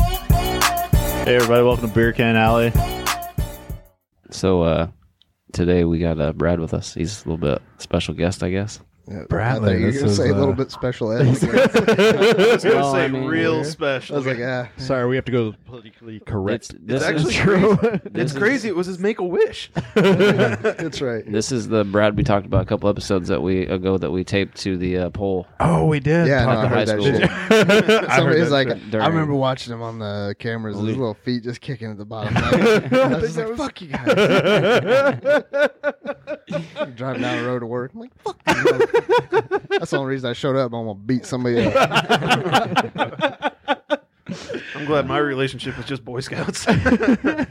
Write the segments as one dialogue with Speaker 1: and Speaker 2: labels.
Speaker 1: Hey everybody, welcome to Beer Can Alley.
Speaker 2: So uh today we got uh, Brad with us. He's a little bit special guest, I guess.
Speaker 3: Yeah,
Speaker 4: Bradley,
Speaker 3: I thought you were
Speaker 4: this
Speaker 3: gonna
Speaker 4: is,
Speaker 3: say a little
Speaker 4: uh,
Speaker 3: bit special ed. again.
Speaker 1: I was gonna
Speaker 2: Well,
Speaker 1: say
Speaker 2: I mean,
Speaker 1: real
Speaker 2: we're-
Speaker 3: I
Speaker 1: special.
Speaker 3: was like, ah. yeah,
Speaker 4: Sorry, we have to go politically correct.
Speaker 2: It's- this
Speaker 1: actually
Speaker 2: is
Speaker 1: true.
Speaker 2: This
Speaker 1: it's
Speaker 2: is-
Speaker 1: crazy. It was his Make a Wish.
Speaker 3: that's right.
Speaker 2: This is the Brad we talked about a couple episodes that we ago that we taped to the uh, poll.
Speaker 4: oh, we did.
Speaker 3: Yeah, no, I
Speaker 2: high
Speaker 3: heard that
Speaker 2: school.
Speaker 3: shit.
Speaker 4: I
Speaker 3: Somebody's like,
Speaker 2: During-
Speaker 3: I remember watching him on the cameras, his little feet just kicking at the bottom. I was just like, fuck you guys. Driving down the road to work. I'm like, fuck you guys." That's the only reason I showed up. I'm going to beat somebody up.
Speaker 1: I'm glad my relationship was just Boy Scouts.
Speaker 3: that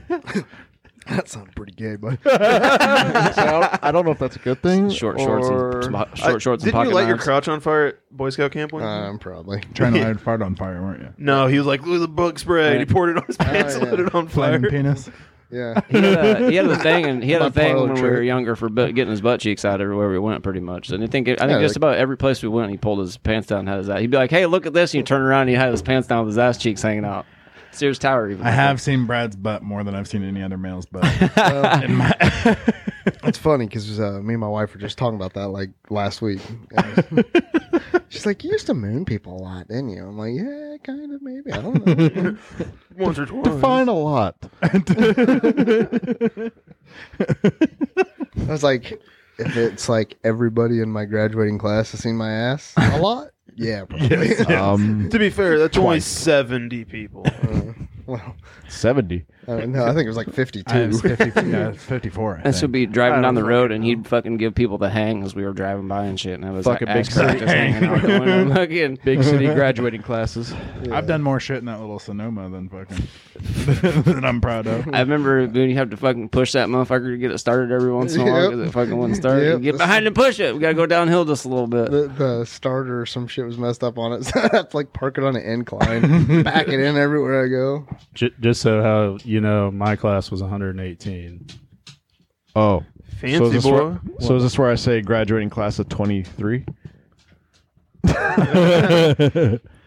Speaker 3: sounds pretty gay, but I don't know if that's a good thing.
Speaker 2: short shorts and spo- short shorts
Speaker 1: Didn't
Speaker 2: and pocket
Speaker 1: you light your
Speaker 2: knives.
Speaker 1: crotch on fire at Boy Scout camp one? time?
Speaker 3: Um, probably.
Speaker 4: trying to light fart on fire, weren't you?
Speaker 1: no, he was like, look at the bug spray. And he poured it on his pants and
Speaker 3: Oh, yeah.
Speaker 1: lit it on fire.
Speaker 4: penis.
Speaker 3: Yeah.
Speaker 2: he had, a, he had a thing, and he had
Speaker 3: My
Speaker 2: a thing
Speaker 3: parlor
Speaker 2: when we were
Speaker 3: trick.
Speaker 2: younger for bu- getting his butt cheeks out everywhere we went, pretty much. And I think I think
Speaker 3: Yeah,
Speaker 2: just
Speaker 3: like-
Speaker 2: about every place we went, he pulled his pants down, and had his out. He'd be like, "Hey, look at this!" And you turn around, and he had his pants down with his ass cheeks hanging out. Sears Tower, even.
Speaker 4: I have seen Brad's butt more than I've seen any other male's butt. In my-
Speaker 3: It's funny because uh, me and my wife were just talking about that like last week. And She's like, "You used to moon people a lot, didn't you?" I'm like, "Yeah, kind of, maybe. I don't know."
Speaker 1: Once or twice.
Speaker 4: a lot.
Speaker 3: I was like, "If it's like everybody in my graduating class has seen my ass a lot, yeah, probably."
Speaker 4: um,
Speaker 1: To be fair, that's only 70 people.
Speaker 3: Uh, well,
Speaker 5: Seventy.
Speaker 3: I don't know. I think it was like 52.
Speaker 4: I was 50, yeah, I was 54. I
Speaker 2: This
Speaker 4: think.
Speaker 2: would be driving
Speaker 1: I
Speaker 2: down the
Speaker 1: don't
Speaker 2: road, and he'd fucking give people the hang as we were driving by and shit. And I was
Speaker 5: Fucking
Speaker 2: like,
Speaker 5: big
Speaker 2: ass crack just
Speaker 4: hang.
Speaker 2: hanging out the window, fucking
Speaker 5: Big city graduating classes.
Speaker 3: Yeah.
Speaker 4: I've done more shit in that little Sonoma than fucking than I'm proud of.
Speaker 2: I remember when you have to fucking push that motherfucker to get it started every once in a while
Speaker 3: Yep.
Speaker 2: because it fucking wouldn't start.
Speaker 3: Yep.
Speaker 2: You get behind and push it. We gotta go downhill just a little bit.
Speaker 3: The, the starter or some shit was messed up on it, so I have to like park it on an incline, back it in everywhere I go.
Speaker 6: J- just so how you know, my class was 118.
Speaker 5: Oh, so is
Speaker 1: Fancy
Speaker 5: this
Speaker 1: boy.
Speaker 5: where, so is this where I say graduating class of twenty three?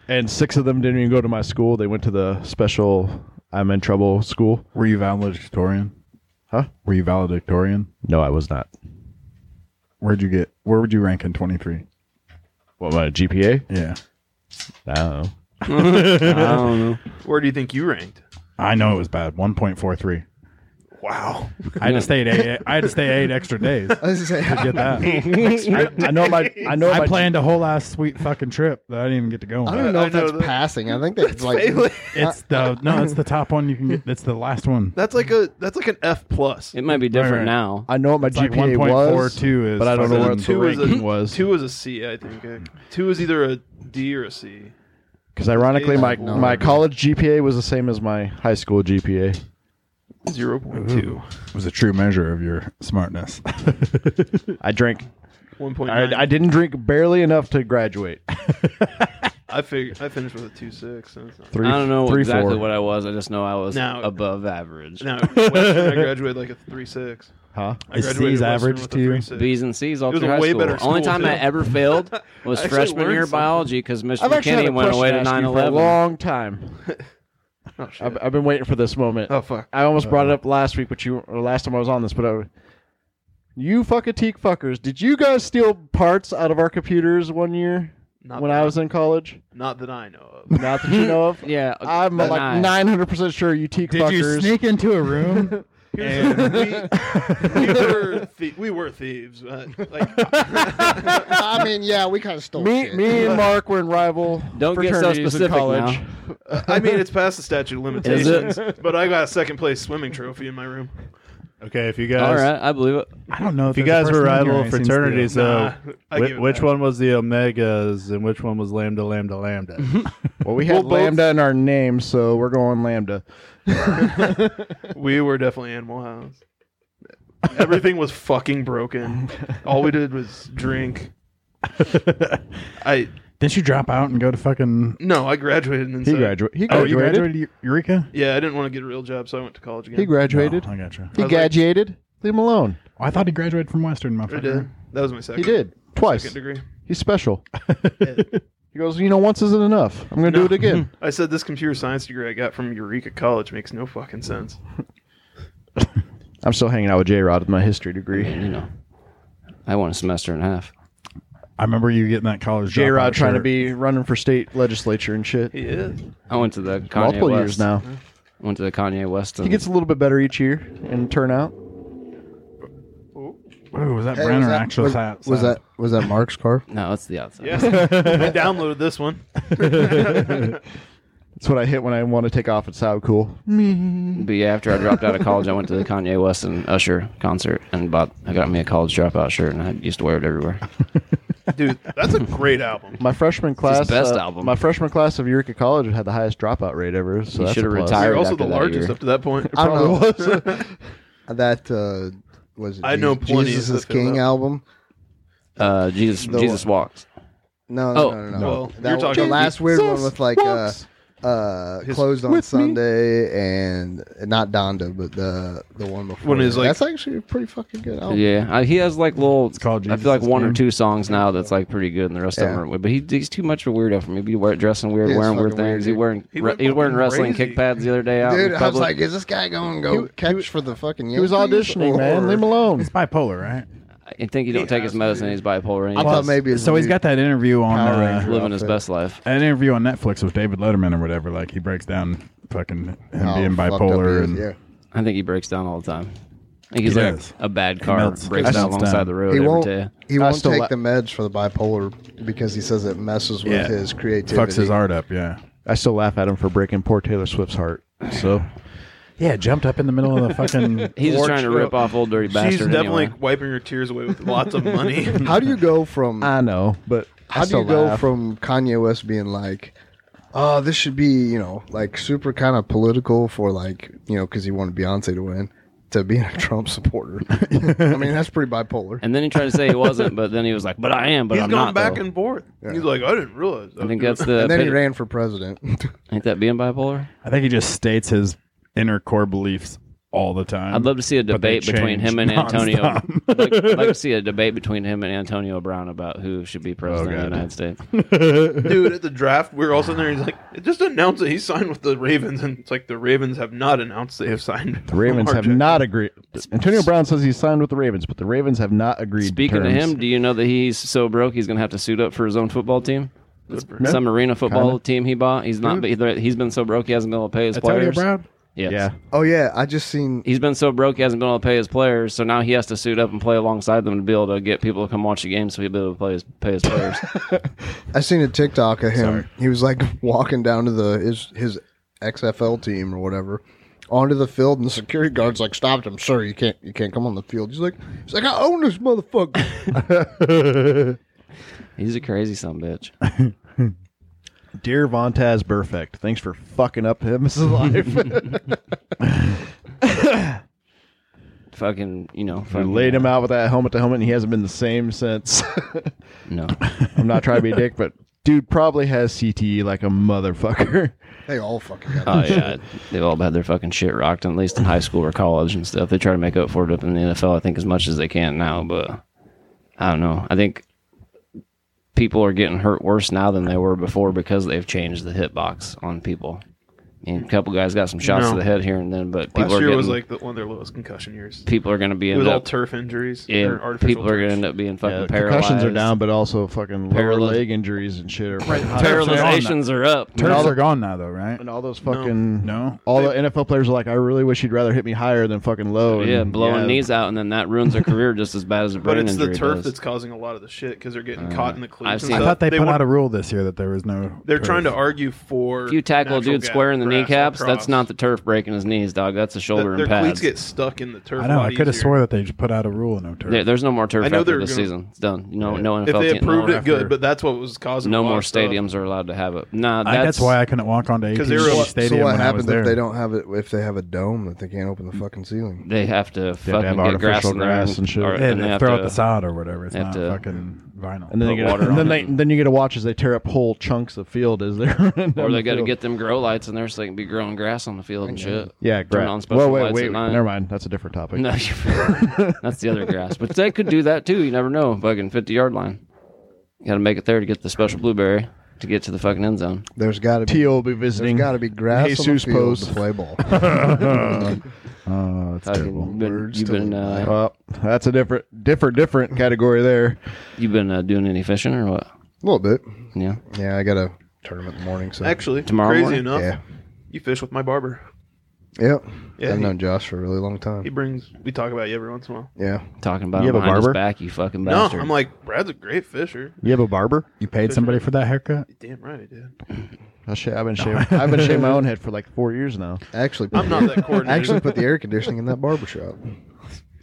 Speaker 5: and six of them didn't even go to my school. They went to the special I'm in trouble school.
Speaker 4: Were you valedictorian?
Speaker 5: Huh?
Speaker 4: Were you valedictorian?
Speaker 5: No, I was not.
Speaker 4: Where'd you get? Where would you rank in 23?
Speaker 5: What my GPA?
Speaker 4: Yeah.
Speaker 5: I don't know.
Speaker 2: I don't know.
Speaker 1: Where do you think you ranked?
Speaker 4: I know it was bad. 1.43.
Speaker 1: Wow.
Speaker 4: I had to stay at eight. I had to stay eight extra days to
Speaker 3: I was just like,
Speaker 4: get that.
Speaker 5: I, I know my. I know
Speaker 4: I
Speaker 5: my
Speaker 4: planned a whole last sweet fucking trip that I didn't even get to go on.
Speaker 3: I don't even know
Speaker 1: I
Speaker 3: if
Speaker 1: know
Speaker 3: that's
Speaker 1: that-
Speaker 3: passing. I think that's, like
Speaker 1: failing.
Speaker 4: It's the no. It's the top one you can get. It's the last one.
Speaker 1: That's like a that's like an F plus.
Speaker 2: It might be different
Speaker 4: right.
Speaker 2: now.
Speaker 5: I know what my
Speaker 4: like
Speaker 5: GPA was,
Speaker 4: 1.42 is
Speaker 5: but I don't know
Speaker 4: fucking-
Speaker 5: what the
Speaker 1: Two is a-
Speaker 5: ranking was.
Speaker 1: Two is a C, I think. Uh, Two is either a D or a C.
Speaker 5: Because ironically, my
Speaker 1: No.
Speaker 5: my college GPA was the same as my high school GPA.
Speaker 1: Zero point two.
Speaker 4: It was a true measure of your smartness.
Speaker 5: I drank.
Speaker 1: One point nine.
Speaker 5: I, I didn't drink barely enough to graduate.
Speaker 1: I figured I finished with a two six. So it's not-
Speaker 5: Three,
Speaker 2: I don't know
Speaker 5: three,
Speaker 2: exactly
Speaker 5: four.
Speaker 2: what I was. I just know I was
Speaker 1: Now-
Speaker 2: above average.
Speaker 1: No, Western, I graduated like a three six.
Speaker 5: Huh?
Speaker 1: I
Speaker 4: Is
Speaker 1: graduated
Speaker 4: C's
Speaker 1: Western
Speaker 4: average
Speaker 1: with a
Speaker 4: to you?
Speaker 1: 3.6.
Speaker 2: B's and C's all
Speaker 1: It was
Speaker 2: through
Speaker 1: a
Speaker 2: high
Speaker 1: way
Speaker 2: school.
Speaker 1: better
Speaker 2: Only
Speaker 1: school,
Speaker 2: time I
Speaker 1: too.
Speaker 2: ever failed was
Speaker 1: actually
Speaker 2: freshman
Speaker 1: learned
Speaker 2: year
Speaker 1: something.
Speaker 2: biology because Mr.
Speaker 5: I've actually had
Speaker 2: McKinney
Speaker 5: a
Speaker 2: went
Speaker 5: question
Speaker 2: away
Speaker 5: to
Speaker 2: to
Speaker 5: ask
Speaker 2: 9
Speaker 5: you for a
Speaker 2: 11.
Speaker 5: long time.
Speaker 1: Oh shit!
Speaker 5: I've, I've been waiting for this moment.
Speaker 1: oh fuck!
Speaker 5: I almost brought it up last week, but you or last time I was on this, but I, you fuckateek fuckers, did you guys steal parts out of our computers one year
Speaker 1: Not
Speaker 5: when
Speaker 1: that
Speaker 5: I was in college?
Speaker 1: Not that I know of.
Speaker 5: Not that you know of.
Speaker 2: Yeah,
Speaker 5: I'm
Speaker 2: but
Speaker 5: like
Speaker 2: nine.
Speaker 5: nine hundred percent sure you teak fuckers.
Speaker 4: into a room?
Speaker 1: Here's the- we, we were thie- we were thieves. but, like
Speaker 3: I mean, yeah, we kind of stole
Speaker 5: Me,
Speaker 3: shit.
Speaker 5: me and Mark were in rival.
Speaker 2: Don't get so
Speaker 5: fraternities in
Speaker 2: specific
Speaker 5: college.
Speaker 2: now.
Speaker 1: I mean, it's past the statute of
Speaker 2: Is it?
Speaker 1: limitations. But I got a second place swimming trophy in my room.
Speaker 6: Okay, if you
Speaker 2: All
Speaker 6: guys,
Speaker 2: right, I believe it.
Speaker 4: I don't know if,
Speaker 6: if you
Speaker 4: there's a
Speaker 6: guys were
Speaker 4: person in here
Speaker 6: rival
Speaker 4: who sings
Speaker 6: fraternities,
Speaker 4: Steel.
Speaker 6: though,
Speaker 1: Nah, I
Speaker 6: whi-
Speaker 1: give it
Speaker 6: which
Speaker 1: back.
Speaker 6: one was the Omegas and which one was Lambda Lambda Lambda?
Speaker 5: Well, we had
Speaker 6: Well, both-
Speaker 5: Lambda in our name, so we're going Lambda.
Speaker 1: We were definitely Animal House. Everything was fucking broken. All we did was drink. I
Speaker 4: Didn't you drop out and go to fucking?
Speaker 1: no, I graduated and then
Speaker 5: He
Speaker 1: said-
Speaker 5: graduated. He
Speaker 4: Oh, you
Speaker 5: graduated.
Speaker 4: graduated Eu- Eureka.
Speaker 1: Yeah, I didn't want to get a real job, so I went to college again.
Speaker 5: he graduated.
Speaker 4: Oh, I gotcha.
Speaker 5: He
Speaker 1: I was like-
Speaker 5: graduated. Leave him alone.
Speaker 4: Oh, I thought he graduated from Western, my
Speaker 1: I
Speaker 4: friend.
Speaker 1: did. That was my second.
Speaker 5: He did twice.
Speaker 1: second degree.
Speaker 5: He's special. He goes, you know, once isn't enough. I'm going to
Speaker 1: No.
Speaker 5: do it again.
Speaker 1: I said this computer science degree I got from Eureka College makes no fucking sense.
Speaker 5: I'm still hanging out with J Rod with my history degree.
Speaker 2: You know, I want a semester and a half.
Speaker 4: I remember you getting that college.
Speaker 5: J
Speaker 4: dropout
Speaker 5: Rod trying to
Speaker 4: shirt.
Speaker 5: be running for state legislature and shit.
Speaker 1: He is.
Speaker 2: I went to the Kanye
Speaker 5: Multiple
Speaker 2: West.
Speaker 5: years now.
Speaker 2: I went to the Kanye West.
Speaker 5: He
Speaker 2: And
Speaker 5: gets a little bit better each year in turnout.
Speaker 1: Oh,
Speaker 4: Ooh, was that
Speaker 3: Hey,
Speaker 4: Brenner
Speaker 3: was that-
Speaker 4: actual
Speaker 3: was,
Speaker 4: sat-
Speaker 3: was
Speaker 4: sat-
Speaker 3: that was that Mark's car?
Speaker 2: no, it's the outside.
Speaker 1: Yeah. I downloaded this one.
Speaker 5: That's what I hit when I want to take off at Sound Cool.
Speaker 2: But yeah, after I dropped out of college, I went to the Kanye West and Usher concert and bought. I got me a college dropout shirt, and I used to wear it everywhere.
Speaker 1: Dude, that's a great album.
Speaker 5: My freshman
Speaker 2: his
Speaker 5: class,
Speaker 2: best
Speaker 5: uh,
Speaker 2: album.
Speaker 5: My freshman class of Eureka College had the highest dropout rate ever.
Speaker 2: He
Speaker 5: So that's a
Speaker 2: should've
Speaker 5: plus.
Speaker 2: retired.
Speaker 1: You're also
Speaker 2: after
Speaker 1: the
Speaker 2: that
Speaker 1: largest
Speaker 2: year.
Speaker 1: up to that point.
Speaker 5: I don't know.
Speaker 3: That uh, was it
Speaker 1: I know plenty
Speaker 3: Jesus
Speaker 1: that
Speaker 3: is
Speaker 1: fill
Speaker 3: King
Speaker 1: up.
Speaker 3: album.
Speaker 2: Uh, Jesus,
Speaker 3: The-
Speaker 2: Jesus walks.
Speaker 3: No, no,
Speaker 2: Oh,
Speaker 3: no, no. no.
Speaker 1: no. Well,
Speaker 3: that
Speaker 1: you're
Speaker 3: one-
Speaker 1: talking-
Speaker 3: the last weird one
Speaker 5: Jesus
Speaker 3: with like uh,
Speaker 5: walks.
Speaker 3: uh,
Speaker 1: His-
Speaker 3: closed on
Speaker 5: with me.
Speaker 3: Sunday and not Donda, but the the one before.
Speaker 1: When he's
Speaker 3: that.
Speaker 1: like-
Speaker 3: that's actually a pretty fucking good
Speaker 1: Oh.
Speaker 3: album.
Speaker 2: Yeah, I, he has like little. It's
Speaker 4: called
Speaker 2: I
Speaker 4: Jesus
Speaker 2: feel like
Speaker 4: is
Speaker 2: one or
Speaker 4: King.
Speaker 2: two songs now that's like pretty good, and the rest of
Speaker 3: Yeah.
Speaker 2: them are. But he, he's too much of a weirdo for me. He wear dressing weird,
Speaker 3: He is
Speaker 2: wearing weird
Speaker 3: fucking weird,
Speaker 2: things. he
Speaker 3: dude.
Speaker 2: wearing
Speaker 1: He
Speaker 2: he, re-
Speaker 1: went
Speaker 2: he was wearing
Speaker 1: fucking
Speaker 2: wrestling
Speaker 1: crazy.
Speaker 2: kick pads the other day out
Speaker 3: Dude,
Speaker 2: in
Speaker 3: I was
Speaker 2: public.
Speaker 3: like, is this guy going to go catch for the fucking?
Speaker 5: He was auditioning, man. Leave him alone.
Speaker 4: It's bipolar, right?
Speaker 2: I think he don't take his medicine. He's bipolar. And
Speaker 3: I
Speaker 2: he's
Speaker 3: thought maybe it's
Speaker 4: so.
Speaker 3: a
Speaker 4: He's
Speaker 3: dude.
Speaker 4: got that interview on
Speaker 3: Power
Speaker 4: uh,
Speaker 3: Ranger.
Speaker 2: living his
Speaker 3: outfit.
Speaker 2: best life.
Speaker 4: an interview on Netflix with David Letterman or whatever. Like he breaks down fucking him
Speaker 3: Oh,
Speaker 4: being
Speaker 3: fucked up he
Speaker 4: bipolar
Speaker 3: is,
Speaker 4: and
Speaker 3: yeah.
Speaker 2: I think he breaks down all the time. I think he's
Speaker 4: He
Speaker 2: like
Speaker 4: does.
Speaker 2: a bad car
Speaker 4: melts.
Speaker 2: breaks
Speaker 4: That's
Speaker 2: down
Speaker 4: just
Speaker 2: alongside
Speaker 4: dumb.
Speaker 2: the road
Speaker 3: he
Speaker 2: every
Speaker 3: won't
Speaker 2: day.
Speaker 3: he
Speaker 5: I
Speaker 3: won't
Speaker 5: still
Speaker 3: take
Speaker 5: la-
Speaker 3: the meds for the bipolar because he says it messes with
Speaker 4: Yeah.
Speaker 3: his creativity.
Speaker 4: fucks his art up. Yeah.
Speaker 5: I still laugh at him for breaking poor Taylor Swift's heart. So
Speaker 4: Yeah, jumped up in the middle of the fucking.
Speaker 2: He's just
Speaker 1: Lord
Speaker 2: trying to
Speaker 1: Shro-
Speaker 2: rip off old dirty bastard.
Speaker 1: She's definitely
Speaker 2: anyway.
Speaker 1: wiping her tears away with lots of money.
Speaker 3: How do you go from
Speaker 5: I know, but
Speaker 3: how do you go from Kanye West being like, "Oh, this should be you know like super kind of political for like you know because he wanted Beyonce to win," to being a Trump supporter? I mean, that's pretty bipolar.
Speaker 2: And then he tried to say he wasn't, but then he was like, "But I am, but
Speaker 1: He's
Speaker 2: I'm
Speaker 1: gone
Speaker 2: not."
Speaker 1: back
Speaker 2: though."
Speaker 1: and forth. He's like, I didn't realize.
Speaker 2: I think that's the.
Speaker 3: And then he
Speaker 2: epit-
Speaker 3: ran for president.
Speaker 2: Ain't that being bipolar?
Speaker 4: I think he just states his inner core beliefs all the time.
Speaker 2: I'd love to see a
Speaker 4: But they
Speaker 2: debate between
Speaker 4: change
Speaker 2: him and Antonio.
Speaker 4: nonstop.
Speaker 2: I'd like, I'd like to see a debate between him and Antonio Brown about who should be president of the
Speaker 4: God.
Speaker 2: United States.
Speaker 1: dude at the draft. We were all sitting there. He's like, just announced that he signed with the Ravens, and it's like the Ravens have not announced they have signed.
Speaker 5: The Ravens have not agreed. Antonio Brown says he signed with the Ravens, but the Ravens have not agreed. to
Speaker 2: Speaking of
Speaker 5: terms.
Speaker 2: him, do you know that he's so broke he's going to have to suit up for his own football team? Some arena football team he bought. He's not. but He's been so broke he hasn't been able to pay his
Speaker 4: Antonio
Speaker 2: players.
Speaker 4: Brown.
Speaker 2: Yes.
Speaker 5: yeah,
Speaker 3: oh yeah, I just seen.
Speaker 2: He's been so broke he hasn't been able to pay his players, so now he has to suit up and play alongside them to be able to get people to come watch the game, so he'll be able to play his pay his players.
Speaker 3: I seen a TikTok of him. He was like walking down to the his his XFL team or whatever onto the field, and the security guards like stopped him. Sir, you can't you can't come on the field. He's like he's like I own this motherfucker.
Speaker 2: he's a crazy son of a bitch.
Speaker 5: dear Vontaz Perfect, thanks for fucking up his life.
Speaker 2: Fucking, you know,
Speaker 5: We
Speaker 2: fucking,
Speaker 5: laid him out with that helmet to helmet, and he hasn't been the same since.
Speaker 2: No,
Speaker 5: I'm not trying to be a dick, but dude probably has CTE like a motherfucker.
Speaker 3: They all fucking got
Speaker 2: oh yeah, they've all had their fucking shit rocked, at least in high school or college and stuff. They try to make up for it up in the NFL, I think, as much as they can now. But I don't know. I think people are getting hurt worse now than they were before because they've changed the hit box on people. I mean, a couple guys got some shots
Speaker 1: No.
Speaker 2: to the head here and then, but people
Speaker 1: Last
Speaker 2: are
Speaker 1: year
Speaker 2: getting,
Speaker 1: was like the, one of their lowest concussion years.
Speaker 2: people are going to be
Speaker 1: It was
Speaker 2: end
Speaker 1: all
Speaker 2: up
Speaker 1: turf injuries.
Speaker 2: yeah,
Speaker 1: or artificial
Speaker 2: people are going
Speaker 1: turf.
Speaker 2: to end up being fucking
Speaker 5: Yeah,
Speaker 2: paralyzed.
Speaker 5: concussions are down, but also fucking lower
Speaker 2: Paralyzed.
Speaker 5: leg injuries and shit are fucking high.
Speaker 2: Paralyzations are up.
Speaker 4: Turfs
Speaker 5: all the-
Speaker 4: are gone now, though, right?
Speaker 5: And all those fucking
Speaker 4: No.
Speaker 5: all the NFL players are like, I really wish he'd rather hit me higher than fucking low.
Speaker 2: Yeah,
Speaker 5: and-
Speaker 2: blowing
Speaker 5: yeah.
Speaker 2: knees out, and then that ruins their career just as bad as a brain
Speaker 1: But it's the
Speaker 2: injury
Speaker 1: turf
Speaker 2: does.
Speaker 1: that's causing a lot of the shit because they're getting caught in the cleats.
Speaker 2: I've
Speaker 1: and
Speaker 2: seen-
Speaker 4: I
Speaker 1: stuff.
Speaker 4: thought they, put
Speaker 1: want-
Speaker 4: out a rule this year that there was no.
Speaker 1: They're
Speaker 4: turf.
Speaker 1: trying to argue for
Speaker 2: If you tackle a
Speaker 1: natural
Speaker 2: dude
Speaker 1: gas-
Speaker 2: square in the kneecaps, that's
Speaker 1: across.
Speaker 2: not the turf breaking his knees, dog. That's the
Speaker 1: The-
Speaker 2: shoulder
Speaker 1: their
Speaker 2: and pads.
Speaker 1: cleats get stuck in the turf.
Speaker 4: I know.
Speaker 1: a lot
Speaker 4: I could have
Speaker 1: easier.
Speaker 4: swore that they put out a rule no turf.
Speaker 2: There- there's no more turf
Speaker 1: I know
Speaker 2: after
Speaker 1: they're
Speaker 2: this
Speaker 1: gonna-
Speaker 2: season. It's done. No, no NFL
Speaker 1: If they
Speaker 2: team, no,
Speaker 1: approved it, good.
Speaker 6: after-
Speaker 1: But that's what was causing
Speaker 2: no
Speaker 1: a lot
Speaker 2: more
Speaker 1: of stuff.
Speaker 2: stadiums are allowed to have it. Nah,
Speaker 4: I,
Speaker 2: that's,
Speaker 4: that's why I couldn't walk onto
Speaker 1: 'Cause
Speaker 4: AT&T
Speaker 1: they were
Speaker 4: Stadium
Speaker 1: like-
Speaker 3: So what
Speaker 4: when I was
Speaker 3: happens if
Speaker 4: there.
Speaker 3: they don't have it? If they have a dome that they can't open the fucking ceiling?
Speaker 2: they have to
Speaker 4: They have to
Speaker 2: fucking
Speaker 4: have
Speaker 2: get grass
Speaker 4: artificial
Speaker 2: in there
Speaker 4: grass and shit.
Speaker 2: or-
Speaker 4: Yeah,
Speaker 2: and
Speaker 4: they
Speaker 2: they have
Speaker 4: throw it
Speaker 2: to-
Speaker 4: the sod or whatever. It's
Speaker 2: they have
Speaker 4: not
Speaker 2: to-
Speaker 4: fucking vinyl.
Speaker 5: And then, you
Speaker 2: Put
Speaker 5: get,
Speaker 2: water
Speaker 5: and then
Speaker 2: on
Speaker 5: they
Speaker 2: it.
Speaker 5: then you get to watch as they tear up whole chunks of field as they're running down
Speaker 2: or they
Speaker 5: the
Speaker 2: got to
Speaker 5: field.
Speaker 2: get them grow lights in there so they can be growing grass on the field and shit.
Speaker 5: yeah
Speaker 2: turn
Speaker 5: grass.
Speaker 2: on special
Speaker 5: Well, wait,
Speaker 2: lights
Speaker 5: wait,
Speaker 2: at night.
Speaker 5: never mind. That's a different topic.
Speaker 2: No, you- that's the other grass. But they could do that too. You never know. Fucking fifty yard line. You got to make it there to get the special blueberry to get to the fucking end zone.
Speaker 3: There's got to be
Speaker 5: T will be
Speaker 3: there's
Speaker 5: visiting.
Speaker 3: got to be grass on the
Speaker 5: Jesus
Speaker 3: field
Speaker 5: pose.
Speaker 3: to play ball.
Speaker 7: Uh,
Speaker 4: oh, that's terrible.
Speaker 2: Fucking been,
Speaker 3: Words
Speaker 2: you've
Speaker 3: to
Speaker 2: been uh,
Speaker 5: Well, that's a different, different, different category there.
Speaker 2: you've been uh, doing any fishing or what?
Speaker 3: A little bit.
Speaker 2: Yeah.
Speaker 3: Yeah, I got a tournament in the morning. So
Speaker 1: Actually,
Speaker 2: Tomorrow
Speaker 1: crazy
Speaker 2: morning?
Speaker 1: enough,
Speaker 3: yeah,
Speaker 1: you fish with my barber.
Speaker 3: yep.
Speaker 1: Yeah,
Speaker 3: I've
Speaker 1: he,
Speaker 3: known Josh for a really long time.
Speaker 1: he brings. We talk about you every once in a while.
Speaker 3: yeah,
Speaker 2: Talking about
Speaker 5: You
Speaker 2: him
Speaker 5: have a
Speaker 2: behind
Speaker 5: barber?
Speaker 2: his back, you fucking
Speaker 1: No,
Speaker 2: bastard.
Speaker 1: I'm like Brad's a great fisher.
Speaker 5: You have a barber?
Speaker 4: You paid somebody for that haircut?
Speaker 1: Damn right I did.
Speaker 5: I sha- I've been shaving. I've been shaving my own head for like four years now.
Speaker 3: I actually, put
Speaker 1: I'm not that
Speaker 3: I
Speaker 1: coordinated.
Speaker 3: actually put the air conditioning in that barber shop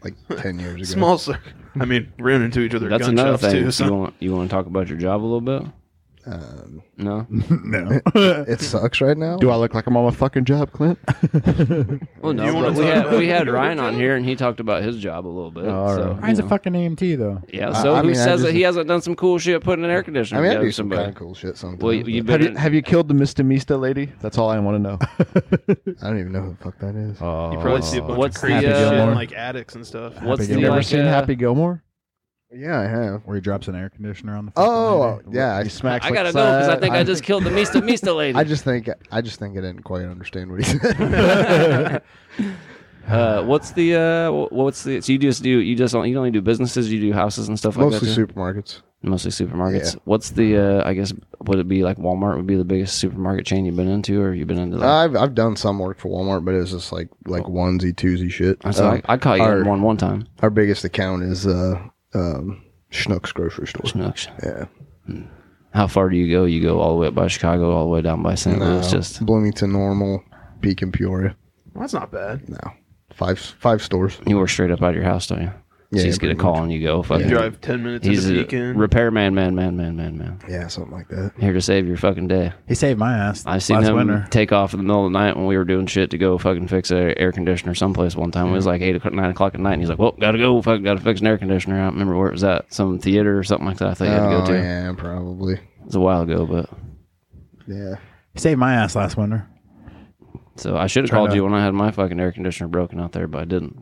Speaker 3: like ten years ago.
Speaker 1: small circle. I mean, ran into each other.
Speaker 2: That's
Speaker 1: at gun
Speaker 2: another
Speaker 1: shops
Speaker 2: thing.
Speaker 1: Too,
Speaker 2: You
Speaker 1: so.
Speaker 2: want you want to talk about your job a little bit?
Speaker 3: Um,
Speaker 2: No.
Speaker 4: no.
Speaker 3: it sucks right now.
Speaker 5: Do I look like I'm on my fucking job, Clint?
Speaker 2: Well, no.
Speaker 1: You wanna
Speaker 2: but we
Speaker 1: talk
Speaker 2: had
Speaker 1: about-
Speaker 2: we had Ryan on here, and he talked about his job a little bit.
Speaker 5: Oh, All
Speaker 2: so,
Speaker 5: right.
Speaker 2: you
Speaker 4: Ryan's a
Speaker 2: know.
Speaker 4: fucking EMT though.
Speaker 2: Yeah.
Speaker 3: I-
Speaker 2: So
Speaker 3: I
Speaker 2: he
Speaker 3: mean, I
Speaker 2: says that
Speaker 3: just-
Speaker 2: he hasn't done some cool shit putting an air conditioner.
Speaker 3: I mean, I
Speaker 2: together
Speaker 3: do
Speaker 2: with
Speaker 3: some
Speaker 2: somebody.
Speaker 3: kind of cool shit sometimes.
Speaker 2: Well, you, you've
Speaker 5: have,
Speaker 2: been.
Speaker 5: you, have you killed the Mr. Mista lady? That's all I want to know.
Speaker 3: but I don't even know who the fuck that is.
Speaker 5: Oh,
Speaker 1: You probably see a bunch
Speaker 2: uh, what's
Speaker 1: of
Speaker 2: the,
Speaker 1: creepy shit
Speaker 2: uh,
Speaker 1: in, like attics and stuff.
Speaker 2: what's
Speaker 4: Happy
Speaker 2: the
Speaker 5: you ever
Speaker 2: like,
Speaker 5: seen
Speaker 2: uh,
Speaker 5: Happy Gilmore?
Speaker 3: yeah, I have.
Speaker 4: Where he drops an air conditioner on the fucking
Speaker 3: Oh,
Speaker 4: lady.
Speaker 3: yeah.
Speaker 5: He
Speaker 3: I,
Speaker 5: smacks.
Speaker 2: I
Speaker 5: like
Speaker 2: gotta know because I
Speaker 5: that.
Speaker 2: think I, just killed the Mista Mista lady.
Speaker 3: I just think I just think I didn't quite understand what he said.
Speaker 2: uh, what's the uh, wh- what's the? So you just do you just only, you only do businesses, you do houses and stuff like
Speaker 3: Mostly
Speaker 2: that. too?
Speaker 3: supermarkets.
Speaker 2: Mostly supermarkets.
Speaker 3: Yeah.
Speaker 2: What's the? Uh, I guess would it be like Walmart would be the biggest supermarket chain you've been into, or you've been into? Like,
Speaker 3: I've I've done some work for Walmart, but it was just like like onesie twosie shit.
Speaker 2: I, saw,
Speaker 3: Um,
Speaker 2: I, I caught you
Speaker 3: our-
Speaker 2: at one one time.
Speaker 3: Our biggest account is uh um Schnucks grocery store.
Speaker 2: Schnucks.
Speaker 3: Yeah.
Speaker 2: How far do you go? You go all the way up by Chicago, all the way down by St. Louis. Just
Speaker 3: Bloomington normal, Peak and Peoria.
Speaker 1: Well, that's not bad.
Speaker 3: No. Five five stores.
Speaker 2: you work straight up out of your house, don't you?
Speaker 3: Yeah,
Speaker 2: so you just
Speaker 3: yeah,
Speaker 2: get a
Speaker 3: pretty
Speaker 2: call and you go.
Speaker 1: You
Speaker 2: Fucking,
Speaker 1: drive ten minutes
Speaker 2: He's
Speaker 1: into
Speaker 2: a
Speaker 1: Pekin.
Speaker 2: repairman, man, man, man, man, man.
Speaker 3: Yeah, something like that.
Speaker 2: Here to save your fucking day.
Speaker 4: He saved my ass.
Speaker 2: I seen
Speaker 4: last
Speaker 2: him
Speaker 4: winter.
Speaker 2: take off in the middle of the night when we were doing shit to go fucking fix an air conditioner someplace one time. It was like 8 o'clock, 9 o'clock at night, and he's like, well, gotta go. Fucking gotta fix an air conditioner. I don't remember where it was at. Some theater or something like that I thought you had to go
Speaker 3: Oh,
Speaker 2: to.
Speaker 3: yeah, probably.
Speaker 2: It was a while ago, but.
Speaker 3: Yeah.
Speaker 4: He saved my ass last winter.
Speaker 2: So I should have
Speaker 4: Trying
Speaker 2: called
Speaker 4: to-
Speaker 2: you when I had my fucking air conditioner broken out there, but I didn't.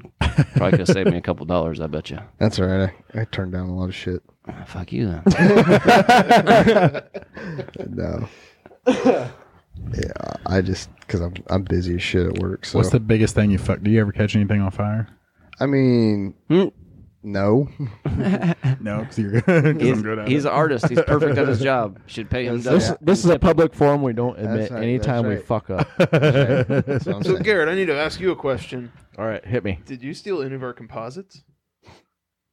Speaker 2: Probably could have saved me a couple dollars, I bet you. Ah,
Speaker 3: That's all right. I, I turned down a lot of shit.
Speaker 2: Fuck you then.
Speaker 3: No. uh, yeah, I just because I'm I'm busy as shit at work. So
Speaker 4: What's the biggest thing you fuck? Do you ever catch anything on fire?
Speaker 3: I mean,
Speaker 2: Hmm.
Speaker 3: no.
Speaker 4: No, because you're good.
Speaker 2: He's,
Speaker 4: I'm good at
Speaker 2: he's
Speaker 4: it.
Speaker 2: an artist. He's perfect at his job. Should pay him.
Speaker 5: This,
Speaker 2: double.
Speaker 5: this is a public forum. We don't admit
Speaker 3: That's right,
Speaker 5: any
Speaker 3: that's
Speaker 5: time we
Speaker 3: right.
Speaker 5: fuck up.
Speaker 3: That's what I'm
Speaker 1: So
Speaker 3: saying.
Speaker 1: Garrett, I need to ask you a question.
Speaker 5: All right, hit me,
Speaker 1: Did you steal any of our composites?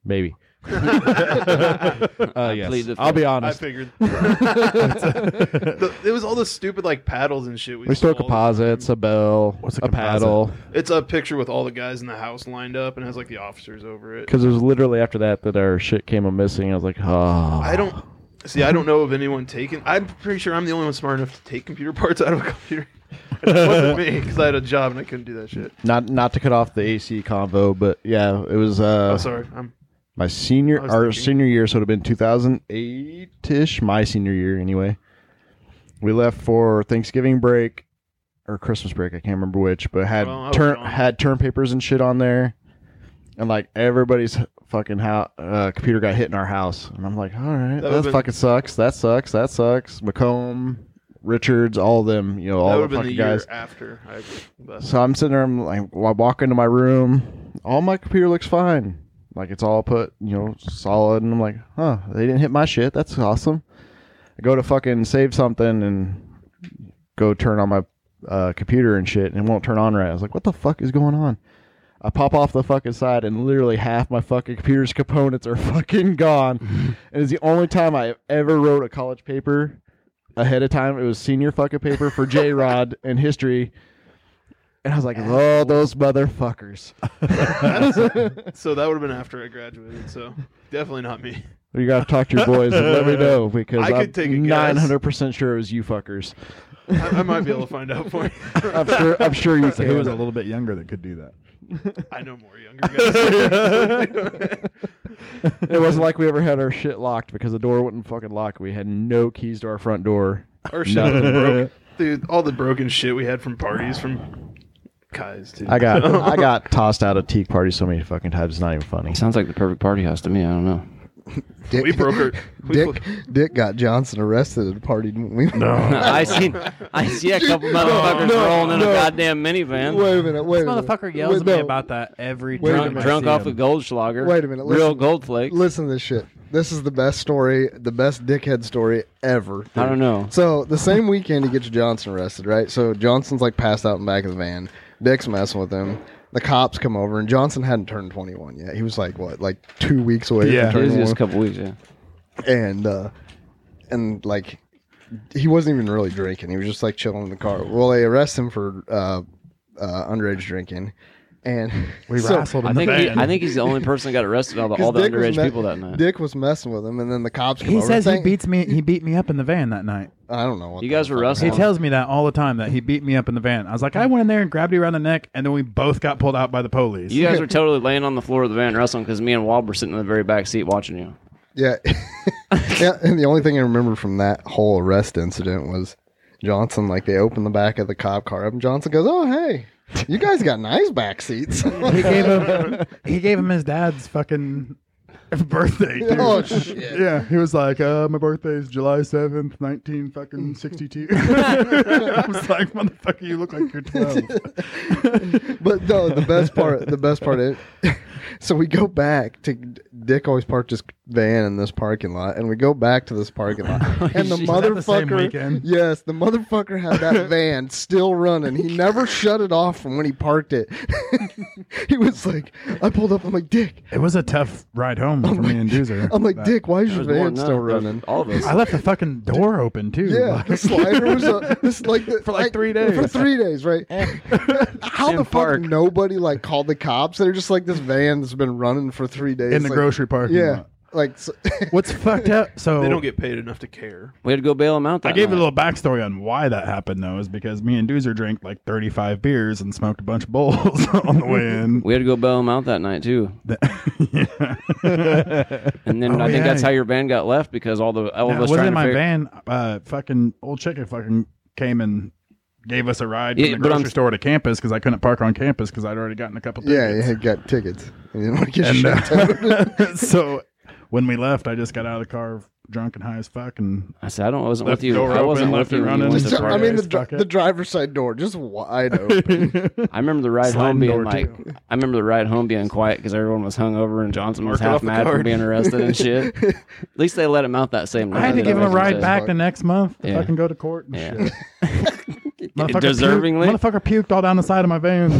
Speaker 5: maybe. Uh,
Speaker 2: plead
Speaker 5: yes.
Speaker 2: the
Speaker 5: I'll be
Speaker 2: fifth.
Speaker 1: I
Speaker 5: honest.
Speaker 1: figured. The- it was all the stupid like paddles and shit.
Speaker 5: We stole
Speaker 1: all the time.
Speaker 5: composites, a bell,
Speaker 4: What's a
Speaker 5: a, paddle.
Speaker 1: It's a picture with all the guys in the house lined up and has like the officers over it.
Speaker 5: Because it was literally after that that our shit came a missing. I was like, oh.
Speaker 1: I don't see. I don't know of anyone taking. I'm pretty sure I'm the only one smart enough to take computer parts out of a computer. And it wasn't me because I had a job and I couldn't do that shit.
Speaker 5: Not not to cut off the AC convo, but yeah, it was uh
Speaker 1: oh, sorry. Oh, I'm
Speaker 5: my senior
Speaker 1: I was
Speaker 5: our
Speaker 1: thinking.
Speaker 5: senior year, so it would have been 2008 ish. My senior year, anyway. We left for Thanksgiving break or Christmas break. I can't remember which, but had
Speaker 1: Well, I was
Speaker 5: turn
Speaker 1: gone.
Speaker 5: had term papers and shit on there, and like everybody's fucking how uh, computer got hit in our house, and I'm like, all right,
Speaker 1: That
Speaker 5: that,
Speaker 1: would've been-
Speaker 5: fucking sucks. That sucks. That sucks. McComb, Richards, all of them, you know,
Speaker 1: that
Speaker 5: all
Speaker 1: would
Speaker 5: the
Speaker 1: have been
Speaker 5: fucking
Speaker 1: the year
Speaker 5: guys.
Speaker 1: after. I but
Speaker 5: So I'm sitting there, I'm like, I walk into my room, all my computer looks fine. Like it's all put, you know, solid. And I'm like, huh, they didn't hit my shit. That's awesome. I go to fucking save something and go turn on my uh, computer and shit, and it won't turn on right. I was like, what the fuck is going on? I pop off the fucking side, and literally half my fucking computer's components are fucking gone. and it's the only time I ever wrote a college paper ahead of time. It was senior fucking paper for J Rod and history. And I was like, oh, those motherfuckers.
Speaker 1: So that would have been after I graduated. So definitely not me.
Speaker 5: You gotta talk to your boys and let me know because
Speaker 1: I could
Speaker 5: I'm
Speaker 1: take a guess.
Speaker 5: nine hundred percent sure it was you fuckers.
Speaker 1: I, I might be able to find out for you.
Speaker 5: I'm sure. I'm sure you
Speaker 4: So who
Speaker 5: can.
Speaker 4: was a little bit younger that could do that?
Speaker 1: I know more younger guys.
Speaker 5: It wasn't like we ever had our shit locked because the door wouldn't fucking lock. We had no keys to our front door.
Speaker 1: Our shit was broke. Dude, all the broken shit we had from parties from Kai's too.
Speaker 5: I got I got tossed out of teak parties so many fucking times. It's not even funny.
Speaker 2: Sounds like the perfect party house to me. I don't know.
Speaker 3: Dick,
Speaker 1: we broke her. We
Speaker 3: Dick, Dick got Johnson arrested at a party. Didn't we? No.
Speaker 2: I seen I see a couple motherfuckers
Speaker 3: no,
Speaker 2: rolling in
Speaker 3: no.
Speaker 2: a goddamn minivan.
Speaker 3: Wait a minute. Wait
Speaker 7: This
Speaker 3: a minute.
Speaker 7: motherfucker yells
Speaker 3: Wait,
Speaker 7: at me
Speaker 3: no.
Speaker 7: about that every
Speaker 3: Wait a
Speaker 7: time.
Speaker 2: drunk,
Speaker 7: I
Speaker 2: drunk
Speaker 7: see
Speaker 2: off a
Speaker 7: him.
Speaker 2: Goldschlager.
Speaker 3: Wait a minute,
Speaker 2: real
Speaker 3: listen-
Speaker 2: gold flakes.
Speaker 3: Listen to this shit. This is the best story, the best dickhead story ever.
Speaker 2: I don't know.
Speaker 3: So the same weekend he gets Johnson arrested, right? So Johnson's like passed out in the back of the van. Dick's messing with him. The cops come over, and Johnson hadn't turned 21 yet. He was like what, like two weeks away
Speaker 4: Yeah.
Speaker 3: from
Speaker 2: It
Speaker 3: turning
Speaker 2: was just
Speaker 3: 21
Speaker 2: a couple weeks. Yeah.
Speaker 3: and uh and like he wasn't even really drinking he was just like chilling in the car well they arrest him for uh uh underage drinking and
Speaker 4: We
Speaker 3: so-
Speaker 4: wrestled in
Speaker 2: I
Speaker 4: the
Speaker 2: think he,
Speaker 4: van.
Speaker 2: I think he's the only person that got arrested out of
Speaker 3: 'cause
Speaker 2: all the
Speaker 3: Dick was
Speaker 2: underage
Speaker 3: me-
Speaker 2: people that night.
Speaker 3: Dick was messing with him, and then the cops. Come
Speaker 7: He
Speaker 3: over.
Speaker 7: says he
Speaker 3: Thank-
Speaker 7: beats me. He beat me up in the van that night.
Speaker 3: I don't know. What
Speaker 2: You
Speaker 3: the
Speaker 2: guys were
Speaker 3: fuck.
Speaker 7: He
Speaker 2: wrestling.
Speaker 4: Oh.
Speaker 7: tells me that all the time that he beat me up in the van. I was like, I went in there and grabbed you around the neck, and then we both got pulled out by the police.
Speaker 2: You guys were totally laying on the floor of the van wrestling because me and Wald were sitting in the very back seat watching you.
Speaker 3: Yeah, yeah. And the only thing I remember from that whole arrest incident was Johnson. Like they opened the back of the cop car up, and Johnson goes, "Oh hey, you guys got nice back seats."
Speaker 7: he gave him he gave him his dad's fucking birthday. Dude.
Speaker 3: oh shit.
Speaker 4: Yeah, he was like, uh, "My birthday is July seventh, nineteen fucking sixty-two. I was like, "Motherfucker, you look like you're 12.
Speaker 3: But no, the best part, the best part is, so we go back to Dick always parked his van in this parking lot, and we go back to this parking lot, and the
Speaker 2: shit.
Speaker 4: Was that the same
Speaker 3: motherfucker,
Speaker 4: weekend?
Speaker 3: yes, the motherfucker had that van still running. He never shut it off from when he parked it. he was like, I pulled up, I'm like, Dick,
Speaker 7: It was a tough ride home for me and Doozer.
Speaker 3: I'm like,
Speaker 4: That-
Speaker 3: Dick, why is
Speaker 2: There
Speaker 3: your
Speaker 2: was more
Speaker 3: van
Speaker 2: than
Speaker 3: still
Speaker 2: that. There was
Speaker 3: running?
Speaker 2: All of us.
Speaker 7: I left the fucking door open too.
Speaker 3: Yeah,
Speaker 7: Like,
Speaker 3: the slider was uh, this like the,
Speaker 4: For like three days.
Speaker 3: For three days, right? How the
Speaker 2: In
Speaker 3: fuck
Speaker 2: park.
Speaker 3: nobody like called the cops? They're just like this van that's been running for three days
Speaker 4: in the
Speaker 3: like,
Speaker 4: grocery parking
Speaker 3: Yeah,
Speaker 4: lot.
Speaker 3: like so,
Speaker 7: what's fucked up? So
Speaker 1: They don't get paid enough to care.
Speaker 2: we had to go bail him out. That
Speaker 4: I gave
Speaker 2: night.
Speaker 4: a little backstory on why that happened though, is because me and Doozer drank like thirty-five beers and smoked a bunch of bowls on the way in.
Speaker 2: We had to go bail him out that night too. and then
Speaker 3: Oh,
Speaker 2: I think
Speaker 4: yeah.
Speaker 2: that's how your van got left because all the all
Speaker 4: Yeah,
Speaker 2: of
Speaker 4: it
Speaker 2: us
Speaker 4: wasn't
Speaker 2: trying
Speaker 4: in
Speaker 2: to
Speaker 4: my
Speaker 2: figure-
Speaker 4: van. Uh, fucking old chicken fucking came and gave us a ride from
Speaker 2: Yeah,
Speaker 4: the
Speaker 2: but I'm-
Speaker 4: grocery store to campus because I couldn't park on campus because I'd already gotten a couple.
Speaker 3: yeah, you
Speaker 4: tickets.
Speaker 3: had got tickets. You didn't want to get
Speaker 4: And,
Speaker 3: shit
Speaker 4: uh, so when we left, I just got out of the car drunk and high as fuck, and
Speaker 2: I said I don't. I wasn't
Speaker 4: Left
Speaker 2: with you.
Speaker 4: door
Speaker 2: I wasn't
Speaker 4: open,
Speaker 2: with
Speaker 4: left it
Speaker 2: you. When you
Speaker 4: running.
Speaker 2: went
Speaker 3: done.
Speaker 2: to
Speaker 4: Just-
Speaker 3: I
Speaker 2: Friday.
Speaker 3: mean, the,
Speaker 4: Fuck
Speaker 3: dri-
Speaker 4: it.
Speaker 3: the driver's side door just wide open.
Speaker 2: I remember the ride
Speaker 4: Sliding
Speaker 2: home being
Speaker 4: door,
Speaker 2: like. I remember the ride home being quiet because everyone was hungover and Johnson was
Speaker 1: Mark it off
Speaker 2: half
Speaker 1: the
Speaker 2: mad for
Speaker 1: card.
Speaker 2: being arrested and shit. At least they let him out that same night.
Speaker 7: I had to
Speaker 2: that
Speaker 7: give him a
Speaker 2: wasn't
Speaker 7: ride
Speaker 2: said.
Speaker 7: back the next month. to
Speaker 2: Yeah.
Speaker 4: fucking go to court and
Speaker 2: Yeah.
Speaker 4: shit. Motherfucker
Speaker 2: Deservingly?
Speaker 4: puked, motherfucker puked all down the side of my van.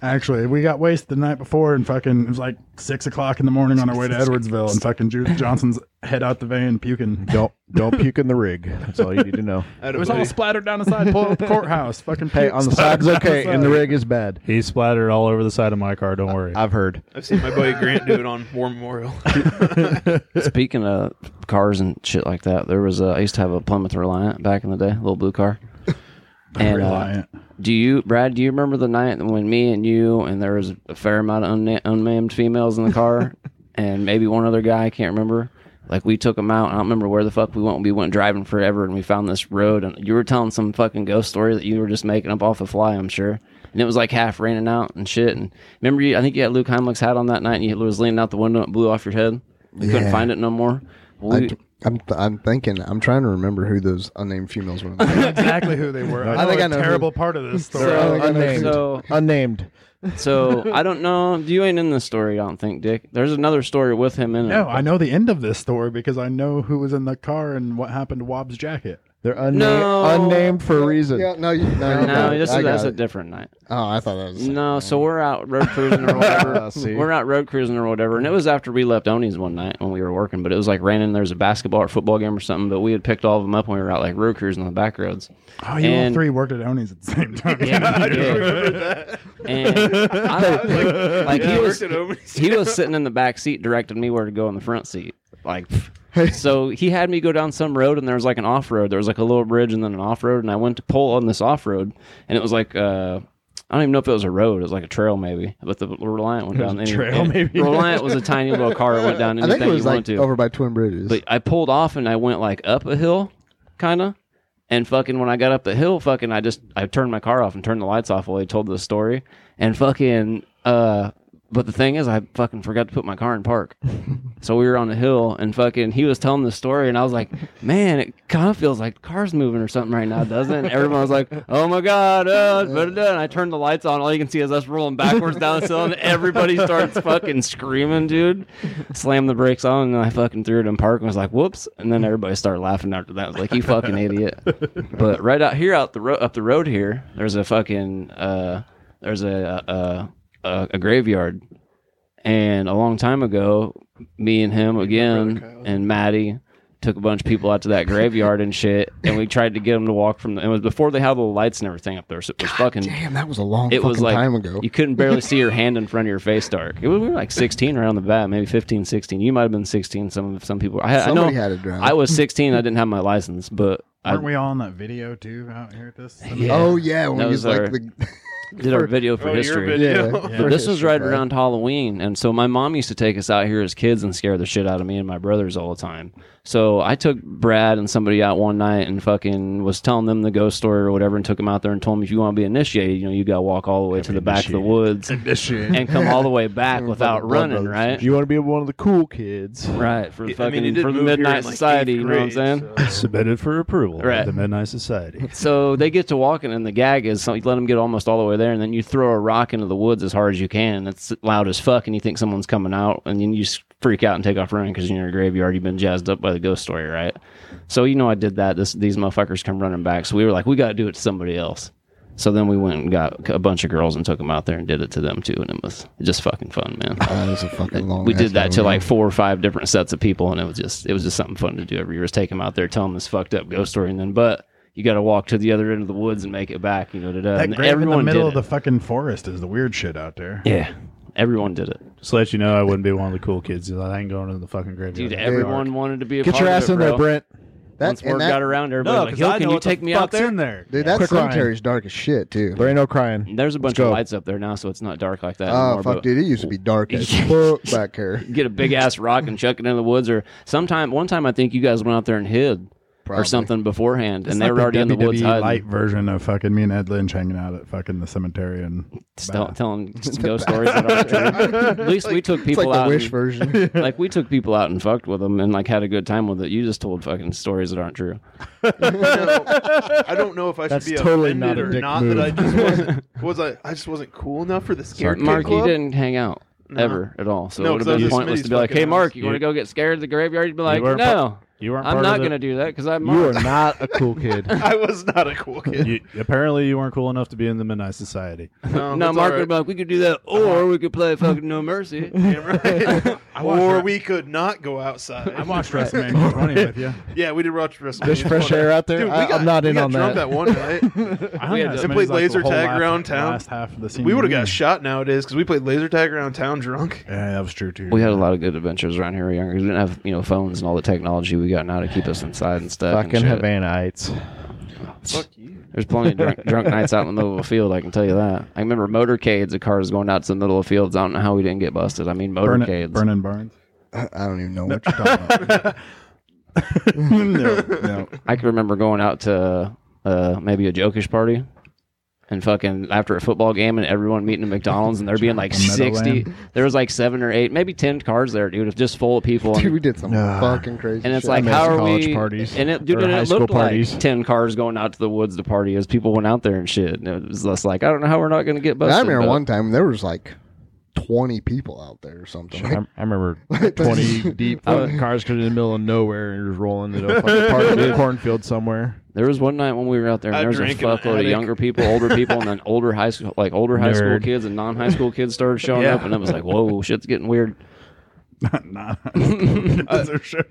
Speaker 4: Actually, we got wasted the night before, and fucking it was like six o'clock in the morning on our way to Edwardsville, and fucking Ju- Johnson's head out the van puking.
Speaker 5: Don't don't puke in the rig. That's all you need to know.
Speaker 1: I had
Speaker 4: It
Speaker 1: a
Speaker 4: was
Speaker 1: buddy-
Speaker 4: all splattered down the side, pulled up the courthouse. Fucking
Speaker 5: Hey,
Speaker 4: puke
Speaker 5: on the
Speaker 4: splattered
Speaker 5: side's
Speaker 4: down
Speaker 5: okay,
Speaker 4: side.
Speaker 5: and the rig is bad.
Speaker 6: He splattered all over the side of my car. Don't worry.
Speaker 5: I've heard.
Speaker 1: I've seen my buddy Grant do it on War Memorial.
Speaker 2: Speaking of cars and shit like that, there was a, I used to have a Plymouth Reliant back in the day, a little blue car. And uh,
Speaker 4: Reliant.
Speaker 2: do you, Brad? Do you remember the night when me and you and there was a fair amount of unna- unmanned females in the car, and maybe one other guy I can't remember. Like we took them out. I don't remember where the fuck we went. We went driving forever, and we found this road. And you were telling some fucking ghost story that you were just making up off the fly, I'm sure. And it was like half raining out and shit. And remember, you, I think you had Luke Heimlich's hat on that night, and you was leaning out the window. and It blew off your head. We couldn't
Speaker 3: Yeah.
Speaker 2: find it no more.
Speaker 3: I
Speaker 2: We,
Speaker 3: t- I'm I'm thinking I'm trying to remember who those unnamed females were.
Speaker 4: exactly who they were. I,
Speaker 3: I think
Speaker 4: know
Speaker 3: I
Speaker 4: a
Speaker 3: know who-
Speaker 4: terrible part of this story.
Speaker 3: So-
Speaker 5: Uh, unnamed.
Speaker 2: so
Speaker 5: unnamed.
Speaker 2: so I don't know. You ain't in the story, I don't think, Dick. There's another story with him in it.
Speaker 4: No, I know the end of this story because I know who was in the car and what happened to Wob's jacket.
Speaker 5: They're unnamed,
Speaker 2: No.
Speaker 5: unnamed for a reason.
Speaker 3: Yeah, no, you, no, I
Speaker 2: No,
Speaker 3: got it,
Speaker 2: this
Speaker 3: I
Speaker 2: is
Speaker 3: got
Speaker 2: that's a
Speaker 3: it. mm.
Speaker 2: different night.
Speaker 3: Oh, I thought that was.
Speaker 2: No, so we're out road cruising or whatever.
Speaker 5: Ah, see.
Speaker 2: we're out road cruising or whatever, and it was after we left Oni's one night when we were working. But it was like raining. There was a basketball or football game or something. But we had picked all of them up when we were out like road cruising on the back roads.
Speaker 4: Oh, you all
Speaker 2: And-
Speaker 4: three worked at Oni's at the same time.
Speaker 2: Yeah, yeah. And I, like he was, he was sitting in the back seat directing me where to go in the front seat. Like, pff. so he had me go down some road, and there was like an off road. There was like a little bridge and then an off road, and I went to pull on this off road, and it was like. uh I don't even know if it was a road. It was like a trail, maybe. But the Reliant went down. any-
Speaker 6: trail, maybe.
Speaker 2: Reliant was a tiny little car that went down
Speaker 3: I
Speaker 2: anything
Speaker 3: think it was
Speaker 2: you
Speaker 3: like
Speaker 2: wanted to.
Speaker 3: over by Twin Bridges.
Speaker 2: But I pulled off and I went like up a hill, kind of. And fucking when I got up the hill, fucking I just I turned my car off and turned the lights off while he told the story. And fucking uh, but the thing is, I fucking forgot to put my car in park. so we were on a hill and fucking he was telling the story and I was like, man, it kind of feels like the car's moving or something right now, doesn't it? And everyone was like, oh my god, uh, da, da, da. and I turned the lights on. All you can see is us rolling backwards down the hill and everybody starts fucking screaming, dude. Slammed the brakes on and I fucking threw it in park and was like, whoops. And then everybody started laughing after that. I was like, you fucking idiot. but right out here, out the road, up the road here, there's a fucking uh, there's a uh, uh, a graveyard and a long time ago, me and him again and Maddie took a bunch of people out to that graveyard and shit, and we tried to get them to walk from. The, it was before they had the lights and everything up there, so it was fucking.
Speaker 3: Damn, that was a long
Speaker 2: It
Speaker 3: fucking
Speaker 2: was like
Speaker 3: time ago.
Speaker 2: you couldn't barely see your hand in front of your face dark. It was, we were like 16 around the bat, maybe 15, 16. You might have been 16. Some some people. I, had- I know
Speaker 3: Somebody had it drowned.
Speaker 2: I was 16. I didn't have my license, but I
Speaker 7: Weren't we all in that video too out here at this?
Speaker 2: Yeah.
Speaker 3: Oh yeah, when
Speaker 2: That
Speaker 3: he
Speaker 2: was
Speaker 3: was
Speaker 2: our-
Speaker 3: like the
Speaker 2: did our video for
Speaker 1: Oh, your
Speaker 2: history.
Speaker 1: video.
Speaker 3: yeah.
Speaker 2: But
Speaker 3: for
Speaker 2: this was
Speaker 3: history,
Speaker 2: right around Halloween, and so my mom used to take us out here as kids and scare the shit out of me and my brothers all the time. So I took Brad and somebody out one night and fucking was telling them the ghost story or whatever, and took them out there and told them if you want to be initiated, you know, you got to walk all the way to the back of the woods and come all the way back without running, right?
Speaker 5: If you want to be one of the cool kids,
Speaker 2: Right for the
Speaker 1: I
Speaker 2: fucking
Speaker 1: mean, he did
Speaker 2: for the
Speaker 1: move here in,
Speaker 2: Midnight
Speaker 1: like,
Speaker 2: Society,
Speaker 1: eighth
Speaker 2: you know what I'm
Speaker 1: grade,
Speaker 2: saying?
Speaker 1: so-
Speaker 6: Submitted for approval by
Speaker 2: Right.
Speaker 6: the Midnight Society.
Speaker 2: So they get to walking, and the gag is so you let them get almost all the way there, and then you throw a rock into the woods as hard as you can. and It's loud as fuck, and you think someone's coming out, and then you s- freak out and take off running because you're in a graveyard. You've been jazzed up by the ghost story, right? So you know I did that. This these motherfuckers come running back, so we were like, we got to do it to somebody else. So then we went and got a bunch of girls and took them out there and did it to them too, and it was just fucking fun, man.
Speaker 3: That was a fucking long.
Speaker 2: We
Speaker 3: ass
Speaker 2: did that
Speaker 3: time
Speaker 2: to
Speaker 3: ago.
Speaker 2: like four or five different sets of people, and it was just it was just something fun to do every year. Is take them out there, tell them this fucked up ghost story, and then but you got to walk to the other end of the woods and make it back. You know, da-da.
Speaker 4: That
Speaker 2: and
Speaker 4: grave in the middle of
Speaker 2: did
Speaker 4: the fucking forest is the weird shit out there.
Speaker 2: it. yeah, everyone did it,
Speaker 6: Just to let you know, I wouldn't be one of the cool kids. 'cause I ain't going to the fucking graveyard.
Speaker 2: dude. everyone wanted to be a
Speaker 5: get
Speaker 2: part
Speaker 5: your ass
Speaker 2: of it,
Speaker 5: in there,
Speaker 2: bro.
Speaker 5: Brent.
Speaker 3: that,
Speaker 2: Once word
Speaker 3: and that-
Speaker 2: got around, everybody was like, "Yo, can you take me out there?"
Speaker 6: there.
Speaker 3: Dude, that
Speaker 6: Quick Ryan.
Speaker 3: cemetery's dark as shit too.
Speaker 5: There ain't no crying.
Speaker 2: There's a bunch of
Speaker 5: go.
Speaker 2: lights up there now, so it's not dark like that.
Speaker 3: Oh
Speaker 2: anymore,
Speaker 3: fuck,
Speaker 2: but-
Speaker 3: dude, it used to be dark as fuck back here.
Speaker 2: get a big ass rock and chuck it in the woods or sometime one time I think you guys went out there and hid or
Speaker 3: Probably.
Speaker 2: something beforehand
Speaker 4: It's
Speaker 2: and
Speaker 4: like
Speaker 2: they were already in the woods
Speaker 4: WWE
Speaker 2: hiding.
Speaker 4: E light version of fucking me and Ed Lynch hanging out at fucking the cemetery and
Speaker 2: Still telling ghost stories that aren't true. At least we took
Speaker 3: It's
Speaker 2: people
Speaker 3: like the
Speaker 2: out
Speaker 3: wish
Speaker 2: and-
Speaker 3: version.
Speaker 2: like we took people out and fucked with them and like had a good time with it. You just told fucking stories that aren't true.
Speaker 1: I don't know if I should
Speaker 5: That's
Speaker 1: be
Speaker 5: totally
Speaker 1: offended
Speaker 5: not a
Speaker 1: or
Speaker 5: dick
Speaker 1: not
Speaker 5: move.
Speaker 1: that I just wasn't was I I just wasn't cool enough for the scared kid
Speaker 2: Mark, you
Speaker 1: club.
Speaker 2: didn't hang out
Speaker 1: No.
Speaker 2: ever at all, so
Speaker 1: No,
Speaker 2: it would
Speaker 1: 'cause I
Speaker 2: have been
Speaker 1: was at
Speaker 2: pointless
Speaker 1: Smitty's
Speaker 2: to be like,
Speaker 1: fucking
Speaker 2: "Hey, Mark,
Speaker 1: house.
Speaker 2: you want to go get scared at the graveyard?" You'd be like,
Speaker 6: weren't part-
Speaker 2: "No,
Speaker 6: You weren't.
Speaker 2: I'm
Speaker 6: part
Speaker 2: not
Speaker 6: of
Speaker 2: going to
Speaker 6: the,
Speaker 2: do that because I'm
Speaker 5: You are
Speaker 2: Mark."
Speaker 5: not a cool kid.
Speaker 1: I was not a cool kid.
Speaker 6: You, apparently, you weren't cool enough to be in the Midnight Society.
Speaker 1: No,
Speaker 2: no,
Speaker 1: that's
Speaker 2: Mark
Speaker 1: all
Speaker 2: would be like, "We could do that, or we could play fucking No Mercy."
Speaker 1: right. Yeah, right. or we could not go outside.
Speaker 4: I watched WrestleMania 20 with you.
Speaker 1: yeah, we did watch wrestling.
Speaker 5: There's fresh air out there.
Speaker 1: Dude, we
Speaker 5: I,
Speaker 1: got,
Speaker 5: am not
Speaker 1: we
Speaker 5: in
Speaker 1: got
Speaker 5: on
Speaker 1: drunk
Speaker 5: that.
Speaker 1: that one night.
Speaker 4: I hung
Speaker 2: had
Speaker 4: out
Speaker 2: to-
Speaker 4: at Smitty's,
Speaker 2: They
Speaker 1: played
Speaker 4: like, the
Speaker 1: laser
Speaker 4: whole
Speaker 1: tag
Speaker 4: last-
Speaker 1: around town.
Speaker 4: Last half of the
Speaker 1: we
Speaker 4: senior
Speaker 1: would have
Speaker 4: year.
Speaker 1: got shot nowadays because we played laser tag around town drunk.
Speaker 4: Yeah, eh, that was true too.
Speaker 2: We had a lot of good adventures around here. when we were Younger, we didn't have you know phones and all the technology we got now to keep us inside and stuff. and
Speaker 5: Fucking
Speaker 2: shit.
Speaker 5: Havanites.
Speaker 1: Fuck you.
Speaker 2: There's plenty of drunk, drunk nights out in the middle of a field. I can tell you that. I remember motorcades of cars going out to the middle of fields. I don't know how we didn't get busted. I mean,
Speaker 4: Burn
Speaker 2: motorcades.
Speaker 4: it, Burning Barnes.
Speaker 3: I don't even know what you're talking about.
Speaker 4: no, no.
Speaker 2: I can remember going out to uh, maybe a jokish party and fucking after a football game and everyone meeting at McDonald's and there being like
Speaker 4: Meadowland.
Speaker 2: 60. There was like seven or eight, maybe 10 cars there, dude, just full of people.
Speaker 3: Dude,
Speaker 2: And,
Speaker 3: we did some fucking crazy.
Speaker 2: and it's
Speaker 3: shit.
Speaker 2: like,
Speaker 5: I miss
Speaker 2: how are
Speaker 5: college
Speaker 2: we?
Speaker 5: parties
Speaker 2: and it, dude,
Speaker 5: or
Speaker 2: and
Speaker 5: high
Speaker 2: it
Speaker 5: school
Speaker 2: looked
Speaker 5: parties.
Speaker 2: like 10 cars going out to the woods to party as people went out there and shit. And it was just like, I don't know how we're not going to get busted.
Speaker 3: I remember
Speaker 2: but-
Speaker 3: one time there was like twenty people out there or something.
Speaker 5: I, I remember
Speaker 3: Like,
Speaker 5: twenty deep
Speaker 2: I was-
Speaker 5: cars in the middle of nowhere and just rolling into a fucking park, a cornfield somewhere.
Speaker 2: There was one night when we were out there, and
Speaker 1: I
Speaker 2: there was a
Speaker 1: drank in an
Speaker 2: fuckload of
Speaker 1: attic.
Speaker 2: younger people, older people, and then older high school, like older high school
Speaker 6: Nerd.
Speaker 2: kids and non high school kids started showing up, and it was like, whoa, shit's getting weird.
Speaker 4: nah, that's for sure.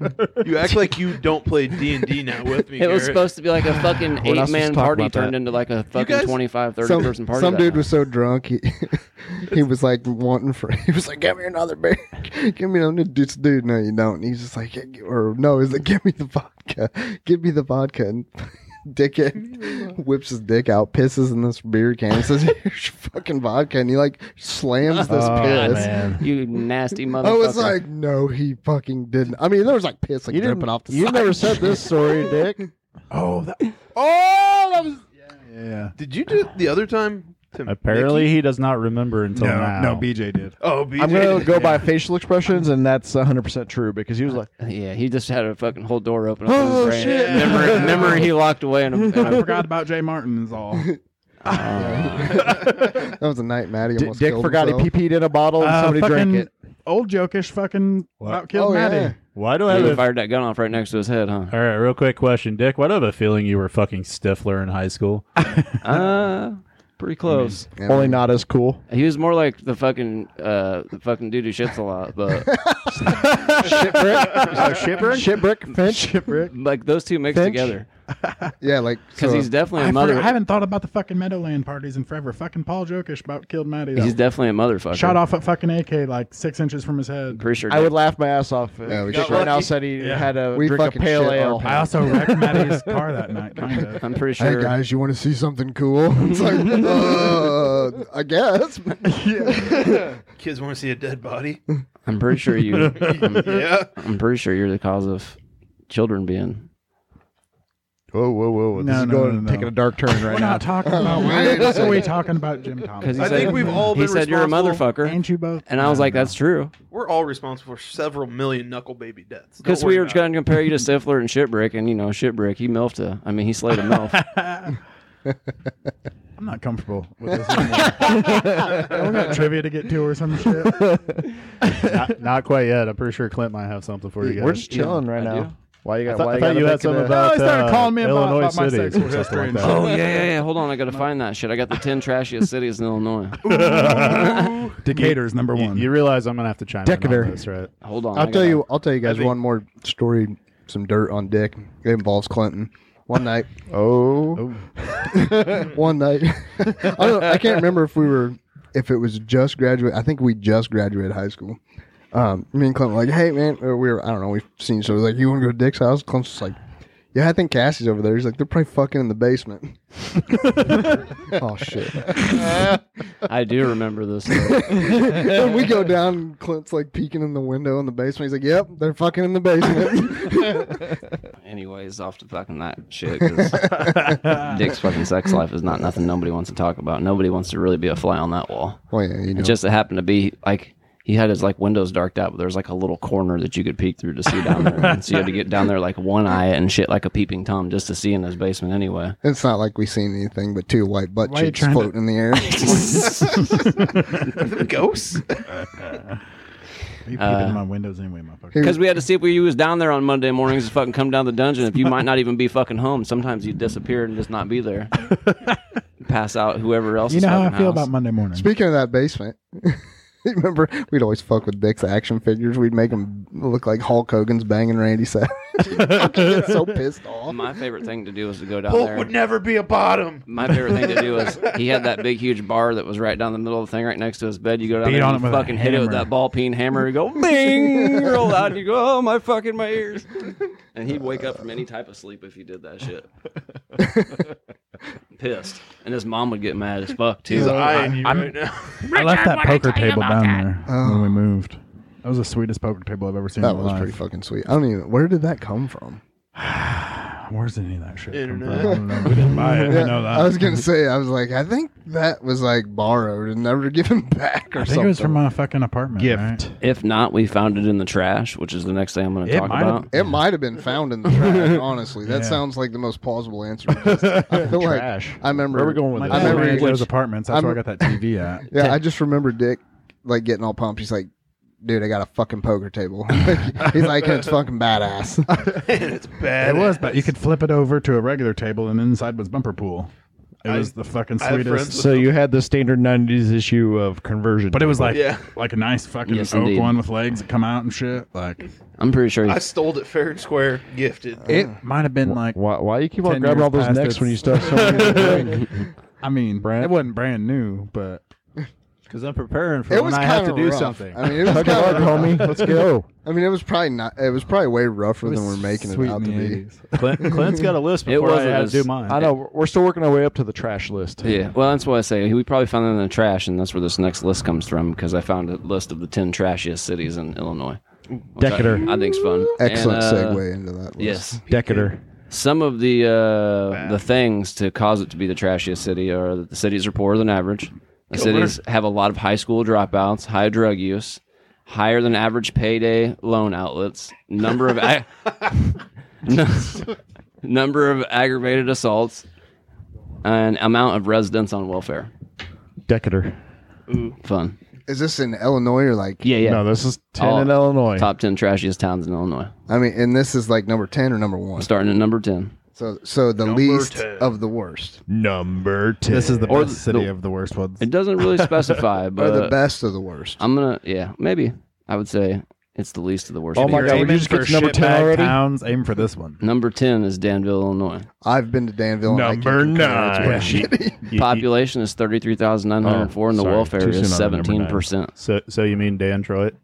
Speaker 1: You act like you don't play D and D now with me.
Speaker 2: It was
Speaker 1: Garrett.
Speaker 2: supposed to be like a fucking
Speaker 5: We're not
Speaker 2: eight
Speaker 5: supposed to
Speaker 2: man
Speaker 5: talk
Speaker 2: party
Speaker 5: about that.
Speaker 2: turned into like a fucking
Speaker 1: guys-
Speaker 2: twenty five, thirty 25, 30
Speaker 3: some
Speaker 2: person party.
Speaker 3: some
Speaker 2: that
Speaker 3: dude
Speaker 2: night.
Speaker 3: was so drunk he he was like wanting for he was like give me another beer give me another dude dude no you don't and he's just like or no he's like give me the vodka give me the vodka and dickhead whips his dick out pisses in this beer can and says here's your fucking vodka and he like slams this
Speaker 6: Oh,
Speaker 3: piss
Speaker 6: man.
Speaker 2: You nasty motherfucker.
Speaker 3: I was like no he fucking didn't I mean there was like piss like dripping off the
Speaker 5: You
Speaker 3: side
Speaker 5: never said this story, Dick.
Speaker 4: Oh, that,
Speaker 1: Oh, that was.
Speaker 4: yeah.
Speaker 1: Did you do it the other time? To
Speaker 6: Apparently,
Speaker 1: Nikki?
Speaker 6: he does not remember until
Speaker 4: no,
Speaker 6: now.
Speaker 4: no, BJ did.
Speaker 1: Oh, BJ.
Speaker 5: I'm gonna go by facial expressions, and that's 100 percent true because he was like,
Speaker 2: yeah, he just had a fucking whole door open up in his
Speaker 5: Oh,
Speaker 2: brain.
Speaker 5: shit.
Speaker 2: Memory, memory he locked away in a, in
Speaker 4: I
Speaker 2: a
Speaker 4: forgot about Jay Martin is all.
Speaker 3: that was a night Maddie
Speaker 5: D-
Speaker 3: almost
Speaker 5: Dick
Speaker 3: killed
Speaker 5: forgot
Speaker 3: himself.
Speaker 5: he pee peed in a bottle, and
Speaker 4: Uh,
Speaker 5: somebody drank
Speaker 4: fucking
Speaker 5: it.
Speaker 4: Old jokish fucking about killed
Speaker 3: Oh,
Speaker 4: Maddie.
Speaker 3: yeah.
Speaker 6: Why do I
Speaker 2: he
Speaker 6: have a...
Speaker 2: fired that gun off right next to his head, huh?
Speaker 6: All right, real quick question, Dick. Why do I have a feeling you were fucking Stifler in high school?
Speaker 2: Uh, pretty close.
Speaker 3: Yeah,
Speaker 5: Only
Speaker 3: man.
Speaker 5: not as cool.
Speaker 2: He was more like the fucking uh, the fucking dude who shits a lot, but
Speaker 5: Shitbrick, shitbrick, Finch, shitbrick.
Speaker 2: like those two mixed
Speaker 5: Finch?
Speaker 2: together
Speaker 3: yeah like
Speaker 2: because
Speaker 3: so-
Speaker 2: he's definitely a
Speaker 4: I,
Speaker 2: mother.
Speaker 4: forgot- I haven't thought about the fucking Meadowland parties in forever. Fucking Paul Jokish about killed Maddie. though.
Speaker 2: He's definitely a motherfucker.
Speaker 4: Shot off at fucking AK like six inches from his head.
Speaker 2: Pretty sure.
Speaker 5: I would laugh my ass off if
Speaker 3: Yeah, we
Speaker 5: Dick
Speaker 3: should.
Speaker 5: right now said he had a
Speaker 3: We
Speaker 5: drink
Speaker 3: fucking
Speaker 5: of pale
Speaker 3: shit our
Speaker 5: ale.
Speaker 3: pants.
Speaker 4: I also wrecked Maddie's car that night, kind of.
Speaker 2: I'm pretty
Speaker 3: Hey
Speaker 2: sure.
Speaker 3: guys, you want to see something cool? It's like, uh, I guess.
Speaker 1: Kids want to see a dead body.
Speaker 2: I'm pretty sure you. I'm,
Speaker 1: yeah.
Speaker 2: I'm pretty sure you're the cause of children being.
Speaker 5: Whoa, whoa, whoa!
Speaker 4: No,
Speaker 5: This is
Speaker 4: no,
Speaker 5: going
Speaker 4: no, no.
Speaker 5: taking a dark turn
Speaker 4: We're
Speaker 5: right now.
Speaker 4: not talking about.
Speaker 3: wait a
Speaker 4: Why are we
Speaker 3: second.
Speaker 4: talking about Jim Thomas?
Speaker 2: Because
Speaker 1: I think we've all
Speaker 2: He
Speaker 1: been
Speaker 2: said you're a
Speaker 1: responsible-
Speaker 2: motherfucker,
Speaker 4: Ain't you both?
Speaker 2: and I was like, "That's true."
Speaker 1: We're all responsible for several million knuckle baby deaths. Don't
Speaker 2: Because
Speaker 1: worry
Speaker 2: we were
Speaker 1: about
Speaker 2: trying to compare you to Stifler and Shitbrick, and you know, Shitbrick, he milfed a. I mean, he slayed a milf.
Speaker 4: I'm not comfortable with this anymore. we got trivia to get to or some shit.
Speaker 6: not, not quite yet. I'm pretty sure Clint might have something for you guys.
Speaker 5: We're just chilling right
Speaker 2: I do.
Speaker 5: now. Why you
Speaker 6: I
Speaker 5: got?
Speaker 6: thought,
Speaker 5: why
Speaker 6: I thought
Speaker 5: gotta
Speaker 6: you had
Speaker 5: make it
Speaker 6: something
Speaker 5: a-
Speaker 6: about
Speaker 4: No, Oh, he started
Speaker 6: uh,
Speaker 4: calling me about-
Speaker 6: Illinois
Speaker 4: about my sex
Speaker 6: City or
Speaker 4: with
Speaker 6: something like
Speaker 1: strange-
Speaker 6: that.
Speaker 2: oh yeah, yeah, yeah. Hold on, I gotta find that shit. I got the ten trashiest cities in Illinois.
Speaker 4: Decatur's number
Speaker 6: You-
Speaker 4: one.
Speaker 6: You, realize I'm gonna have to chime
Speaker 5: Decatur.
Speaker 6: in on this, right?
Speaker 2: Hold on, I
Speaker 3: I'll
Speaker 2: gotta-
Speaker 3: tell you. I'll tell you guys
Speaker 1: think-
Speaker 3: one more story, some dirt on Dick. It involves Clinton. One night,
Speaker 5: Oh,
Speaker 3: one night. I, don't, I can't remember if we were, if it was just graduate. I think we just graduated high school. Um, me and Clinton were like, hey man, or we were. I don't know. We've seen so like, you want to go to Dick's house? Clinton's just like, yeah, I think Cassie's over there. He's like, they're probably fucking in the basement. oh shit.
Speaker 2: I do remember this. story.
Speaker 3: and we go down, and Clint's like peeking in the window in the basement. He's like, "Yep, they're fucking in the basement."
Speaker 2: Anyways, off to fucking that shit. 'cause Dick's fucking sex life is not nothing nobody wants to talk about. Nobody wants to really be a fly on that wall.
Speaker 3: oh yeah, you know.
Speaker 2: It just happened to be like he had his like windows darked out, but there was like a little corner that you could peek through to see down there. And so you had to get down there like one eye and shit like a peeping tom just to see in his basement anyway.
Speaker 3: it's not like we seen anything but two white butt
Speaker 4: Why are you
Speaker 3: cheeks
Speaker 4: trying to-
Speaker 3: floating in the air.
Speaker 1: it. ghosts.
Speaker 4: you peeped in my windows anyway, motherfucker.
Speaker 2: Because we had to see if we you was down there on Monday mornings to fucking come down the dungeon. If you might not even be fucking home, sometimes you disappear and just not be there. Pass out whoever else.
Speaker 4: You
Speaker 2: is
Speaker 4: know how I
Speaker 2: fucking
Speaker 4: feel
Speaker 2: house.
Speaker 4: about Monday morning.
Speaker 3: Speaking of that basement, remember we'd always fuck with Dick's action figures. We'd make them look like Hulk Hogan's banging Randy Savage. He'd get so pissed off.
Speaker 2: My favorite thing to do is to go down
Speaker 1: Bolt
Speaker 2: there.
Speaker 1: would never be a bottom.
Speaker 2: My favorite thing to do is he had that big, huge bar that was right down the middle of the thing, right next to his bed. You go down
Speaker 4: Beat
Speaker 2: there
Speaker 4: on
Speaker 2: and
Speaker 4: it with a
Speaker 2: fucking hit it with
Speaker 4: hammer.
Speaker 2: that ball peen hammer. You go bing, roll out. You go, oh my fucking my ears. And he'd wake up from any type of sleep if you did that shit. Pissed, and his mom would get mad as fuck too.
Speaker 1: He's eyeing you right now.
Speaker 4: I left that poker table down there when we moved. That was the sweetest poker table I've ever seen.
Speaker 3: Oh. That
Speaker 4: in my
Speaker 3: was
Speaker 4: life.
Speaker 3: pretty fucking sweet. I don't even. Where did that come from?
Speaker 4: Where's any of that shit? come from?
Speaker 1: Internet.
Speaker 4: I don't know. We didn't buy it. I know that.
Speaker 3: I was gonna say. I was like, I think that was like borrowed and never given back or
Speaker 4: I
Speaker 3: something.
Speaker 4: think it was from my fucking apartment. right?
Speaker 2: If not, we found it in the trash, which is the next thing I'm going to
Speaker 4: It
Speaker 2: talk
Speaker 4: might have-
Speaker 2: about.
Speaker 3: It might have been found in the trash. Honestly, that
Speaker 4: Yeah.
Speaker 3: sounds like the most plausible answer. because I feel like
Speaker 5: Trash.
Speaker 3: I remember.
Speaker 5: where are we going with
Speaker 4: My
Speaker 5: this?
Speaker 3: I
Speaker 4: dad
Speaker 3: remember
Speaker 4: managed
Speaker 3: you-
Speaker 4: those apartments. That's
Speaker 3: I'm-
Speaker 4: where I got that TV at.
Speaker 3: Yeah, I just remember Dick like getting all pumped. He's like, dude, I got a fucking poker table. He's like, it's fucking badass.
Speaker 1: it's bad.
Speaker 4: It was, but you could flip it over to a regular table, and inside was bumper pool. It
Speaker 1: I-
Speaker 4: was the fucking
Speaker 1: I have friends
Speaker 4: sweetest.
Speaker 1: with
Speaker 5: So you had the standard '90s issue of conversion,
Speaker 4: But it was like
Speaker 1: Yeah.
Speaker 4: like a nice fucking
Speaker 2: Yes,
Speaker 4: oak
Speaker 2: indeed.
Speaker 4: one with legs that come out and shit. Like
Speaker 2: I'm pretty sure
Speaker 1: I
Speaker 2: he's,
Speaker 1: stole it fair and square, gifted.
Speaker 4: Uh,
Speaker 7: It might have been like
Speaker 5: why, why you keep on
Speaker 7: 10
Speaker 5: grabbing
Speaker 7: years
Speaker 5: all those
Speaker 7: past
Speaker 5: necks
Speaker 7: its-
Speaker 5: when you start selling? it?
Speaker 7: I mean,
Speaker 5: Brand-
Speaker 7: it wasn't brand new, but
Speaker 6: because I'm preparing for
Speaker 3: It
Speaker 6: when
Speaker 3: was
Speaker 6: I
Speaker 3: kind
Speaker 6: have to
Speaker 3: of
Speaker 6: do
Speaker 3: rough.
Speaker 6: something.
Speaker 3: I mean, it was
Speaker 5: Hug it
Speaker 3: kind
Speaker 5: hard,
Speaker 3: of.
Speaker 5: homie. Let's go.
Speaker 3: I mean, it was probably not. It was probably way rougher than we're making it out to be.
Speaker 6: Clint, Clint's got a list
Speaker 2: It
Speaker 6: before I
Speaker 2: wasn't
Speaker 6: had
Speaker 2: as-
Speaker 6: to do mine.
Speaker 5: I know we're- we're still working our way up to the trash list.
Speaker 2: yeah. Well, that's what I say. He- We probably found that in the trash, and that's where this next list comes from because I found a list of the ten trashiest cities in Illinois. which I-
Speaker 5: Decatur.
Speaker 2: I, think's fun.
Speaker 3: Excellent
Speaker 2: And, uh,
Speaker 3: segue into that. List.
Speaker 2: Yes,
Speaker 5: Decatur.
Speaker 2: some of the uh, the things to cause it to be the trashiest city are that the cities are poorer than average. The cities have a lot of high school dropouts, high drug use, higher than average payday loan outlets, number of ag- nu- number of aggravated assaults, and amount of residents on welfare.
Speaker 5: Decatur.
Speaker 2: Fun.
Speaker 3: Is this in Illinois or like?
Speaker 2: Yeah, yeah.
Speaker 5: No, this is ten
Speaker 2: All-
Speaker 5: in Illinois.
Speaker 2: Top ten trashiest towns in Illinois.
Speaker 3: I mean, and this is like number ten or number one.
Speaker 2: Starting at number ten.
Speaker 3: So, so the least of the worst,
Speaker 5: Number ten.
Speaker 7: this is the
Speaker 2: Or
Speaker 7: best
Speaker 2: the-
Speaker 7: city of the worst ones.
Speaker 2: It doesn't really specify,
Speaker 3: or
Speaker 2: but
Speaker 3: the best of the worst.
Speaker 2: I'm gonna yeah, maybe. I would say it's the least of the worst.
Speaker 5: Oh my
Speaker 2: Maybe.
Speaker 5: god! Would you
Speaker 7: aiming
Speaker 5: just
Speaker 7: for
Speaker 5: get to number
Speaker 7: shitbag
Speaker 5: ten already?
Speaker 7: Towns, aim for this one.
Speaker 2: Number ten is Danville, Illinois.
Speaker 3: I've been to Danville.
Speaker 5: Oh,
Speaker 3: and I can
Speaker 5: Number
Speaker 3: concur. It's
Speaker 5: nine.
Speaker 3: worse.
Speaker 2: Population is thirty three thousand nine hundred four, and the
Speaker 6: Oh, sorry.
Speaker 2: welfare
Speaker 6: Too
Speaker 2: is
Speaker 6: soon on the number
Speaker 2: seventeen
Speaker 6: nine.
Speaker 2: percent.
Speaker 6: So, so you mean Dan Troit?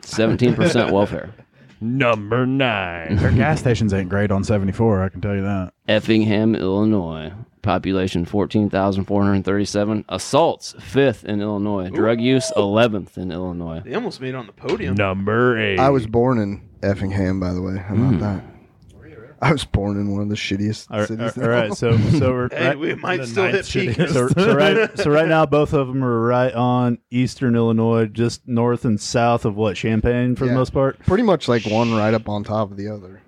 Speaker 2: Seventeen percent welfare.
Speaker 5: Number nine.
Speaker 7: Their gas stations ain't great on 74, I can tell you that.
Speaker 2: Effingham, Illinois. Population fourteen thousand four hundred thirty seven. Assaults fifth in Illinois. Drug use eleventh in Illinois.
Speaker 1: They almost made it on the podium.
Speaker 5: Number eight.
Speaker 3: I was born in Effingham, by the way. How
Speaker 6: Hmm.
Speaker 3: about that? I was born in one of the shittiest
Speaker 6: All right,
Speaker 3: cities.
Speaker 6: all right, so so we're
Speaker 1: Hey,
Speaker 6: right-
Speaker 1: we might
Speaker 6: the
Speaker 1: still hit
Speaker 6: ninth
Speaker 1: peak.
Speaker 6: shittiest. So, so right, so right now, both of them are right on eastern Illinois, just north and south of what Champaign for
Speaker 3: Yeah.
Speaker 6: the most part.
Speaker 3: Pretty much like one right up on top of the other.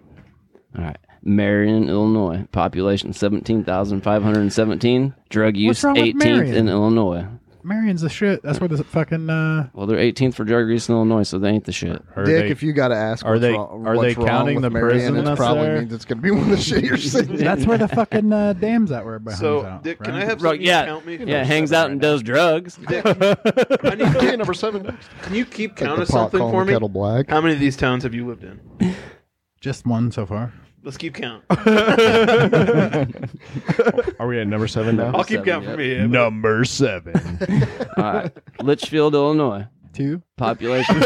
Speaker 2: All right. Marion, Illinois. Population seventeen thousand five hundred seventeen. Drug use
Speaker 7: wrong with
Speaker 2: eighteenth in
Speaker 7: Marion?
Speaker 2: Illinois.
Speaker 7: Marion's the shit. That's where the fucking. Uh,
Speaker 2: Well, they're eighteenth for drug use in Illinois, so they ain't the shit.
Speaker 6: Are
Speaker 3: Dick,
Speaker 6: they-
Speaker 3: if you got to ask,
Speaker 6: are
Speaker 3: what's
Speaker 6: they-
Speaker 3: wrong,
Speaker 6: are
Speaker 3: what's
Speaker 6: they
Speaker 3: wrong
Speaker 6: counting
Speaker 3: with
Speaker 6: the
Speaker 3: Marion,
Speaker 6: prison
Speaker 3: it
Speaker 6: that's
Speaker 3: probably
Speaker 6: there?
Speaker 3: means it's going to be one of the shittier cities.
Speaker 7: that's where the fucking uh, dams that were behind.
Speaker 1: So,
Speaker 7: out,
Speaker 1: Dick, can
Speaker 7: right?
Speaker 1: I have
Speaker 2: Bro,
Speaker 1: something yeah,
Speaker 2: yeah,
Speaker 1: to count me?
Speaker 2: yeah, hangs out and does drugs.
Speaker 1: Dick, I need to
Speaker 3: number seven.
Speaker 1: Can you keep
Speaker 3: Like
Speaker 1: count
Speaker 3: the
Speaker 1: of
Speaker 3: pot
Speaker 1: something
Speaker 3: calling
Speaker 1: for
Speaker 3: the
Speaker 1: me?
Speaker 3: kettle black.
Speaker 1: How many of these towns have you lived in?
Speaker 7: Just one so far.
Speaker 1: Let's keep count.
Speaker 5: Are we at number seven now?
Speaker 1: I'll keep
Speaker 2: Seven,
Speaker 1: count
Speaker 2: yep.
Speaker 1: for me. yeah.
Speaker 5: number seven.
Speaker 2: All right. Litchfield, Illinois.
Speaker 7: Two?
Speaker 2: Population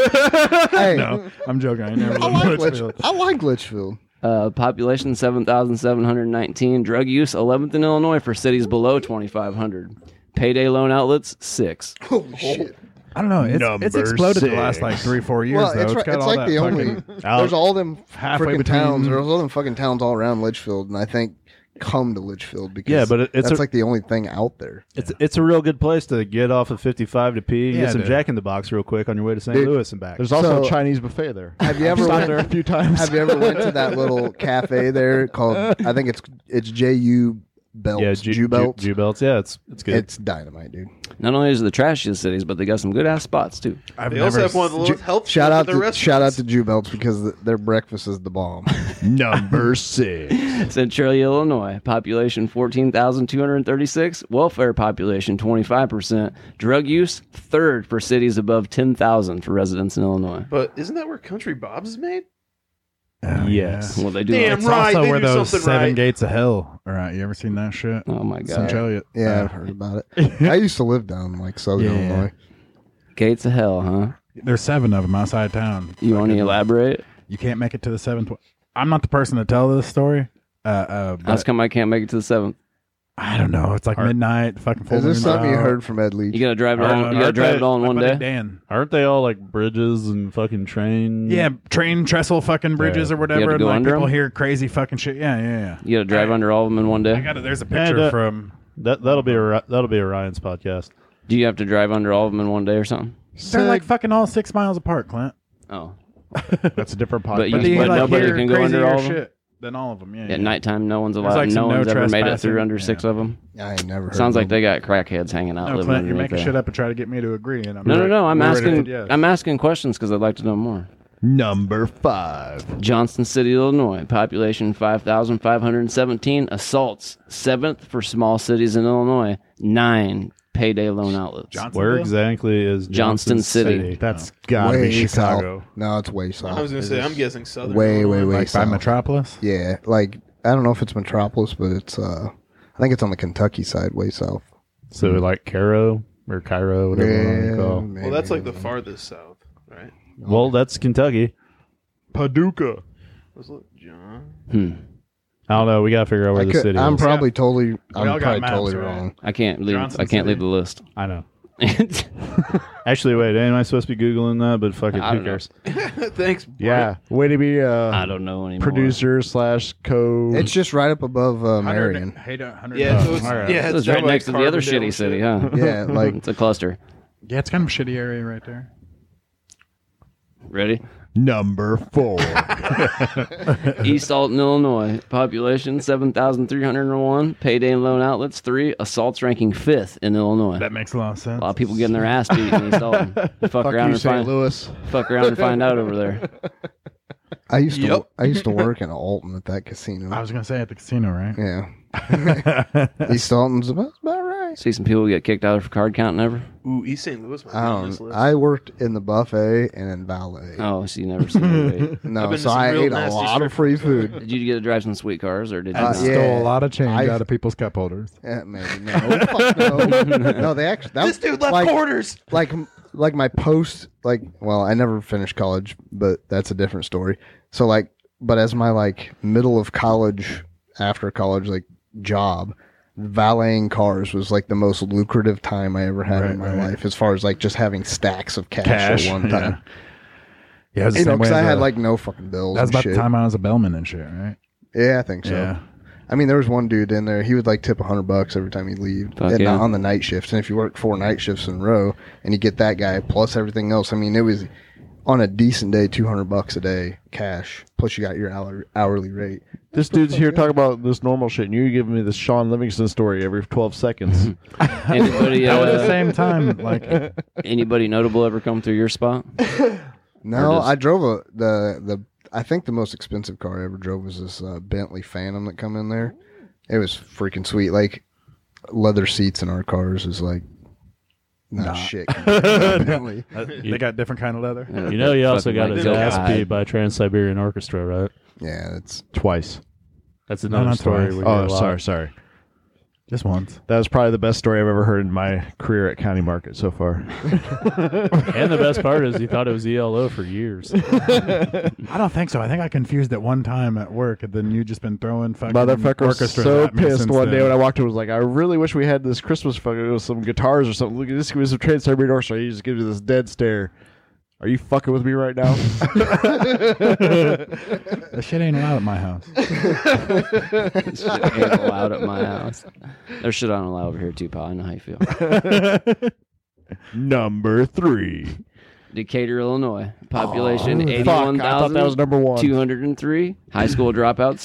Speaker 3: hey,
Speaker 7: I'm joking. I ain't never
Speaker 3: I
Speaker 7: lived
Speaker 3: like
Speaker 7: in
Speaker 3: Litchfield.
Speaker 7: Litchfield.
Speaker 3: I like Litchfield.
Speaker 2: uh, population 7,719. Drug use 11th in Illinois for cities below 2,500. Payday loan outlets six.
Speaker 3: Holy shit!
Speaker 7: I don't know. It's, it's
Speaker 5: Number
Speaker 7: exploded the last
Speaker 5: six.
Speaker 7: like three, four years.
Speaker 3: Well,
Speaker 7: though.
Speaker 3: it's,
Speaker 7: it's
Speaker 3: right,
Speaker 7: got
Speaker 3: it's
Speaker 7: all
Speaker 3: like
Speaker 7: that
Speaker 3: the
Speaker 7: fucking-
Speaker 3: only there's all them
Speaker 7: halfway
Speaker 3: freaking
Speaker 7: between-
Speaker 3: towns. There's all them fucking towns all around Litchfield, and I think come to Litchfield because
Speaker 6: Yeah, but it- it's
Speaker 3: that's
Speaker 6: a-
Speaker 3: like the only thing out there.
Speaker 6: It's it's a real good place to get off of 55 to pee, and
Speaker 7: Yeah,
Speaker 6: get some
Speaker 7: dude.
Speaker 6: Jack in the Box real quick on your way to St.
Speaker 3: Dude.
Speaker 6: Louis and back.
Speaker 5: There's also
Speaker 3: So-
Speaker 5: a Chinese buffet there.
Speaker 3: Have you ever
Speaker 5: Stopped
Speaker 3: went,
Speaker 5: there a few times.
Speaker 3: Have you ever went to that little cafe there called? I think it's it's J U Belt.
Speaker 6: yeah, Ju-
Speaker 3: Ju,
Speaker 6: Ju-
Speaker 3: Belt.
Speaker 6: Jew belts. Yeah, it's it's good.
Speaker 3: it's dynamite, dude.
Speaker 2: Not only is it the trashiest cities, but they got some good ass spots too.
Speaker 7: I've
Speaker 1: They also
Speaker 7: never
Speaker 1: have one of the lowest health
Speaker 3: Shout
Speaker 1: scores
Speaker 3: out
Speaker 1: of their
Speaker 3: to
Speaker 1: restaurants.
Speaker 3: shout out to Jew Belts because th- their breakfast is the bomb.
Speaker 5: number six.
Speaker 2: Centralia, Illinois. Population 14,236. Welfare population 25%. Drug use third for cities above 10,000 for residents in Illinois.
Speaker 1: But isn't that where Country Bob's is made?
Speaker 6: yes.
Speaker 2: Well, they do.
Speaker 1: Damn
Speaker 7: Oh, It's
Speaker 1: right,
Speaker 7: also
Speaker 1: they
Speaker 7: where
Speaker 1: do
Speaker 7: those
Speaker 1: something
Speaker 7: seven
Speaker 1: right.
Speaker 7: gates of hell are at. You ever seen that shit? uh,
Speaker 2: Oh my God.
Speaker 7: Centralia.
Speaker 3: Yeah, I've heard about it. I used to live down like Southern
Speaker 7: Yeah.
Speaker 3: Illinois.
Speaker 2: Gates of hell, huh?
Speaker 7: There's seven of them outside town.
Speaker 2: You want to elaborate?
Speaker 7: You can't make it to the seventh. one. I'm not the person to tell this story. Uh, uh, but
Speaker 2: That's come I can't make it to the seventh.
Speaker 7: I don't know. It's like midnight. Fucking. full
Speaker 3: Is this
Speaker 7: moon's
Speaker 3: something you
Speaker 7: out.
Speaker 3: heard from Ed
Speaker 2: You
Speaker 3: Leach?
Speaker 2: gotta
Speaker 4: Uh,
Speaker 2: drive it
Speaker 6: Aren't-
Speaker 2: all. You gotta
Speaker 6: aren't
Speaker 2: drive
Speaker 6: they-
Speaker 2: it all in
Speaker 7: My
Speaker 2: one
Speaker 7: buddy
Speaker 2: day.
Speaker 7: Dan.
Speaker 6: Aren't they all like bridges and fucking train?
Speaker 7: Yeah, train trestle fucking bridges or
Speaker 2: Mm. You had
Speaker 7: whatever,
Speaker 2: to
Speaker 7: and
Speaker 2: go
Speaker 7: like
Speaker 2: under
Speaker 7: people
Speaker 2: 'em?
Speaker 7: hear crazy fucking shit. Yeah, yeah, yeah.
Speaker 2: You gotta drive under all of them in one day.
Speaker 7: I got it. There's a
Speaker 6: Yeah,
Speaker 7: picture
Speaker 6: that-
Speaker 7: from.
Speaker 6: That that'll be a Ri- that'll be a Ryan's podcast.
Speaker 2: Do you have to drive under all of them in one day or something?
Speaker 7: They're like fucking all six miles apart, Clint.
Speaker 2: Oh,
Speaker 5: That's a different podcast.
Speaker 2: but you,
Speaker 7: But they
Speaker 2: but
Speaker 7: like
Speaker 2: nobody
Speaker 7: hear
Speaker 2: can go
Speaker 7: crazy
Speaker 2: under all of them.
Speaker 7: shit.
Speaker 4: Then all of them. Yeah.
Speaker 2: At nighttime, no one's
Speaker 4: There's
Speaker 2: allowed.
Speaker 4: like some
Speaker 2: no
Speaker 4: no
Speaker 2: one's ever made it
Speaker 4: trespassing.
Speaker 2: through under six of them.
Speaker 3: I ain't never. Heard
Speaker 2: Sounds
Speaker 3: of
Speaker 2: like
Speaker 3: them.
Speaker 2: they got crackheads hanging out.
Speaker 4: No,
Speaker 2: living
Speaker 4: Clint, you're
Speaker 2: underneath
Speaker 4: making
Speaker 2: there.
Speaker 4: shit up and trying to get me to agree, and I'm
Speaker 2: No, no, no. I'm
Speaker 4: we're ready
Speaker 2: asking.
Speaker 4: to- yes.
Speaker 2: I'm asking questions because I'd like to know more.
Speaker 5: Number five.
Speaker 2: Johnston City, Illinois. Population 5,517. Assaults, seventh for small cities in Illinois. Nine payday loan outlets.
Speaker 8: Where exactly is Johnson,
Speaker 2: Johnston City.
Speaker 8: That's
Speaker 5: Oh.
Speaker 8: gotta
Speaker 3: way
Speaker 8: be Chicago.
Speaker 3: South. No, it's way south.
Speaker 1: I was gonna say, I'm guessing southern.
Speaker 3: way, way, way
Speaker 4: like by
Speaker 3: south.
Speaker 4: Metropolis.
Speaker 3: yeah, like I don't know if it's Metropolis, but it's. uh I think it's on the Kentucky side, way south.
Speaker 8: So like Cairo or Cairo, whatever you wanna
Speaker 3: Yeah,
Speaker 8: call. it.
Speaker 3: maybe.
Speaker 1: Well, that's like the farthest south, right?
Speaker 8: Well, that's Kentucky.
Speaker 1: Paducah. Let's look, John.
Speaker 2: Hmm.
Speaker 8: I don't know. We gotta figure out where
Speaker 3: I
Speaker 8: the
Speaker 3: could,
Speaker 8: city
Speaker 3: I'm
Speaker 8: is.
Speaker 3: probably totally.
Speaker 4: all
Speaker 3: I'm
Speaker 4: got
Speaker 3: probably
Speaker 4: maps,
Speaker 3: totally
Speaker 4: right?
Speaker 3: wrong.
Speaker 2: I can't leave.
Speaker 4: Johnson
Speaker 2: I can't
Speaker 4: City.
Speaker 2: leave the list.
Speaker 8: I know.
Speaker 2: I
Speaker 8: Actually, wait. Am I supposed to be googling that? But fuck it.
Speaker 2: I
Speaker 8: Who
Speaker 2: don't know.
Speaker 8: cares?
Speaker 1: Thanks. Bart.
Speaker 5: Yeah. Way to be uh,
Speaker 2: don't know anymore.
Speaker 5: producer slash co.
Speaker 3: It's just right up above uh,
Speaker 4: Hundred-
Speaker 3: Marion.
Speaker 4: hey, don't- hundred-
Speaker 1: Yeah. So
Speaker 4: oh,
Speaker 1: it's,
Speaker 4: all right.
Speaker 1: yeah,
Speaker 2: It
Speaker 1: it's
Speaker 2: was right
Speaker 1: that, like,
Speaker 2: next to the other
Speaker 1: Carbondale
Speaker 2: shitty
Speaker 1: shit.
Speaker 2: city, huh?
Speaker 3: Yeah, like
Speaker 2: It's a cluster.
Speaker 4: Yeah, it's kind of a shitty area right there.
Speaker 2: Ready?
Speaker 5: Number four.
Speaker 2: East Alton, Illinois. Population 7,301. Payday loan outlets, three. Assaults ranking fifth in Illinois.
Speaker 4: That makes a lot of sense.
Speaker 2: a lot of people getting their ass beat in East Alton. Fuck,
Speaker 5: Fuck
Speaker 2: around
Speaker 5: you,
Speaker 2: and
Speaker 5: St.
Speaker 2: find
Speaker 5: Louis.
Speaker 2: fuck around and find out over there.
Speaker 3: I used to.
Speaker 1: Yep.
Speaker 3: I used to work in Alton at that casino.
Speaker 4: I was gonna say at the casino, right?
Speaker 3: yeah. East Alton's about, about right.
Speaker 2: See some people get kicked out for card counting ever.
Speaker 1: Ooh, East St. Louis might be
Speaker 3: I
Speaker 1: on
Speaker 2: Um,
Speaker 1: this
Speaker 3: don't.
Speaker 1: list.
Speaker 3: I worked in the buffet and in valet.
Speaker 2: Oh, so you never seen anybody.
Speaker 1: I've
Speaker 3: no,
Speaker 1: been to
Speaker 3: so
Speaker 1: some
Speaker 3: I
Speaker 1: real
Speaker 3: ate a
Speaker 1: nasty
Speaker 3: lot of
Speaker 1: strip
Speaker 3: free food.
Speaker 2: Did you get to drive some sweet cars or did you?
Speaker 3: Uh,
Speaker 2: not?
Speaker 3: yeah.
Speaker 4: Stole a lot of change
Speaker 3: I-
Speaker 4: out of people's cup holders.
Speaker 3: Eh, maybe no. Fuck no. No, they actually. That
Speaker 1: this
Speaker 3: was,
Speaker 1: dude left
Speaker 3: like,
Speaker 1: quarters.
Speaker 3: like like my post like well i never finished college but that's a different story so like but as my like middle of college after college like job valeting cars was like the most lucrative time i ever had in my life as far as like just having stacks of cash,
Speaker 4: Cash,
Speaker 3: at one time
Speaker 4: Yeah, it was the
Speaker 3: you know
Speaker 4: same way
Speaker 3: because i
Speaker 4: as
Speaker 3: had
Speaker 4: a-
Speaker 3: like no fucking bills
Speaker 4: That was
Speaker 3: and
Speaker 4: about
Speaker 3: shit.
Speaker 4: the time I was a bellman and shit, right?
Speaker 3: yeah i think so
Speaker 4: Yeah.
Speaker 3: i mean there was one dude in there he would like tip a 100 bucks every time he'd leave
Speaker 2: Fuck
Speaker 3: and uh,
Speaker 2: yeah.
Speaker 3: on the night shifts and if you work four night shifts in a row and you get that guy plus everything else i mean it was on a decent day 200 bucks a day cash plus you got your hour, hourly rate
Speaker 5: This dude's here talking about this normal shit, and you give me this Sean Livingston story every 12 seconds.
Speaker 2: Anybody,
Speaker 4: That was the
Speaker 2: uh,
Speaker 4: same time. Like,
Speaker 2: anybody notable ever come through your spot? Or
Speaker 3: no
Speaker 2: just-
Speaker 3: i drove a the the i think the most expensive car i ever drove was this uh, bentley phantom that come in there it was freaking sweet like leather seats in our cars is like not shit compared to a Bentley.
Speaker 4: Uh, they got different kind of leather.
Speaker 2: Uh,
Speaker 6: You know, he also
Speaker 2: fucking
Speaker 6: got
Speaker 2: like
Speaker 6: his
Speaker 2: the
Speaker 6: ass
Speaker 2: guy.
Speaker 6: beat by Trans Siberian Orchestra, right?
Speaker 3: yeah it's
Speaker 5: Twice.
Speaker 6: That's
Speaker 4: No,
Speaker 6: another
Speaker 4: not
Speaker 6: story.
Speaker 4: twice.
Speaker 6: we hear
Speaker 5: Oh,
Speaker 6: a lot.
Speaker 5: sorry, sorry.
Speaker 4: Just once.
Speaker 5: That was probably the best story I've ever heard in my career at County Market so far.
Speaker 6: And the best part is he thought it was ELO for years.
Speaker 4: I don't think so. I think I confused it one time at work, and then you just been throwing fucking
Speaker 5: Motherfucker was
Speaker 4: orchestra
Speaker 5: so
Speaker 4: at me
Speaker 5: pissed
Speaker 4: since
Speaker 5: one day
Speaker 4: then.
Speaker 5: when I walked in was like, I really wish we had this Christmas fucking with some guitars or something. Look at this, give me some Trans Siberian Orchestra. He just gives you this dead stare. Are you fucking with me right now?
Speaker 4: That shit ain't allowed at my house.
Speaker 2: This shit ain't allowed at my house. There's shit I don't allow over here too, pal. I know how you feel.
Speaker 5: number three.
Speaker 2: Decatur, Illinois. Population
Speaker 5: Fuck, I thought that was number one.
Speaker 2: 81,203. High school dropouts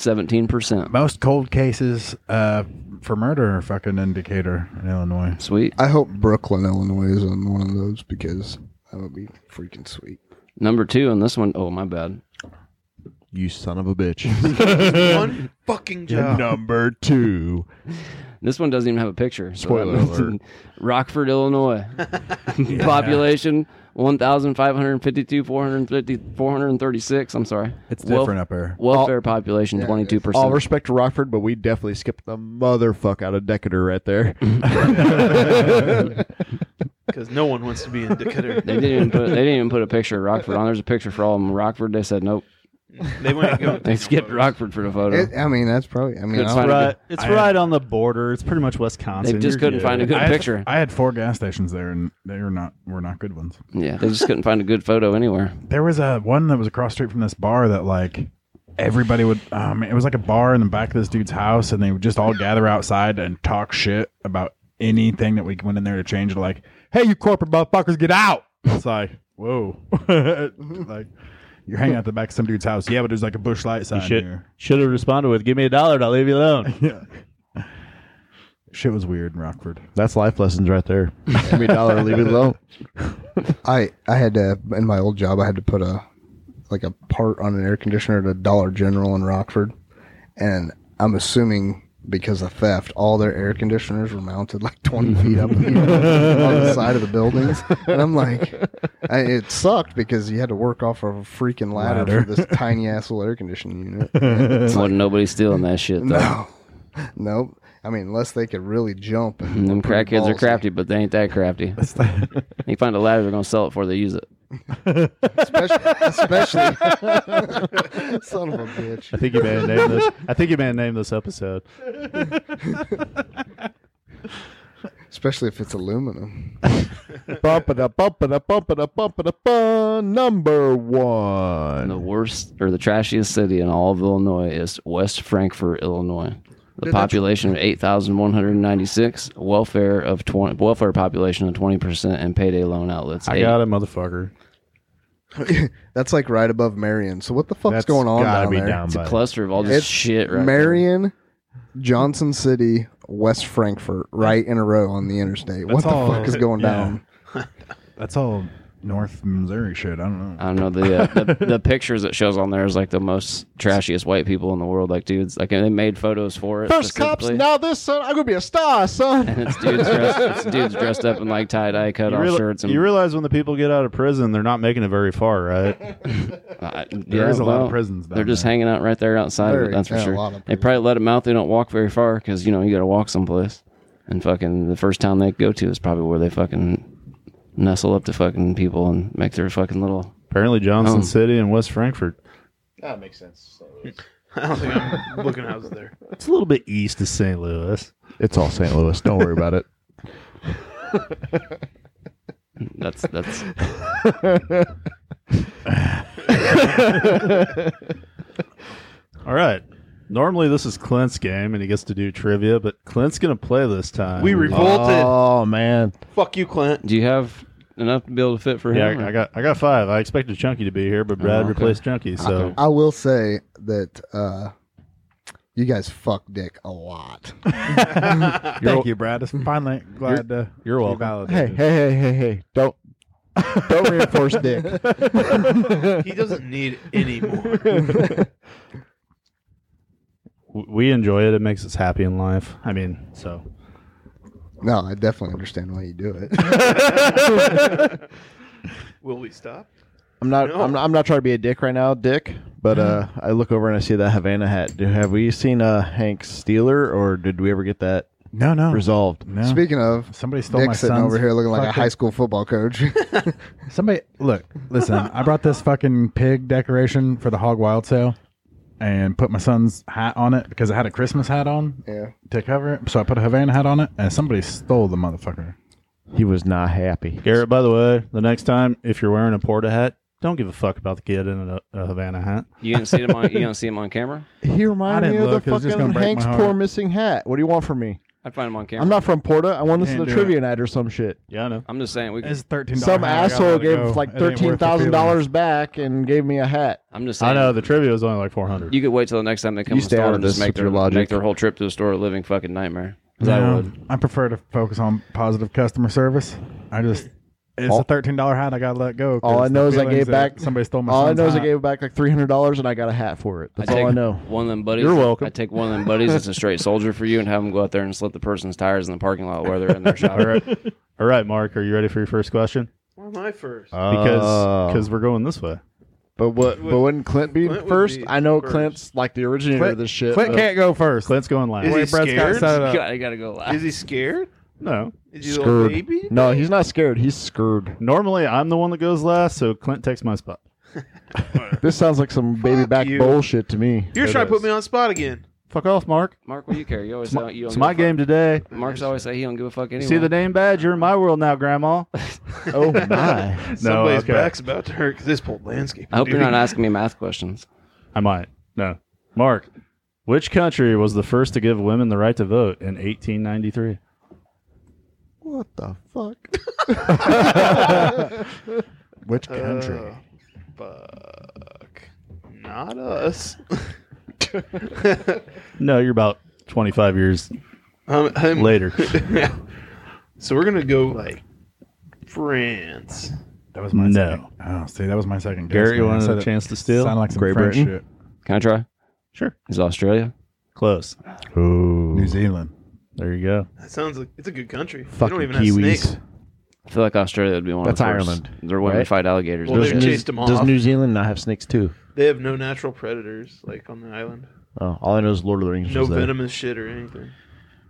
Speaker 2: 17%.
Speaker 4: Most cold cases uh, for murder are fucking in Decatur, in Illinois.
Speaker 2: Sweet.
Speaker 3: I hope Brooklyn, Illinois is on one of those because that would be freaking sweet.
Speaker 2: Number two on this one. Oh, my bad.
Speaker 5: You son of a bitch.
Speaker 1: One fucking job.
Speaker 5: number two.
Speaker 2: This one doesn't even have a picture. so that
Speaker 5: Spoiler
Speaker 2: means-
Speaker 5: alert.
Speaker 2: Rockford, Illinois. Population 1,552, 450, 436. I'm sorry.
Speaker 4: It's
Speaker 2: Wel-
Speaker 4: different up here.
Speaker 2: Welfare population 22%.
Speaker 5: All respect to Rockford, but we definitely skipped the motherfuck out of Decatur right there.
Speaker 1: Because no one wants to be in Decatur.
Speaker 2: they didn't even put they didn't even put a picture of Rockford on. There's a picture for all of them. Rockford, they said nope.
Speaker 1: they wouldn't go.
Speaker 2: They skipped Rockford for the photo.
Speaker 3: It, I mean, that's probably. I mean,
Speaker 2: Couldn't
Speaker 3: I
Speaker 2: find
Speaker 3: don't-
Speaker 2: a
Speaker 6: right, it's
Speaker 4: I-
Speaker 6: right on the border. It's pretty much
Speaker 2: they
Speaker 6: Wisconsin.
Speaker 2: just
Speaker 6: You're
Speaker 2: couldn't find a good
Speaker 4: I had-
Speaker 2: picture.
Speaker 4: I had four gas stations there, and they were not were not good ones.
Speaker 2: Yeah, they just couldn't find a good photo anywhere.
Speaker 4: There was a one that was across the street from this bar that like everybody would. Um, it was like a bar in the back of this dude's house, and they would just all gather outside and talk shit about anything that we went in there to change. Like, hey, you corporate motherfuckers, get out! It's like, whoa, like
Speaker 7: You're hanging out the back of some dude's house. Yeah, but there's like a bush light sign
Speaker 9: should-
Speaker 7: here.
Speaker 9: Should have responded with, "Give me a dollar, and I'll leave you alone."
Speaker 7: Yeah. Shit was weird in Rockford.
Speaker 5: That's life lessons right there. Give me a dollar, leave it alone.
Speaker 3: I I had to in my old job I had to put a like a part on an air conditioner at a Dollar General in Rockford, and I'm assuming because of theft, all their air conditioners were mounted like 20 feet up in the air on the side of the buildings, and I'm like, I, it sucked because you had to work off of a freaking ladder, for this tiny ass little air conditioning unit.
Speaker 2: Wasn't nobody stealing that shit though.
Speaker 3: no, nope. I mean, unless they could really jump. And
Speaker 2: Them crack kids are
Speaker 3: ballsy.
Speaker 2: crafty, but they ain't that crafty. you find a ladder, they're gonna sell it before they use it.
Speaker 3: especially, especially son of a bitch.
Speaker 6: I think you may have named this. I think you may have named this episode.
Speaker 3: Especially if it's aluminum.
Speaker 5: Bump it up, bump it up, bump it up, bump it up. uh, Number one.
Speaker 2: And the worst or the trashiest city in all of Illinois is West Frankfort, Illinois. The population of eight thousand one hundred ninety six, welfare of twenty, welfare population of twenty percent, and payday loan outlets.
Speaker 6: I
Speaker 2: eight.
Speaker 6: got it, motherfucker.
Speaker 3: That's like right above Marion. So what the fuck's
Speaker 6: That's
Speaker 3: going on
Speaker 6: gotta
Speaker 3: down
Speaker 6: be
Speaker 3: there?
Speaker 6: down
Speaker 2: It's a
Speaker 6: by-
Speaker 2: cluster of all this
Speaker 3: It's
Speaker 2: shit right there.
Speaker 3: Marion, Johnson City, West Frankfurt, right in a row on the interstate. What
Speaker 7: That's
Speaker 3: the
Speaker 7: all-
Speaker 3: fuck is going
Speaker 7: yeah.
Speaker 3: down?
Speaker 7: That's all North Missouri shit. I don't know.
Speaker 2: I don't know the, uh, the the pictures it shows on there is like the most trashiest white people in the world. Like dudes, like and they made photos for it.
Speaker 5: First cops,
Speaker 2: specifically.
Speaker 5: now this son. I'm gonna be a star, son.
Speaker 2: And it's dudes dressed, it's dudes dressed up in like tie dye cut
Speaker 6: You,
Speaker 2: off
Speaker 6: reali-
Speaker 2: shirts. And,
Speaker 6: you realize when the people get out of prison, they're not making it very far, right?
Speaker 2: uh,
Speaker 7: There
Speaker 2: yeah,
Speaker 7: is a lot
Speaker 2: well,
Speaker 7: of prisons. Down
Speaker 2: They're just
Speaker 7: there.
Speaker 2: hanging out right there outside. of
Speaker 3: Very-
Speaker 2: it, That's for
Speaker 3: yeah, a
Speaker 2: sure.
Speaker 3: lot of
Speaker 2: They
Speaker 3: prisons.
Speaker 2: probably let them out. They don't walk very far because you know you got to walk someplace. And fucking the first town they go to is probably where they fucking nestle up to fucking people and make their fucking little.
Speaker 6: Apparently, Johnson
Speaker 2: Oh.
Speaker 6: City and West Frankfurt.
Speaker 5: That makes sense.
Speaker 1: I don't think I'm looking houses there.
Speaker 6: It's a little bit east of St. Louis.
Speaker 5: It's all St. Louis. Don't worry about it.
Speaker 2: That's that's
Speaker 6: All right. Normally, this is Clint's game, and he gets to do trivia, but Clint's going to play this time.
Speaker 1: We revolted.
Speaker 5: Oh man,
Speaker 1: Fuck you, Clint.
Speaker 2: Do you have enough to be able to fit for
Speaker 6: Yeah,
Speaker 2: him?
Speaker 6: I, I got I got five. I expected Chunky to be here, but Brad
Speaker 2: okay.
Speaker 6: replaced Chunky, so
Speaker 3: I will say that uh, you guys fuck dick a lot.
Speaker 7: Thank you, Brad.
Speaker 4: Mm.
Speaker 7: I'm finally glad to.
Speaker 6: you're
Speaker 7: be
Speaker 6: welcome.
Speaker 5: hey, hey,
Speaker 7: validated.
Speaker 5: hey, hey, hey! Don't don't reinforce dick.
Speaker 1: He doesn't need any more.
Speaker 6: W- we enjoy it. It makes us happy in life. I mean, so
Speaker 3: No, I definitely understand why you do it.
Speaker 1: Will we stop?
Speaker 5: I'm not.
Speaker 1: No.
Speaker 5: I'm not. I'm not trying to be a dick right now, Dick. But uh, I look over and I see that Havana hat. Do, have we seen uh, Hank Steeler, or did we ever get that
Speaker 7: No, no.
Speaker 5: resolved?
Speaker 7: No.
Speaker 3: Speaking of,
Speaker 7: Somebody stole my
Speaker 3: Dick's sitting
Speaker 7: son's
Speaker 3: over here looking like a
Speaker 7: fucking-
Speaker 3: high school football coach.
Speaker 7: Somebody, look, listen. I brought this fucking pig decoration for the hog wild sale, and put my son's hat on it because I had a Christmas hat on
Speaker 3: yeah.
Speaker 7: to cover it. So I put a Havana hat on it, and somebody stole the motherfucker.
Speaker 5: He was not happy.
Speaker 6: Garrett, by the way, the next time if you're wearing a porta hat, don't give a fuck about the kid in a, a Havana hat.
Speaker 2: You didn't see him on. You don't see him on camera.
Speaker 5: He
Speaker 7: I
Speaker 5: reminded
Speaker 7: didn't
Speaker 5: me of
Speaker 7: look. It
Speaker 5: the
Speaker 7: was just
Speaker 5: fucking
Speaker 7: gonna break
Speaker 5: Hank's
Speaker 7: my
Speaker 5: poor
Speaker 7: heart.
Speaker 5: missing hat. What do you want from me?
Speaker 2: I'd find him on camera.
Speaker 5: I'm not from Porta. I want this to
Speaker 7: Can't
Speaker 5: the
Speaker 7: do
Speaker 5: trivia night or some shit.
Speaker 6: Yeah, I know.
Speaker 2: I'm just saying we.
Speaker 7: It's thirteen.
Speaker 5: Some asshole gave like thirteen thousand dollars back and gave me a hat.
Speaker 2: I'm just saying.
Speaker 6: I know the trivia was only like 400.
Speaker 2: You could wait till the next time they come
Speaker 5: You
Speaker 2: to the
Speaker 5: stay out
Speaker 2: store
Speaker 5: of
Speaker 2: and just
Speaker 5: this
Speaker 2: make
Speaker 5: with
Speaker 2: their
Speaker 5: your logic.
Speaker 2: make their whole trip to the store a living fucking nightmare. 'Cause I
Speaker 7: No,
Speaker 2: would.
Speaker 7: I prefer to focus on positive customer service. I just. It's
Speaker 5: All-
Speaker 7: a thirteen dollar hat. I gotta let go. 'cause
Speaker 5: All I
Speaker 7: the
Speaker 5: know is I
Speaker 7: feelings
Speaker 5: gave
Speaker 7: that
Speaker 5: back-
Speaker 7: Somebody stole my.
Speaker 5: All I
Speaker 7: son's
Speaker 5: know is I
Speaker 7: hat.
Speaker 5: gave back like three hundred dollars and I got a hat for it. That's
Speaker 2: take
Speaker 5: all I know.
Speaker 2: One of them buddies.
Speaker 6: You're welcome.
Speaker 2: I take one of them buddies that's a straight soldier for you and have them go out there and slit the person's tires in the parking lot where they're in their shop.
Speaker 6: All right. All right, Mark, are you ready for your first question?
Speaker 1: Why am I first?
Speaker 6: Uh, Because
Speaker 5: Oh.
Speaker 6: because we're going this way.
Speaker 5: But what? But wouldn't Clint be
Speaker 1: Clint would
Speaker 5: first?
Speaker 1: be
Speaker 5: I know
Speaker 1: first.
Speaker 5: Clint's like the originator of this shit.
Speaker 7: Clint
Speaker 5: but-
Speaker 7: can't go first.
Speaker 6: Clint's going last.
Speaker 1: Is he
Speaker 7: Wait, Brett's got
Speaker 1: scared?
Speaker 7: it set up.
Speaker 2: God, I gotta go. Laugh.
Speaker 1: Is he scared?
Speaker 6: No.
Speaker 1: Is he a little baby?
Speaker 5: No, he's not scared. He's screwed.
Speaker 6: Normally, I'm the one that goes last, so Clint takes my spot.
Speaker 5: This sounds like some baby
Speaker 1: Fuck
Speaker 5: back
Speaker 1: you.
Speaker 5: bullshit to me.
Speaker 1: You're
Speaker 6: It
Speaker 1: trying to
Speaker 6: is.
Speaker 1: put me on spot again.
Speaker 6: Fuck off, Mark.
Speaker 2: Mark, what do you care? You always
Speaker 6: It's my,
Speaker 2: don't. You don't
Speaker 6: it's
Speaker 2: give
Speaker 6: my
Speaker 2: a fuck.
Speaker 6: game today.
Speaker 2: Mark's always say he don't give a fuck anyway.
Speaker 6: See the name badge? You're in my world now, Grandma.
Speaker 5: Oh my!
Speaker 1: Somebody's
Speaker 6: okay.
Speaker 1: back's about to hurt because this pulled landscape.
Speaker 2: I hope you're not asking me math questions.
Speaker 6: I might. No. Mark, which country was the first to give women the right to vote in 1893?
Speaker 5: what the fuck?
Speaker 7: Which country?
Speaker 1: Fuck. Not us.
Speaker 6: No, you're about 25 years
Speaker 1: Um, I'm-
Speaker 6: later.
Speaker 1: yeah. So we're gonna go like France.
Speaker 4: That was my
Speaker 6: No.
Speaker 4: second. Oh, see, that was my second. guess,
Speaker 6: Gary, you
Speaker 4: man. I
Speaker 6: wanted
Speaker 4: said
Speaker 6: a
Speaker 4: it
Speaker 6: chance to steal?
Speaker 4: Sounded like some
Speaker 5: Great
Speaker 4: French
Speaker 5: Britain?
Speaker 4: shit.
Speaker 2: Can I try?
Speaker 6: Sure.
Speaker 2: Is it Australia?
Speaker 6: Close.
Speaker 4: New Zealand.
Speaker 6: There you go.
Speaker 1: That sounds like it's a good country. they
Speaker 5: Fucking
Speaker 1: don't even have
Speaker 5: Kiwis.
Speaker 1: snakes.
Speaker 2: I feel like Australia would be one
Speaker 5: That's
Speaker 2: of the first.
Speaker 5: Ireland,
Speaker 2: They're when they
Speaker 5: right?
Speaker 2: fight alligators.
Speaker 1: Well,
Speaker 2: and
Speaker 1: they're
Speaker 2: shit.
Speaker 1: New- chased 'em
Speaker 5: does
Speaker 1: off.
Speaker 5: New Zealand not have snakes too?
Speaker 1: They have no natural predators like on the island.
Speaker 5: Oh, all I know is Lord of the Rings.
Speaker 1: No
Speaker 5: was there.
Speaker 1: venomous shit or anything.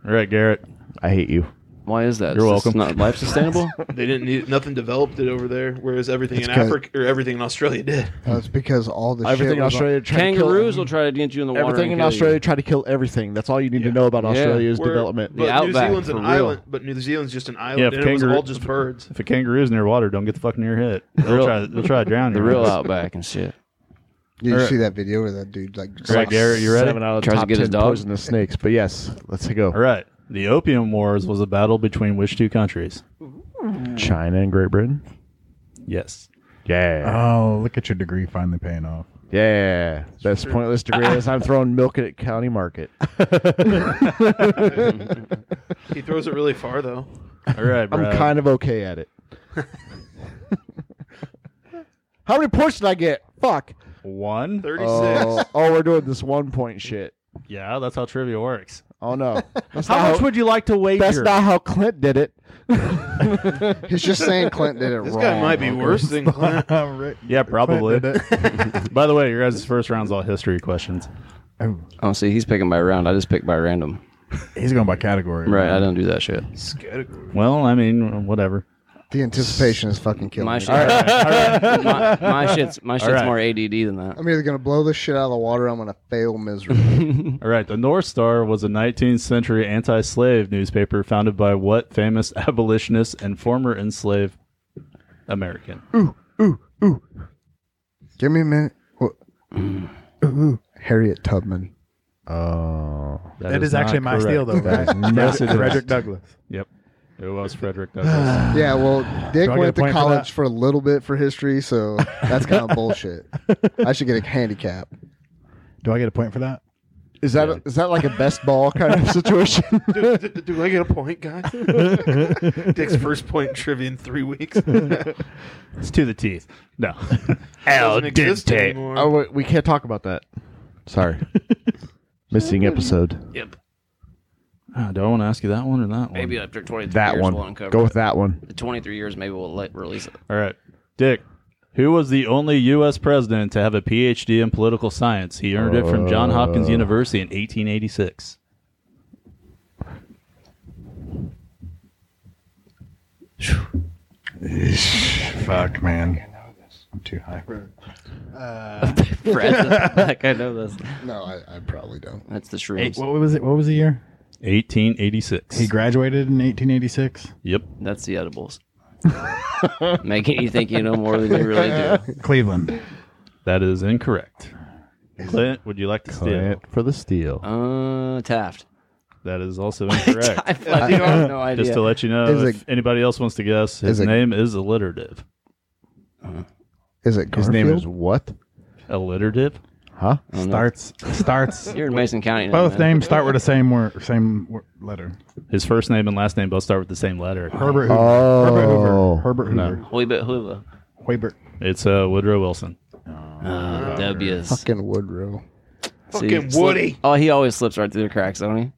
Speaker 6: All right, Garrett.
Speaker 5: I hate you.
Speaker 2: Why is that?
Speaker 6: You're
Speaker 2: Is this
Speaker 6: welcome.
Speaker 2: Not life sustainable.
Speaker 1: They didn't need nothing developed it over there, whereas everything in
Speaker 3: 'cause-
Speaker 1: Africa or everything in Australia did.
Speaker 3: That's because all the
Speaker 5: Everything
Speaker 3: shit
Speaker 5: in
Speaker 3: was on-
Speaker 5: Australia tried
Speaker 2: Kangaroos
Speaker 5: to
Speaker 2: will try to get you in the
Speaker 5: kill,
Speaker 2: water.
Speaker 5: everything
Speaker 2: and
Speaker 5: in
Speaker 2: kill you.
Speaker 5: Australia tried to kill everything. That's all you need to know about
Speaker 2: Yeah.
Speaker 5: Australia's
Speaker 1: Where-
Speaker 5: development.
Speaker 1: But New
Speaker 2: outback,
Speaker 1: Zealand's an
Speaker 2: for real.
Speaker 1: island, but New Zealand's just an island,
Speaker 6: Yeah, if
Speaker 1: and it was
Speaker 6: kangaroo-
Speaker 1: all just birds.
Speaker 6: If a kangaroo's near water, don't get the fuck near it. They'll
Speaker 2: real-
Speaker 6: try. They'll try to drown you.
Speaker 2: The real outback and shit.
Speaker 3: Did you see that video where that dude like
Speaker 6: All right, Garrett, you ready?
Speaker 5: Seven out of the
Speaker 2: Tries to
Speaker 5: top
Speaker 2: get his
Speaker 5: ten
Speaker 2: dog.
Speaker 5: poisonous snakes. But yes, let's
Speaker 6: All
Speaker 5: go.
Speaker 6: right. The Opium Wars was a battle between which two countries?
Speaker 5: China and Great Britain.
Speaker 6: Yes.
Speaker 5: Yeah,
Speaker 4: Oh, look at your degree finally paying off.
Speaker 5: yeah. Uh, That's pointless degree. As I'm throwing milk at County Market.
Speaker 1: He throws it really far though.
Speaker 6: All right,
Speaker 5: I'm kind of okay at it. How many points did I get? Fuck.
Speaker 6: one.
Speaker 1: Thirty-six.
Speaker 5: Oh, oh, we're doing this one point shit.
Speaker 6: Yeah, that's how trivia works.
Speaker 5: Oh no. That's
Speaker 6: How
Speaker 5: not
Speaker 6: much would you like to wager?
Speaker 5: That's not how Clint did it.
Speaker 3: He's just saying Clint did it
Speaker 1: this
Speaker 3: wrong.
Speaker 1: guy might be worse than Clint.
Speaker 6: yeah, probably. By the way, your guys' first round's all history questions.
Speaker 2: Oh, see, he's picking by round. I just pick by random.
Speaker 4: He's going by category.
Speaker 2: Right, I don't do that shit.
Speaker 6: Well, I mean, whatever.
Speaker 3: The anticipation is fucking killing
Speaker 2: My
Speaker 3: me.
Speaker 2: shit, my, my shit's my shit's
Speaker 6: right.
Speaker 2: more ADD than that.
Speaker 3: I'm either gonna blow this shit out of the water. or I'm gonna fail miserably.
Speaker 6: All right, the North Star was a 19th century anti slave newspaper founded by what famous abolitionist and former enslaved American?
Speaker 3: Give me a minute. Wha-
Speaker 5: Mm.
Speaker 3: Ooh, Harriet Tubman.
Speaker 6: Oh.
Speaker 4: That is, actually my steal, though. Right?
Speaker 6: Yes, it is.
Speaker 4: Frederick Douglass.
Speaker 6: Yep. It was Frederick Douglass.
Speaker 3: Yeah, well, Dick
Speaker 4: Do I get a
Speaker 3: went to
Speaker 4: point for
Speaker 3: college
Speaker 4: that?
Speaker 3: for, a little bit for history, so that's kind of bullshit. I should get a handicap.
Speaker 4: Do I get a point for that?
Speaker 5: Is that is that like a best ball kind of situation?
Speaker 1: do, do- do I get a point, guys? Dick's first point in trivia in three weeks.
Speaker 6: it's to the teeth. No. Oh,
Speaker 1: Doesn't exist anymore.
Speaker 5: oh, wait, we can't talk about that. Sorry. Missing episode.
Speaker 2: Yep.
Speaker 6: Ah, do I want to ask you that one or that one?
Speaker 2: Maybe after 23
Speaker 5: That
Speaker 2: years
Speaker 5: one.
Speaker 2: we'll uncover
Speaker 5: Go with
Speaker 2: it.
Speaker 5: that one.
Speaker 2: The 23 years, maybe we'll let release it.
Speaker 6: All right. Dick, who was the only U.S. president to have a PhD in political science? He earned it from John Hopkins University in 1886.
Speaker 4: Fuck, man. I'm too high.
Speaker 2: Fred, like I know this.
Speaker 3: No, I, I probably don't.
Speaker 2: That's the shrooms.
Speaker 4: What was it? What was the year?
Speaker 6: 1886.
Speaker 4: He graduated in 1886.
Speaker 6: yep.
Speaker 2: That's the edibles. Making you think you know more than you really do.
Speaker 4: Cleveland.
Speaker 6: That is incorrect. Clint, would you like to steal?
Speaker 5: For the steal.
Speaker 6: Um,
Speaker 2: Uh, Taft.
Speaker 6: That is also incorrect.
Speaker 2: I fucking have no idea.
Speaker 6: Just to let you know,
Speaker 3: Is
Speaker 6: if anybody else wants to guess,
Speaker 3: is
Speaker 6: his
Speaker 3: it-
Speaker 6: name is alliterative.
Speaker 3: Is it
Speaker 5: His
Speaker 3: Garfield?
Speaker 5: name is what?
Speaker 6: Alliterative?
Speaker 5: Huh?
Speaker 2: I don't know.
Speaker 4: Starts. Starts.
Speaker 2: You're in Mason County. now,
Speaker 4: Both
Speaker 2: man.
Speaker 4: names start with the same word, same word, letter.
Speaker 6: His first name and last name both start with the same letter.
Speaker 4: Herbert Hoover. Herbert Hoover. Herbert Hoover.
Speaker 2: Holy bit hula.
Speaker 4: Herbert.
Speaker 6: It's uh, Woodrow Wilson.
Speaker 2: Uh, W's.
Speaker 3: fucking Woodrow.
Speaker 2: See,
Speaker 1: Fucking
Speaker 2: slip-
Speaker 1: Woody.
Speaker 2: Oh, he always slips right through the cracks, don't he?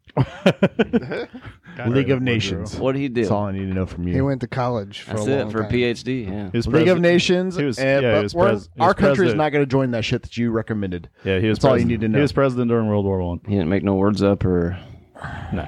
Speaker 5: League of Nations.
Speaker 2: What did he do?
Speaker 5: That's all I need to know from
Speaker 3: He
Speaker 5: you.
Speaker 3: went to college for
Speaker 2: That's
Speaker 3: a long
Speaker 2: it for
Speaker 3: time.
Speaker 2: PhD. Yeah.
Speaker 6: He was
Speaker 5: League of
Speaker 6: president-
Speaker 5: Nations.
Speaker 6: He was-
Speaker 5: and-
Speaker 6: yeah, he
Speaker 5: but
Speaker 6: was
Speaker 5: we're-
Speaker 6: pres- he was
Speaker 5: our country's
Speaker 6: president.
Speaker 5: not going to join that shit that you recommended.
Speaker 6: Yeah, he was
Speaker 5: That's all you
Speaker 6: president-
Speaker 5: need to know.
Speaker 6: He was president during World War One.
Speaker 2: He didn't make no words up or
Speaker 6: No.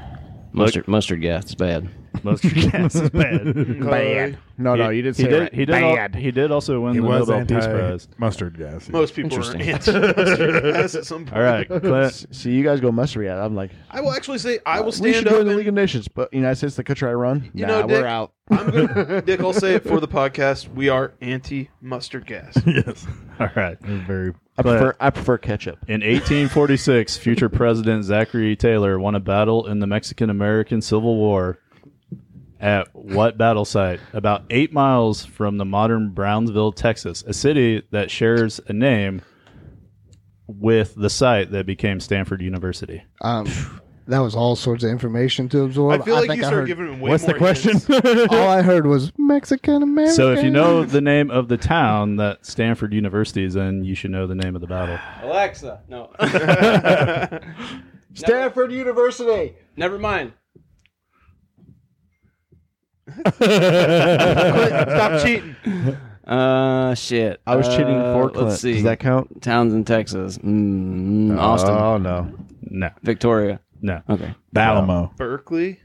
Speaker 2: mustard mustard gas. It's bad.
Speaker 6: Most gas is bad.
Speaker 5: Bad. Oh, No, no, you didn't say
Speaker 6: He did.
Speaker 5: right.
Speaker 6: He did. Al- he did also win
Speaker 4: He
Speaker 6: the
Speaker 4: was
Speaker 6: Nobel
Speaker 4: anti
Speaker 6: Peace Prize.
Speaker 4: mustard gas.
Speaker 1: Most people are
Speaker 2: Interesting.
Speaker 1: anti at some point.
Speaker 6: All right, Clint.
Speaker 5: See, you guys go mustery at. it. I'm like,
Speaker 1: I will actually say I will
Speaker 5: we should
Speaker 1: stand up.
Speaker 5: join the
Speaker 1: and-
Speaker 5: League of Nations, but United States, the country I run.
Speaker 1: You
Speaker 5: nah,
Speaker 1: know, Dick-
Speaker 5: we're out.
Speaker 1: I'm gonna, Dick. I'll say it for the podcast. We are anti mustard gas.
Speaker 6: All right.
Speaker 4: Very
Speaker 5: I prefer, I prefer ketchup.
Speaker 6: In 1846, future President Zachary Taylor won a battle in the Mexican American Civil War at what battle site? About eight miles from the modern Brownsville, Texas, a city that shares a name with the site that became Stanford University.
Speaker 3: Um, that was all sorts of information to
Speaker 1: I
Speaker 3: absorb.
Speaker 1: feel like you
Speaker 3: I
Speaker 1: started
Speaker 3: heard,
Speaker 1: giving him way
Speaker 7: What's the
Speaker 1: more
Speaker 7: question?
Speaker 1: hints.
Speaker 3: all I heard was Mexican
Speaker 5: Oh,
Speaker 3: American.
Speaker 6: So if you know the name of the town that Stanford University is in, you should know the name of the battle.
Speaker 2: Alexa, no.
Speaker 3: Stanford University.
Speaker 2: Never mind.
Speaker 1: Clint, Stop cheating.
Speaker 2: Uh, shit.
Speaker 5: I was cheating
Speaker 2: Uh,
Speaker 5: for Clint.
Speaker 2: Let's see.
Speaker 5: Does that count?
Speaker 2: Towns in Texas. Mm, Austin.
Speaker 6: Uh,
Speaker 5: Oh no.
Speaker 6: No,
Speaker 2: Victoria.
Speaker 6: no,
Speaker 2: Okay.
Speaker 7: Balamo.
Speaker 1: Berkeley.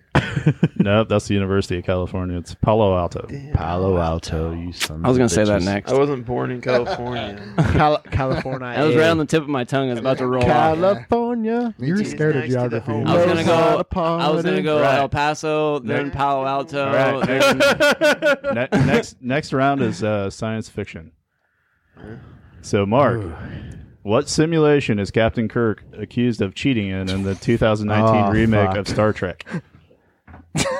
Speaker 6: no, that's the University of California. It's Palo Alto.
Speaker 5: Palo Alto, you son.
Speaker 2: I was going to say that next.
Speaker 1: I wasn't born in California.
Speaker 5: Cal- California.
Speaker 2: That was right on the tip of my tongue. It was about to
Speaker 5: Oh,
Speaker 2: roll off.
Speaker 5: California.
Speaker 4: You're scared of
Speaker 1: Next to the
Speaker 4: geography.
Speaker 1: home.
Speaker 2: I was gonna go.
Speaker 5: Upon
Speaker 2: I was gonna go
Speaker 6: Right.
Speaker 2: El Paso, then Palo Alto.
Speaker 6: Right.
Speaker 2: Then,
Speaker 6: ne- next next round is uh, science fiction. So Mark, what simulation is Captain Kirk accused of cheating in in the 2019
Speaker 5: Oh,
Speaker 6: remake
Speaker 5: fuck.
Speaker 6: of Star Trek?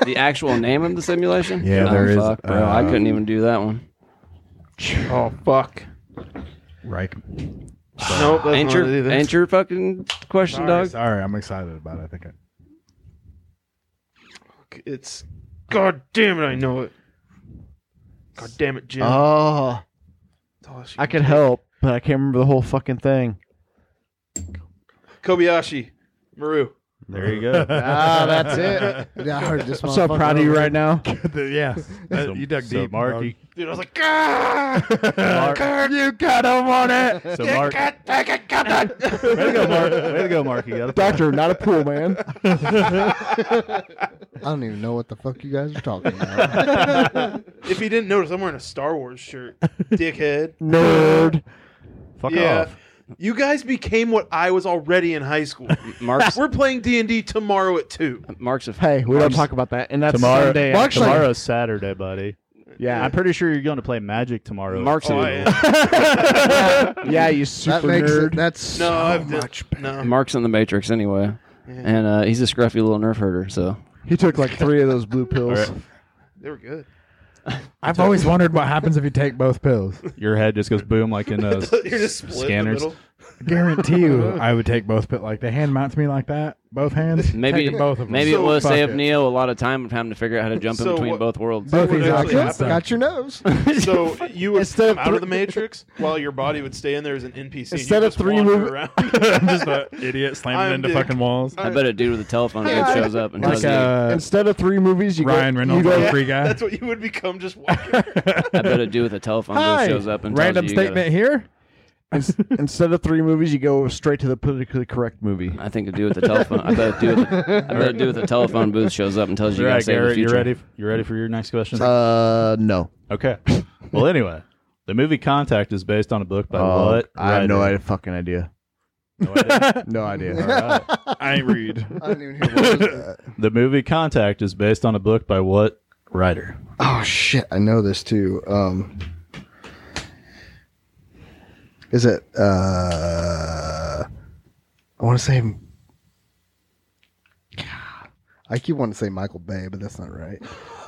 Speaker 2: the actual name of the simulation.
Speaker 5: Yeah,
Speaker 2: Oh,
Speaker 5: there is,
Speaker 2: fuck, bro.
Speaker 7: um,
Speaker 2: I couldn't even do that one.
Speaker 1: Oh fuck.
Speaker 7: Reich.
Speaker 1: Nope. That's
Speaker 2: Ain't
Speaker 1: not
Speaker 2: your
Speaker 1: it either.
Speaker 2: ain't your fucking question,
Speaker 7: Sorry,
Speaker 2: dog?
Speaker 7: sorry, I'm excited about it. I think I,
Speaker 1: It's. God damn it! I know it. God damn it, Jim.
Speaker 5: Oh, I could help, but I can't remember the whole fucking thing.
Speaker 1: Kobayashi, Maru.
Speaker 6: There you go.
Speaker 5: Ah, that's it.
Speaker 3: Yeah, I heard this.
Speaker 5: I'm so
Speaker 3: motherfucker
Speaker 5: proud of you
Speaker 3: over.
Speaker 5: right now.
Speaker 7: yeah,
Speaker 5: Uh,
Speaker 7: you dug
Speaker 6: so
Speaker 7: deep,
Speaker 6: Mark,
Speaker 7: dog.
Speaker 6: you-
Speaker 1: Dude, I was like, ah!
Speaker 6: Mark-
Speaker 5: you gotta want it,
Speaker 6: so Mark, way to go, Mark. Way to go, Mark. You got it.
Speaker 5: Doctor. Not a pool man.
Speaker 3: I don't even know what the fuck you guys are talking about.
Speaker 1: If you didn't notice, I'm wearing a Star Wars shirt, dickhead.
Speaker 5: Nerd.
Speaker 6: Fuck
Speaker 1: yeah,
Speaker 6: off.
Speaker 1: you guys became what I was already in high school.
Speaker 2: Mark's
Speaker 1: We're playing D and D tomorrow at two.
Speaker 2: Mark's a f-
Speaker 5: Hey, we don't talk about that. And that's
Speaker 6: Tomorrow,
Speaker 5: Sunday.
Speaker 6: Mark-
Speaker 5: actually.
Speaker 6: tomorrow's Saturday, buddy.
Speaker 5: Yeah.
Speaker 6: I'm pretty sure you're going to play Magic tomorrow.
Speaker 2: Mark's
Speaker 1: Oh, I
Speaker 2: in,
Speaker 1: am.
Speaker 5: yeah, you
Speaker 3: that
Speaker 5: super
Speaker 3: makes
Speaker 5: nerd.
Speaker 3: it, that's
Speaker 1: No,
Speaker 3: so
Speaker 1: I've done-
Speaker 3: much.
Speaker 1: no.
Speaker 2: Mark's in the Matrix anyway, and uh, he's a scruffy little nerf herder. So
Speaker 5: He took like three of those blue pills.
Speaker 1: They were good.
Speaker 7: I've always wondered what happens if you take both pills.
Speaker 6: your head just goes boom like in those
Speaker 1: You're just split
Speaker 6: scanners.
Speaker 1: in the middle.
Speaker 7: I guarantee you, I would take both pills. Like they hand them out to me like that, both hands.
Speaker 2: maybe
Speaker 7: taking both of them.
Speaker 2: maybe it
Speaker 1: So
Speaker 2: was
Speaker 7: fuck
Speaker 2: save
Speaker 7: it.
Speaker 2: Neo a lot of time of having to figure out how to jump in
Speaker 1: So
Speaker 2: between
Speaker 1: what-
Speaker 2: both worlds.
Speaker 7: both these
Speaker 1: What actually
Speaker 7: options.
Speaker 1: happened?
Speaker 3: Got your nose.
Speaker 1: So you would
Speaker 5: Instead of
Speaker 1: come out of the
Speaker 5: three-
Speaker 1: matrix while your body would stay in there as an NPC. and
Speaker 5: Instead
Speaker 1: you
Speaker 5: of
Speaker 1: just
Speaker 5: three
Speaker 1: wander
Speaker 5: move-
Speaker 1: around.
Speaker 7: I'm just an idiot slamming
Speaker 1: I'm
Speaker 7: into
Speaker 1: dick.
Speaker 7: fucking walls.
Speaker 2: I bet a dude with a telephone that shows up and
Speaker 7: Like
Speaker 2: tells you.
Speaker 7: uh,
Speaker 5: Instead of three movies, you
Speaker 7: Ryan
Speaker 5: go,
Speaker 7: Reynolds,
Speaker 5: You go,
Speaker 7: like free guy.
Speaker 1: That's what you would become just walking. around.
Speaker 2: I bet a dude with a telephone
Speaker 7: Hi,
Speaker 2: booth shows up and
Speaker 7: random
Speaker 2: tells you. you gotta-
Speaker 7: statement here.
Speaker 5: ins- instead of three movies, you go straight to the politically correct movie.
Speaker 2: I think a dude with a telephone. I bet a dude. With a, I bet a dude with a telephone booth shows up and tells you.
Speaker 6: All
Speaker 2: you gotta
Speaker 6: right,
Speaker 2: save the
Speaker 6: Garrett, you
Speaker 2: future.
Speaker 6: ready? You ready for your next question?
Speaker 5: Uh, no.
Speaker 6: okay. well, anyway, the movie Contact is based on a book by
Speaker 5: Oh,
Speaker 6: what?
Speaker 5: I have no
Speaker 6: writer?
Speaker 5: idea, fucking idea.
Speaker 6: No idea.
Speaker 5: No idea.
Speaker 7: I ain't read.
Speaker 3: I didn't even hear what was that.
Speaker 6: the movie Contact is based on a book by what writer?
Speaker 3: Oh shit! I know this too. Um, is it? Uh, I want to say. I keep wanting to say Michael Bay, but that's not right.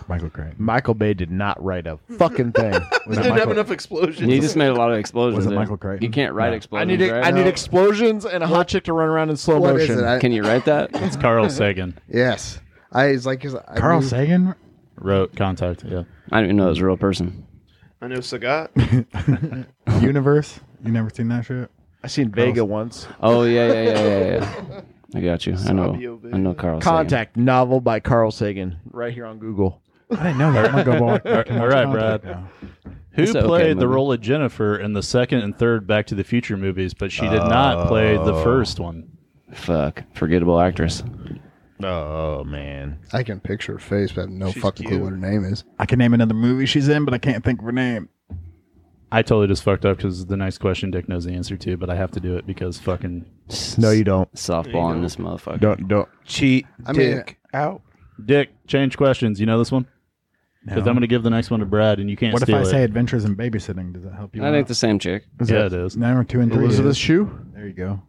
Speaker 7: Michael Crane.
Speaker 5: Michael Bay did not write a fucking thing.
Speaker 1: They didn't have enough explosions.
Speaker 2: You just made a lot of explosions.
Speaker 7: Was it
Speaker 2: there.
Speaker 7: Michael Crichton?
Speaker 2: You can't write
Speaker 5: I
Speaker 2: explosions.
Speaker 5: need a,
Speaker 2: right?
Speaker 5: I need explosions and a hot chick to run around in slow
Speaker 3: What is
Speaker 5: motion.
Speaker 3: it? I,
Speaker 2: Can you write that?
Speaker 6: It's Carl Sagan
Speaker 3: yes, I was like, 'cause I
Speaker 7: Carl
Speaker 3: knew-
Speaker 7: Sagan.
Speaker 6: wrote Contact. Yeah.
Speaker 2: I don't even know it was a real person.
Speaker 1: I know Sagat.
Speaker 7: Universe. You never seen that shit?
Speaker 5: I seen Vega once.
Speaker 2: Oh yeah, yeah, yeah, yeah, yeah. I got you. I know.
Speaker 1: Sabio
Speaker 2: I know Carl. Sagan.
Speaker 5: Contact novel by Carl Sagan, right here on Google.
Speaker 7: I didn't know that. I'm gonna go walk.
Speaker 6: All right, Brad. Who
Speaker 2: It's
Speaker 6: played
Speaker 2: okay,
Speaker 6: the
Speaker 2: movie.
Speaker 6: role of Jennifer in the second and third Back to the Future movies, but she did not play the first one?
Speaker 2: Fuck, forgettable actress.
Speaker 5: Oh man,
Speaker 3: I can picture her face, but I have no fucking clue
Speaker 1: cute.
Speaker 3: what her name is.
Speaker 7: I can name another movie she's in, but I can't think of her name.
Speaker 6: I totally just fucked up because the next question Dick knows the answer to, but I have to do it because fucking
Speaker 5: no, you don't.
Speaker 2: Softball in this motherfucker.
Speaker 5: Don't don't.
Speaker 1: Cheat.
Speaker 3: I mean,
Speaker 1: out.
Speaker 6: Dick, change questions. You know this one? Because
Speaker 7: No.
Speaker 6: I'm going to give the next one to Brad, and you can't
Speaker 7: What if
Speaker 6: steal
Speaker 7: I
Speaker 6: it.
Speaker 7: say Adventures in Babysitting? Does that help you?
Speaker 2: I
Speaker 7: out?
Speaker 2: think the same chick.
Speaker 6: yeah, it is.
Speaker 7: Now we're two and three.
Speaker 5: Elizabeth
Speaker 7: is.
Speaker 5: Shue.
Speaker 7: There you go.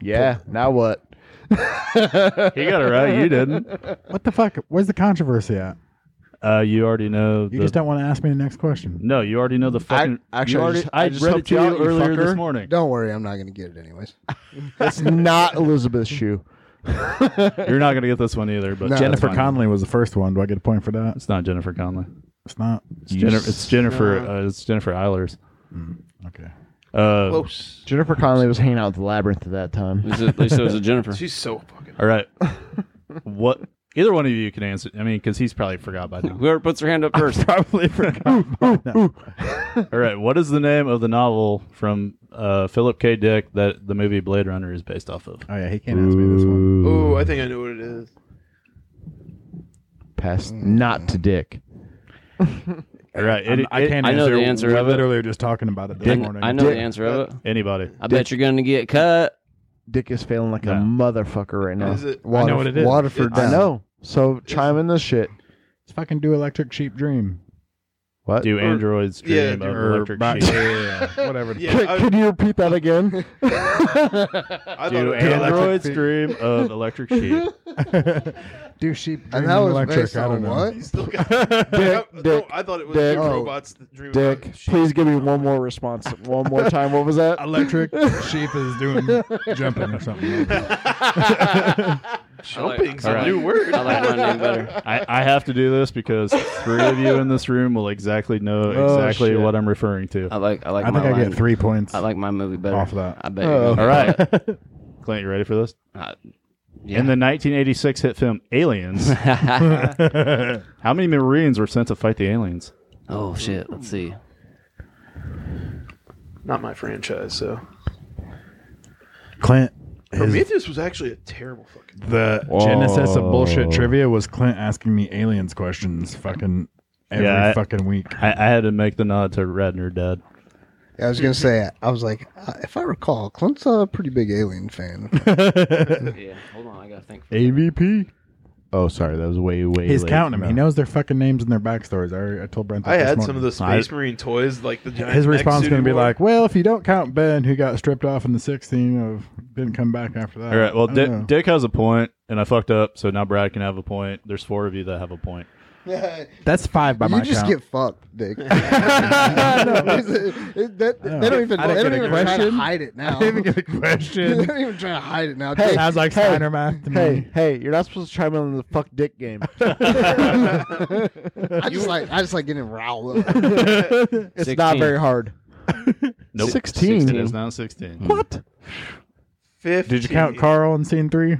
Speaker 5: Yeah. Now what?
Speaker 6: He got it right. You didn't.
Speaker 7: What the fuck? Where's the controversy at?
Speaker 6: Uh, you already know.
Speaker 4: You
Speaker 6: the-
Speaker 4: just don't want to ask me the next question.
Speaker 6: no, you already know the fucking.
Speaker 5: actually,
Speaker 6: you
Speaker 5: I
Speaker 6: already-
Speaker 5: just- I just
Speaker 6: read it
Speaker 5: helped
Speaker 6: to
Speaker 5: you
Speaker 6: you
Speaker 5: out, you
Speaker 6: earlier this
Speaker 5: fucker.
Speaker 6: morning.
Speaker 3: Don't worry, I'm not going to get it anyways.
Speaker 5: It's not Elizabeth's shoe.
Speaker 6: You're not gonna get this one either, but
Speaker 3: No.
Speaker 6: it's
Speaker 4: Jennifer
Speaker 6: fine.
Speaker 4: Connelly was the first one. Do I get a point for that?
Speaker 6: It's not Jennifer Conley.
Speaker 4: It's not.
Speaker 6: It's, Jennifer. it's Jennifer. Uh, it's Jennifer Eilers.
Speaker 4: Okay.
Speaker 6: Uh,
Speaker 1: Close.
Speaker 5: Jennifer Connelly was hanging out with the labyrinth at that time.
Speaker 2: At least- at least it was a Jennifer.
Speaker 1: She's so fucking.
Speaker 6: All right. what? Either one of you can answer. I mean, because he's probably forgot by now.
Speaker 2: Whoever puts their hand up first.
Speaker 6: probably forgot.
Speaker 4: Oh,
Speaker 6: All right. What is the name of the novel from uh, Philip K. Dick that the movie Blade Runner is based off of?
Speaker 4: Oh yeah, he can't ask me this one.
Speaker 1: Oh, I think I know what it is.
Speaker 5: Passed not to Dick.
Speaker 6: All right. It,
Speaker 4: I
Speaker 6: it-
Speaker 4: can't
Speaker 2: I know
Speaker 4: answer.
Speaker 2: the answer
Speaker 4: We're
Speaker 2: of it.
Speaker 4: literally just talking about it this
Speaker 2: I,
Speaker 4: morning.
Speaker 2: I know the answer of it.
Speaker 6: Anybody.
Speaker 2: I bet you're gonna get cut.
Speaker 5: Dick is failing like a
Speaker 6: No.
Speaker 5: motherfucker right now.
Speaker 1: Is it?
Speaker 3: Waterf-
Speaker 1: I know what it is.
Speaker 3: Waterford
Speaker 1: It's-
Speaker 5: I
Speaker 3: Down.
Speaker 5: know. So chime in this shit.
Speaker 4: Let's fucking do Electric Sheep Dream.
Speaker 5: What?
Speaker 6: Do androids
Speaker 1: yeah,
Speaker 6: dream of
Speaker 1: or
Speaker 6: electric
Speaker 4: Right.
Speaker 6: sheep?
Speaker 4: Yeah, yeah, whatever.
Speaker 1: Yeah,
Speaker 5: Can,
Speaker 1: I,
Speaker 5: can you repeat that again?
Speaker 1: I thought
Speaker 6: Do
Speaker 1: it was
Speaker 6: androids dream of electric sheep?
Speaker 4: Do sheep
Speaker 3: And
Speaker 4: dream
Speaker 3: that was
Speaker 4: electric?
Speaker 3: based
Speaker 4: I don't
Speaker 3: on
Speaker 4: know.
Speaker 3: what?
Speaker 1: You still got No,
Speaker 5: Dick,
Speaker 1: I thought it was
Speaker 5: Dick.
Speaker 1: two
Speaker 5: Oh.
Speaker 1: robots that dream about
Speaker 5: Dick,
Speaker 1: shit.
Speaker 5: please give me one more response. One more time. What was that?
Speaker 4: Electric sheep is doing jumping or something.
Speaker 1: Jumping's
Speaker 6: All
Speaker 1: a
Speaker 6: right.
Speaker 1: new word.
Speaker 2: I like my name better.
Speaker 6: I, I have to do this because three of you in this room will exactly know
Speaker 5: Oh,
Speaker 6: exactly
Speaker 5: shit.
Speaker 6: what I'm referring to.
Speaker 2: I like I like
Speaker 4: I
Speaker 2: my
Speaker 4: think I
Speaker 2: line.
Speaker 4: get three points.
Speaker 2: I like my movie better.
Speaker 4: Off of that.
Speaker 2: I bet.
Speaker 5: Oh.
Speaker 2: You
Speaker 6: All right. Clint, you ready for this?
Speaker 2: Uh, yeah.
Speaker 6: In the 1986 hit film Aliens, how many Marines were sent to fight the aliens?
Speaker 2: oh shit. Let's see.
Speaker 1: Not my franchise, so.
Speaker 4: Clint. His,
Speaker 1: Prometheus was actually a terrible fucking.
Speaker 4: the genesis of bullshit trivia was Clint asking me aliens questions. Fucking every
Speaker 6: Yeah, I-
Speaker 4: fucking week.
Speaker 6: I, I had to make the nod to Radner Dad.
Speaker 3: I was going to say, I was like, uh, if I recall, Clint's a pretty big alien fan.
Speaker 2: Yeah. Hold on. I gotta think.
Speaker 5: AVP. Oh, sorry. That was way, way.
Speaker 4: He's
Speaker 5: late.
Speaker 4: counting them. He knows their fucking names and their backstories. I, already- I told Brent. That
Speaker 1: I
Speaker 4: this
Speaker 1: had
Speaker 4: morning.
Speaker 1: some of the Space Marine toys, like the giant.
Speaker 4: His
Speaker 1: mech
Speaker 4: response is
Speaker 1: suit
Speaker 4: going to be
Speaker 1: he wore.
Speaker 4: like, "Well, if you don't count Ben, who got stripped off in the 16 of didn't come back after that."
Speaker 6: All right. Well,
Speaker 4: I
Speaker 6: Dick,
Speaker 4: don't know.
Speaker 6: Dick has a point, and I fucked up, so now Brad can have a point. There's four of you that have a point.
Speaker 4: that's five by
Speaker 3: you
Speaker 4: my
Speaker 3: just
Speaker 4: count.
Speaker 3: get fucked, Dick. No, it's- it- that-
Speaker 4: I don't-
Speaker 3: they don't even,
Speaker 4: I don't
Speaker 3: they don't
Speaker 4: get a
Speaker 3: even try to
Speaker 4: question.
Speaker 3: hide it now.
Speaker 4: I didn't
Speaker 3: They
Speaker 4: get a question.
Speaker 3: don't even try to hide it now.
Speaker 5: Hey,
Speaker 3: Dick.
Speaker 4: Sounds like
Speaker 5: hey,
Speaker 4: Steiner math to me.
Speaker 5: Hey, hey, you're not supposed to chime in on the fuck dick game.
Speaker 3: I just like I just like getting riled up.
Speaker 5: it's not
Speaker 2: 16.
Speaker 5: very hard.
Speaker 6: Nope.
Speaker 5: 16.
Speaker 6: It is now 16.
Speaker 5: What?
Speaker 1: 15.
Speaker 4: Did you count Carl in scene three?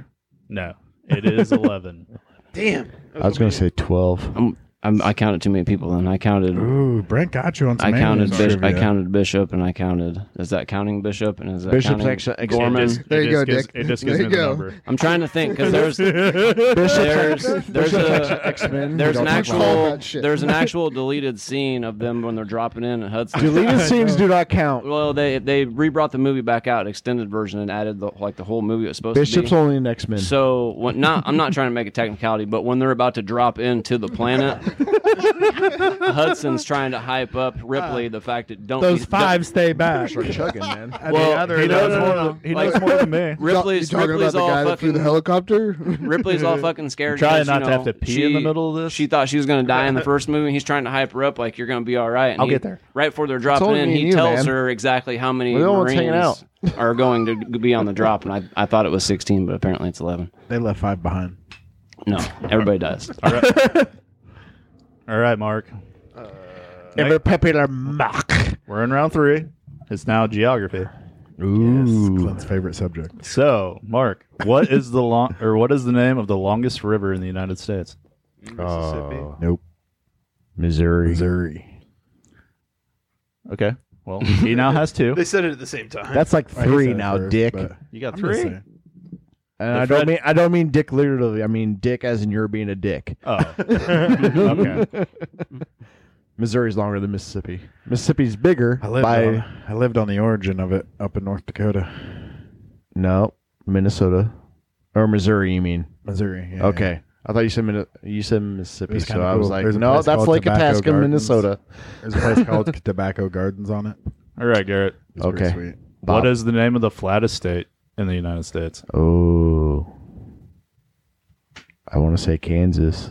Speaker 6: No. It is 11.
Speaker 1: Damn.
Speaker 5: I was going to say 12.
Speaker 2: I'm, I'm, I counted too many people. Then I counted.
Speaker 4: Ooh, Brent got you on some.
Speaker 2: I counted.
Speaker 4: aliens
Speaker 2: Bishop, I
Speaker 4: trivia.
Speaker 2: counted Bishop, and I counted. Is that counting Bishop? And is that
Speaker 5: Bishop's
Speaker 2: counting
Speaker 5: actually- actually-
Speaker 2: Gorman?
Speaker 3: There you go,
Speaker 6: just gives,
Speaker 3: Dick.
Speaker 6: It just
Speaker 3: There
Speaker 6: gives
Speaker 3: you
Speaker 6: me the
Speaker 3: go.
Speaker 6: number.
Speaker 2: I'm trying to think because there's there's there's a
Speaker 5: X-Men.
Speaker 2: there's
Speaker 5: Don't
Speaker 2: an
Speaker 5: talk about
Speaker 2: actual
Speaker 3: that shit.
Speaker 2: there's an actual deleted scene of them when they're dropping in at Hudson.
Speaker 5: Deleted scenes do not count.
Speaker 2: Well, they they rebrought the movie back out, extended version, and added the, like the whole movie it was supposed
Speaker 5: Bishop's
Speaker 2: to be.
Speaker 5: only an X Men.
Speaker 2: So when, not, I'm not trying to make a technicality, but when they're about to drop into the planet, Hudson's trying to hype up Ripley the fact that don't
Speaker 4: Those
Speaker 2: be-
Speaker 4: five stay back.
Speaker 5: chugging, man.
Speaker 4: And
Speaker 2: Well,
Speaker 4: the other
Speaker 2: he
Speaker 4: doesn't.
Speaker 2: knows more than-
Speaker 6: He
Speaker 2: Like-
Speaker 6: knows more than me.
Speaker 2: Ripley's,
Speaker 3: you talking
Speaker 2: Ripley's
Speaker 3: about the
Speaker 2: all
Speaker 3: guy that
Speaker 2: fucking
Speaker 3: flew the helicopter?
Speaker 2: Ripley's all fucking scared.
Speaker 6: Trying
Speaker 2: because, you
Speaker 6: not to have
Speaker 2: know,
Speaker 6: to pee in the middle of this.
Speaker 2: She thought she was going to die in the first movie. and He's trying to hype her up like you're going to be all right. And
Speaker 5: I'll
Speaker 2: he-
Speaker 5: get there.
Speaker 2: Right before they're dropping
Speaker 5: only
Speaker 2: in,
Speaker 5: me and
Speaker 2: he
Speaker 5: you,
Speaker 2: tells
Speaker 5: man.
Speaker 2: her exactly how many
Speaker 5: We're the only ones hanging
Speaker 2: Marines are going to be on the drop. And I, I thought it was 16, but apparently it's 11.
Speaker 4: They left five behind.
Speaker 2: No, everybody does.
Speaker 6: All right, Mark.
Speaker 5: Ever popular mock.
Speaker 6: We're in round three. It's now geography.
Speaker 4: Yes, Clint's favorite subject.
Speaker 6: So, Mark, what is the long or what is the name of the longest river in the United States?
Speaker 1: Mississippi.
Speaker 4: Nope.
Speaker 5: Missouri.
Speaker 4: Missouri.
Speaker 6: Okay. Well, he now has two.
Speaker 1: They said it at the same time.
Speaker 5: That's like
Speaker 4: Well, he
Speaker 5: three
Speaker 4: said it
Speaker 5: now,
Speaker 4: first,
Speaker 5: Dick.
Speaker 4: but
Speaker 6: You got
Speaker 4: I'm just
Speaker 6: three.
Speaker 4: saying.
Speaker 5: And I don't mean I don't mean Dick literally. I mean Dick as in you're being a dick.
Speaker 6: Oh. okay.
Speaker 5: Missouri's longer than Mississippi. Mississippi's bigger
Speaker 4: I lived,
Speaker 5: by
Speaker 4: on, I lived on the origin of it up in North Dakota,
Speaker 5: no Minnesota or Missouri. You mean
Speaker 4: Missouri. yeah.
Speaker 5: okay? I thought you said Minne- you said Mississippi,
Speaker 4: It's
Speaker 5: so
Speaker 4: kinda
Speaker 5: I was
Speaker 4: cool.
Speaker 5: like,
Speaker 4: There's a
Speaker 5: no,
Speaker 4: place
Speaker 5: that's
Speaker 4: called
Speaker 5: Lake
Speaker 4: Tobacco
Speaker 5: Itasca,
Speaker 4: Gardens.
Speaker 5: Minnesota.
Speaker 4: There's a place called Tobacco Gardens on it.
Speaker 6: All right, Garrett.
Speaker 4: It's pretty
Speaker 5: Okay.
Speaker 4: sweet.
Speaker 5: Bob.
Speaker 6: What is the name of the flattest state in the United States?
Speaker 5: Oh, I want to say Kansas.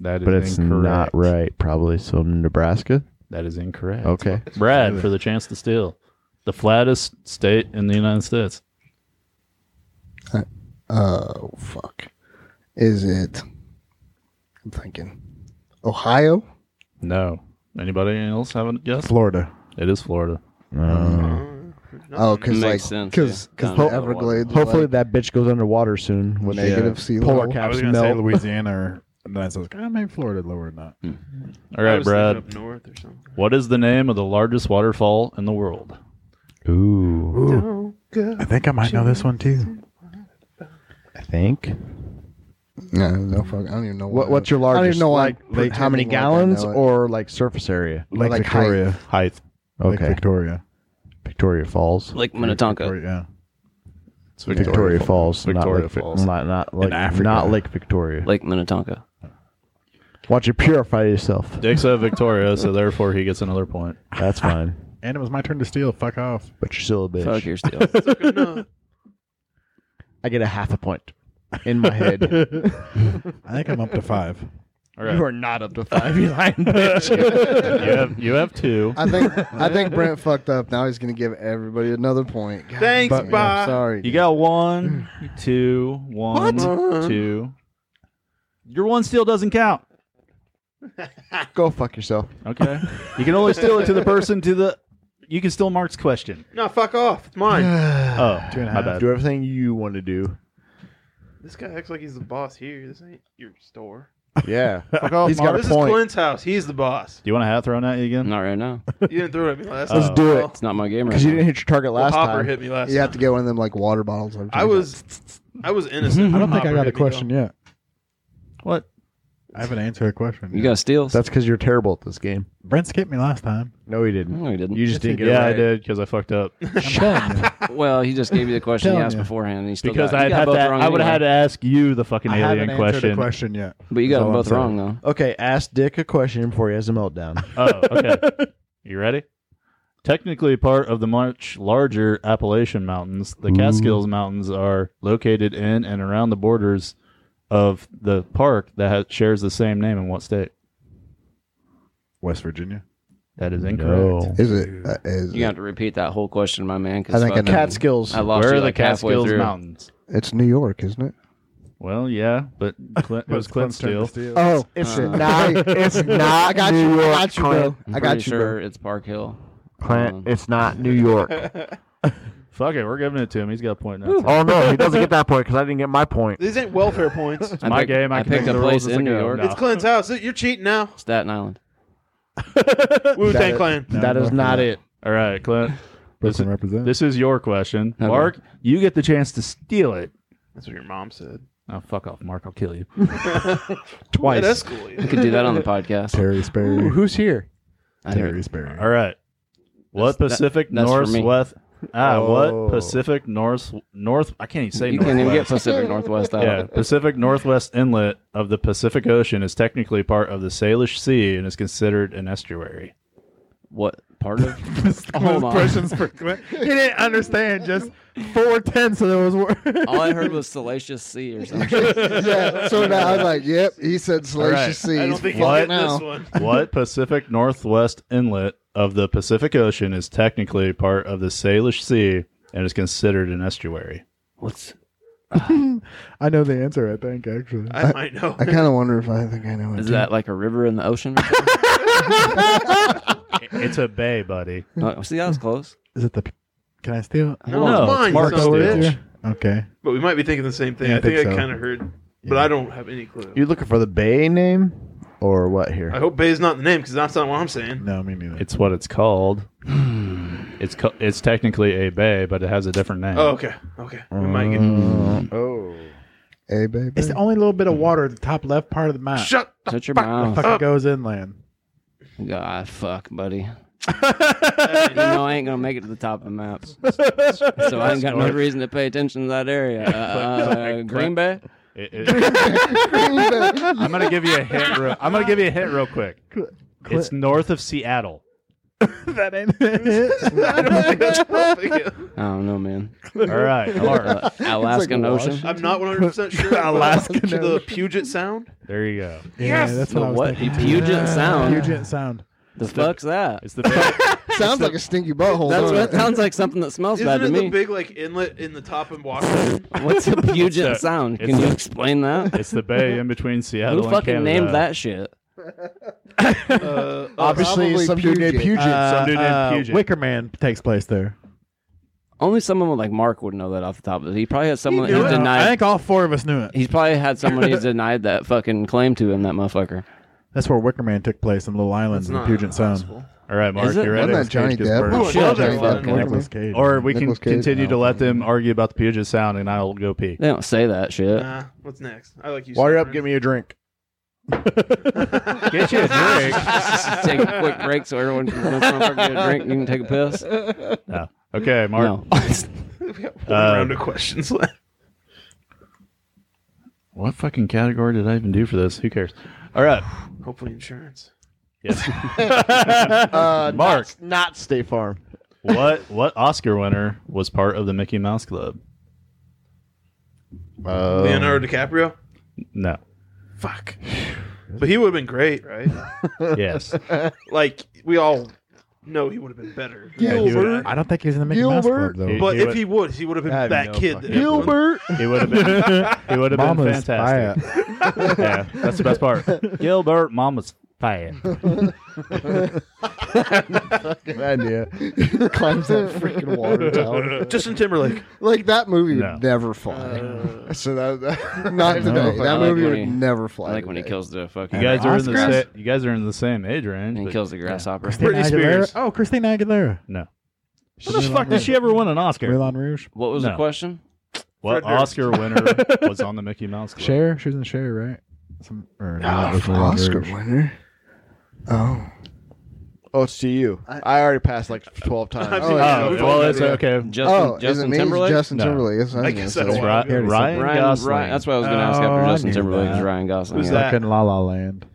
Speaker 6: That is
Speaker 5: but it's
Speaker 6: incorrect.
Speaker 5: not right. Probably some Nebraska.
Speaker 6: That is incorrect.
Speaker 5: Okay.
Speaker 9: Brad for the chance to steal. The flattest state in the United States.
Speaker 3: Oh fuck. Is it? I'm thinking. Ohio.
Speaker 6: No. Anybody else have a guess?
Speaker 7: Florida.
Speaker 6: It is Florida.
Speaker 3: Oh, because
Speaker 2: Makes
Speaker 3: like
Speaker 2: sense,
Speaker 3: because
Speaker 2: yeah. Down
Speaker 3: because the
Speaker 2: to the water.
Speaker 3: Everglades.
Speaker 5: Hopefully
Speaker 3: like,
Speaker 5: that bitch goes underwater soon. When they
Speaker 3: negative sea
Speaker 5: polar
Speaker 3: level.
Speaker 5: cap-
Speaker 7: I was
Speaker 5: Caps
Speaker 7: gonna say
Speaker 5: melt.
Speaker 7: Louisiana, or, and then I was like, ah, maybe Florida lower than that.
Speaker 6: All
Speaker 1: I
Speaker 6: right,
Speaker 1: was thinking
Speaker 6: Brad.
Speaker 1: Up north or something.
Speaker 6: What is the name of the largest waterfall in the world?
Speaker 5: Ooh,
Speaker 1: Don't go.
Speaker 7: I think I might know this one too.
Speaker 5: I think.
Speaker 3: No, no fuck. I don't even know
Speaker 5: What, what's your largest?
Speaker 3: I don't even know why I'm
Speaker 5: like, like how many
Speaker 3: pretending like I know
Speaker 5: gallons
Speaker 3: it.
Speaker 5: or like surface area?
Speaker 7: Lake
Speaker 3: like
Speaker 7: Victoria.
Speaker 6: Height.
Speaker 7: Lake
Speaker 5: Okay,
Speaker 7: Victoria.
Speaker 5: Victoria Falls.
Speaker 2: Lake Minnetonka.
Speaker 7: Victoria, yeah.
Speaker 6: It's
Speaker 5: Victoria, Falls.
Speaker 6: Victoria
Speaker 5: not Lake, Vic-
Speaker 6: Falls.
Speaker 5: Not not like
Speaker 7: Africa.
Speaker 5: not Lake Victoria.
Speaker 2: Lake Minnetonka.
Speaker 5: Watch you purify yourself.
Speaker 6: Dick said Victoria, so therefore he gets another point.
Speaker 5: That's fine.
Speaker 7: And it was my turn to steal. Fuck off.
Speaker 5: But you're still a bitch.
Speaker 2: Fuck your steal.
Speaker 5: I get a half a point in my head.
Speaker 7: I think I'm up to five.
Speaker 6: All right.
Speaker 5: You
Speaker 6: You,
Speaker 5: are not up to five, you lying bitch.
Speaker 6: have, you have two.
Speaker 3: I think I think Brent fucked up. Now he's gonna give everybody another point. God
Speaker 1: Thanks,
Speaker 3: damn, I'm
Speaker 1: bye.
Speaker 3: Sorry.
Speaker 6: You got one,
Speaker 7: Mm.
Speaker 6: two, one, two. Your one steal doesn't count.
Speaker 5: Go fuck yourself.
Speaker 6: Okay. you can only steal it to the person to the. You can steal Mark's question.
Speaker 1: No, fuck off. It's mine.
Speaker 6: Oh,
Speaker 7: Two and a
Speaker 6: my
Speaker 7: half.
Speaker 6: bad.
Speaker 5: Do everything you want to do.
Speaker 1: this guy acts like he's the boss here. This ain't your store.
Speaker 5: Yeah. Fuck off. He's got
Speaker 1: this
Speaker 5: a point.
Speaker 1: is Clint's house. He's the boss.
Speaker 6: Do you want a hat thrown at you again?
Speaker 2: Not right now.
Speaker 1: You didn't throw it at me last
Speaker 5: Let's
Speaker 1: time.
Speaker 5: do
Speaker 1: Well,
Speaker 5: it.
Speaker 2: It's not my game right
Speaker 5: Because you
Speaker 2: now.
Speaker 5: didn't hit your target
Speaker 1: well,
Speaker 5: last
Speaker 1: Hopper
Speaker 5: time.
Speaker 1: hit me last
Speaker 3: You
Speaker 1: time.
Speaker 3: have to get one of them like water bottles. I've
Speaker 1: I was, I was innocent.
Speaker 7: I don't think I got a question
Speaker 1: Yeah.
Speaker 7: yet.
Speaker 6: What?
Speaker 7: I haven't answered a question.
Speaker 2: You got steals?
Speaker 5: That's because you're terrible at this game.
Speaker 7: Brent skipped me last time.
Speaker 5: No, he didn't.
Speaker 2: no, he didn't.
Speaker 5: You just didn't get
Speaker 6: yeah,
Speaker 5: it
Speaker 6: I
Speaker 5: right.
Speaker 6: did because I fucked up.
Speaker 2: well, he just gave you the question he
Speaker 7: Telling
Speaker 2: asked
Speaker 7: you.
Speaker 2: beforehand. And he still
Speaker 6: Because
Speaker 2: got,
Speaker 6: I'd
Speaker 2: you got
Speaker 6: had
Speaker 2: both
Speaker 6: to,
Speaker 2: wrong.
Speaker 6: I would have had to
Speaker 2: anyway.
Speaker 6: ask you the fucking
Speaker 7: I
Speaker 6: alien
Speaker 7: haven't answered
Speaker 6: question.
Speaker 7: a question yet.
Speaker 2: But you got
Speaker 7: That's
Speaker 2: them
Speaker 7: all I'm
Speaker 2: both wrong, though.
Speaker 5: Okay, ask Dick a question before he has a meltdown.
Speaker 6: Oh, okay. you ready? Technically part of the much larger Appalachian Mountains, the Catskills Mountains are located in and around the borders of the park that ha- shares the same name in what state?
Speaker 7: West Virginia.
Speaker 6: That is incorrect.
Speaker 5: No.
Speaker 3: Is it? Uh, is
Speaker 2: You have to repeat that whole question, my man. 'cause
Speaker 3: I think I
Speaker 2: fucking-
Speaker 3: know.
Speaker 5: Catskills.
Speaker 2: I lost
Speaker 6: Where
Speaker 2: you
Speaker 6: are the
Speaker 2: like halfway
Speaker 6: Catskills
Speaker 2: through.
Speaker 6: Mountains?
Speaker 3: It's New York, isn't it?
Speaker 6: Well, yeah, but Clint, it was Clint Steele.
Speaker 5: Oh, it's
Speaker 2: Uh,
Speaker 5: not. It's not.
Speaker 3: I got you. I got you, bro.
Speaker 5: Clint.
Speaker 3: I
Speaker 2: Pretty
Speaker 3: got you,
Speaker 2: sure
Speaker 3: bro.
Speaker 2: it's Park Hill. Um,
Speaker 5: Clint, it's not New York.
Speaker 6: Fuck it, we're giving it to him. He's got a point now.
Speaker 5: oh no, he doesn't get that point because I didn't get my point.
Speaker 1: These ain't welfare points.
Speaker 6: It's my
Speaker 2: picked-
Speaker 6: game. I,
Speaker 2: I
Speaker 6: can
Speaker 2: picked
Speaker 6: make
Speaker 2: a
Speaker 6: the
Speaker 2: place
Speaker 6: rules as I
Speaker 2: in New
Speaker 6: go.
Speaker 2: York.
Speaker 6: No.
Speaker 1: It's Clint's house. You're cheating now.
Speaker 2: Staten Island.
Speaker 1: Wu Tang
Speaker 5: it.
Speaker 1: Clan.
Speaker 5: that is not it.
Speaker 6: All right, Clint. This,
Speaker 7: Brooklyn represent.
Speaker 6: this is your question.
Speaker 2: Okay.
Speaker 6: Mark, you get the chance to steal it.
Speaker 1: That's what your mom said.
Speaker 6: Oh, fuck off, Mark. I'll kill you.
Speaker 1: Yeah,
Speaker 5: Twice.
Speaker 1: that's cool.
Speaker 2: We could do that on the podcast.
Speaker 7: Terry Sperry.
Speaker 5: Ooh, who's here?
Speaker 2: I heard-
Speaker 7: Terry Sperry.
Speaker 6: All right.
Speaker 2: That's-
Speaker 6: What
Speaker 2: that-
Speaker 6: Pacific
Speaker 2: that's for me.
Speaker 6: Northwest? Ah,
Speaker 5: Oh.
Speaker 6: what Pacific North North? I can't even say
Speaker 2: You can't even get
Speaker 6: Northwest.
Speaker 2: Pacific Northwest out
Speaker 6: yeah,
Speaker 2: of it.
Speaker 6: Pacific Northwest Inlet of the Pacific Ocean is technically part of the Salish Sea and is considered an estuary.
Speaker 2: What part of? Hold on.
Speaker 7: for Clint. He didn't understand. Just four tenths of those words.
Speaker 2: All I heard was Salacious Sea or something.
Speaker 3: yeah. So now I was like, "Yep." He said "Salacious
Speaker 6: All
Speaker 3: Seas."
Speaker 1: I don't think you
Speaker 6: What
Speaker 1: hit
Speaker 3: now.
Speaker 1: this one.
Speaker 6: What Pacific Northwest Inlet of the Pacific Ocean is technically part of the Salish Sea and is considered an estuary?
Speaker 2: What's?
Speaker 7: I know the answer. I think actually.
Speaker 1: I might know.
Speaker 3: I kind of wonder if I think I know it.
Speaker 2: Is
Speaker 3: too.
Speaker 2: that like a river in the ocean? or something?
Speaker 6: It's a bay, buddy.
Speaker 2: Oh, see, that was close.
Speaker 7: Is it the? Can I steal?
Speaker 4: Uh,
Speaker 1: no,
Speaker 6: No,
Speaker 1: it's mine.
Speaker 6: it's Mark's
Speaker 1: son of a
Speaker 6: still.
Speaker 1: bitch.
Speaker 7: Okay.
Speaker 1: But we might be thinking the same thing.
Speaker 7: Yeah,
Speaker 1: I
Speaker 7: I
Speaker 1: think I,
Speaker 7: think so.
Speaker 1: kind of heard, but
Speaker 7: Yeah.
Speaker 1: I don't have any clue.
Speaker 5: You looking for the Bay name or what here?
Speaker 1: I hope Bay's not the name because that's not what I'm saying.
Speaker 7: No, me neither.
Speaker 6: It's what it's called. it's co- it's technically a bay, but it has a different name.
Speaker 1: Oh, okay, okay. We might get.
Speaker 5: oh.
Speaker 3: Hey, baby.
Speaker 7: It's the only little bit of water at the top left part of the map.
Speaker 1: Shut. The
Speaker 2: Shut your
Speaker 7: Fucking
Speaker 2: mouth.
Speaker 7: goes inland.
Speaker 2: God, fuck, buddy. you know I ain't gonna make it to the top of the maps, so I ain't got no reason to pay attention to that area. Uh, uh, Green Bay.
Speaker 6: It- it- I'm gonna give you a hit. Real, I'm gonna give you a hit real quick. It's north of Seattle.
Speaker 4: that ain't it.
Speaker 1: I don't think that's helping you.
Speaker 2: I don't know, man.
Speaker 6: All right, Mark.
Speaker 2: Uh, Alaskan Ocean.
Speaker 1: I'm not 100% sure. about
Speaker 4: Alaska
Speaker 1: The Puget Sound.
Speaker 6: There you go.
Speaker 4: Yeah, that's
Speaker 2: The
Speaker 4: what I was
Speaker 2: what?
Speaker 4: thinking.
Speaker 2: Puget Sound.
Speaker 4: Puget Sound.
Speaker 2: The fuck's that?
Speaker 6: It's the big,
Speaker 3: Sounds like a stinky butthole.
Speaker 2: That's
Speaker 3: doesn't
Speaker 2: what
Speaker 3: it?
Speaker 2: sounds like something that smells bad
Speaker 1: Isn't
Speaker 2: to
Speaker 1: it
Speaker 2: me.
Speaker 1: the big like inlet in the top and Washington?
Speaker 2: What's a Puget
Speaker 6: It's a-
Speaker 2: Sound?
Speaker 6: it's
Speaker 2: Can you
Speaker 6: a-
Speaker 2: explain that?
Speaker 6: it's the bay in between Seattle
Speaker 2: Who
Speaker 6: and
Speaker 2: fucking
Speaker 6: Canada.
Speaker 2: named that shit?
Speaker 1: uh,
Speaker 5: Obviously,
Speaker 3: Probably
Speaker 5: some dude named
Speaker 3: Puget.
Speaker 5: Oh, Puget.
Speaker 6: Some dude named Puget.
Speaker 4: Wicker Man takes place there.
Speaker 2: Only someone with like Mark would know that off the top of it. He probably had someone
Speaker 1: He
Speaker 2: that
Speaker 1: knew it.
Speaker 2: denied.
Speaker 4: I think all four of us knew it.
Speaker 2: He's probably had somebody who's denied that fucking claim to him, that motherfucker.
Speaker 4: That's where Wicker Man took place in Little Islands
Speaker 1: It's
Speaker 4: in
Speaker 1: not
Speaker 4: Puget Sound.
Speaker 1: possible.
Speaker 6: All right, Mark,
Speaker 2: Is it?
Speaker 6: you
Speaker 3: Wasn't
Speaker 6: ready?
Speaker 3: that Johnny Depp?
Speaker 1: Oh,
Speaker 2: Shit,
Speaker 1: another
Speaker 2: Johnny
Speaker 1: one.
Speaker 2: Depp.
Speaker 4: Nicolas Cage.
Speaker 6: Or we can
Speaker 3: Nicolas Cage.
Speaker 6: continue to let them argue about the Puget Sound, and I'll go pee.
Speaker 2: They don't say that shit.
Speaker 1: Nah, what's next? I like you.
Speaker 5: While you're up,
Speaker 1: Stefan.
Speaker 5: get me a drink.
Speaker 6: Get you a drink.
Speaker 2: Just take a quick break so everyone can this motherfucker get a drink and you can take a piss.
Speaker 6: Okay, Mark.
Speaker 2: No.
Speaker 1: We got one
Speaker 6: Uh,
Speaker 1: round of questions left.
Speaker 6: What fucking category did I even do for this? Who cares? All right.
Speaker 1: Hopefully, insurance.
Speaker 6: Yes.
Speaker 5: Uh,
Speaker 6: Mark.
Speaker 5: not, not State Farm.
Speaker 6: what what Oscar winner was part of the Mickey Mouse Club?
Speaker 1: Leonardo DiCaprio.
Speaker 6: No.
Speaker 1: Fuck. But he would have been great, right?
Speaker 6: Yes.
Speaker 1: like we all know he would have been better.
Speaker 4: He would- I don't think he was in the Mickey Mouse Club
Speaker 3: Gilbert.
Speaker 4: though.
Speaker 6: He-
Speaker 1: But
Speaker 6: he
Speaker 1: if
Speaker 6: would-
Speaker 1: he would, he would have been
Speaker 6: I have
Speaker 1: that
Speaker 6: no
Speaker 1: kid.
Speaker 6: fucking
Speaker 1: that everyone-
Speaker 6: He would have been. He would have been
Speaker 4: Mama's
Speaker 6: fantastic. Yeah, that's the best part. Gilbert, Mama's fire.
Speaker 5: Good idea.
Speaker 3: climbs that freaking water tower.
Speaker 1: Justin Timberlake.
Speaker 3: Like that movie
Speaker 6: No.
Speaker 3: would never fly. so that, that- not today.
Speaker 2: Uh, I
Speaker 3: That
Speaker 2: like
Speaker 3: movie
Speaker 2: when
Speaker 3: would
Speaker 2: he-
Speaker 3: never
Speaker 2: I
Speaker 3: fly.
Speaker 2: like when he
Speaker 3: today.
Speaker 2: kills the fucking
Speaker 6: You guys are in the
Speaker 4: Oscars?
Speaker 6: sa- you guys are in the same age range.
Speaker 2: and he
Speaker 6: but-
Speaker 2: kills the grasshopper.
Speaker 4: Christina
Speaker 1: Britney
Speaker 4: Aguilera.
Speaker 1: Spears.
Speaker 4: Oh, Christina Aguilera.
Speaker 6: No. How the fuck did she ever win an Oscar?
Speaker 4: Moulin Rouge.
Speaker 2: What was the
Speaker 6: No.
Speaker 2: question?
Speaker 6: What
Speaker 1: Fred Durst.
Speaker 6: Oscar winner was on the Mickey Mouse Club?
Speaker 4: Cher. She was in Cher, right? Some, or, that was Moulin
Speaker 3: Oscar
Speaker 4: Rouge.
Speaker 3: winner. Oh,
Speaker 5: Oh, it's to you. I, already passed like 12 times.
Speaker 1: Oh,
Speaker 6: Oh,
Speaker 1: yeah.
Speaker 6: well, it's okay.
Speaker 2: Justin,
Speaker 3: oh, is
Speaker 2: Justin
Speaker 3: it me? Is it
Speaker 2: Timberlake?
Speaker 3: Justin
Speaker 6: No.
Speaker 3: Timberlake. Yes, I,
Speaker 1: I
Speaker 3: was
Speaker 1: guess
Speaker 3: gonna
Speaker 1: that's
Speaker 3: say.
Speaker 1: why.
Speaker 6: Ri- Ryan
Speaker 2: Ryan,
Speaker 6: Gosling.
Speaker 2: Ryan- that's what I was going to ask after
Speaker 4: Oh, I
Speaker 2: Justin
Speaker 4: knew
Speaker 2: Timberlake. Is
Speaker 4: that.
Speaker 2: Ryan Gosling?
Speaker 1: Who's
Speaker 2: yeah.
Speaker 1: that?
Speaker 4: Fucking La La Land.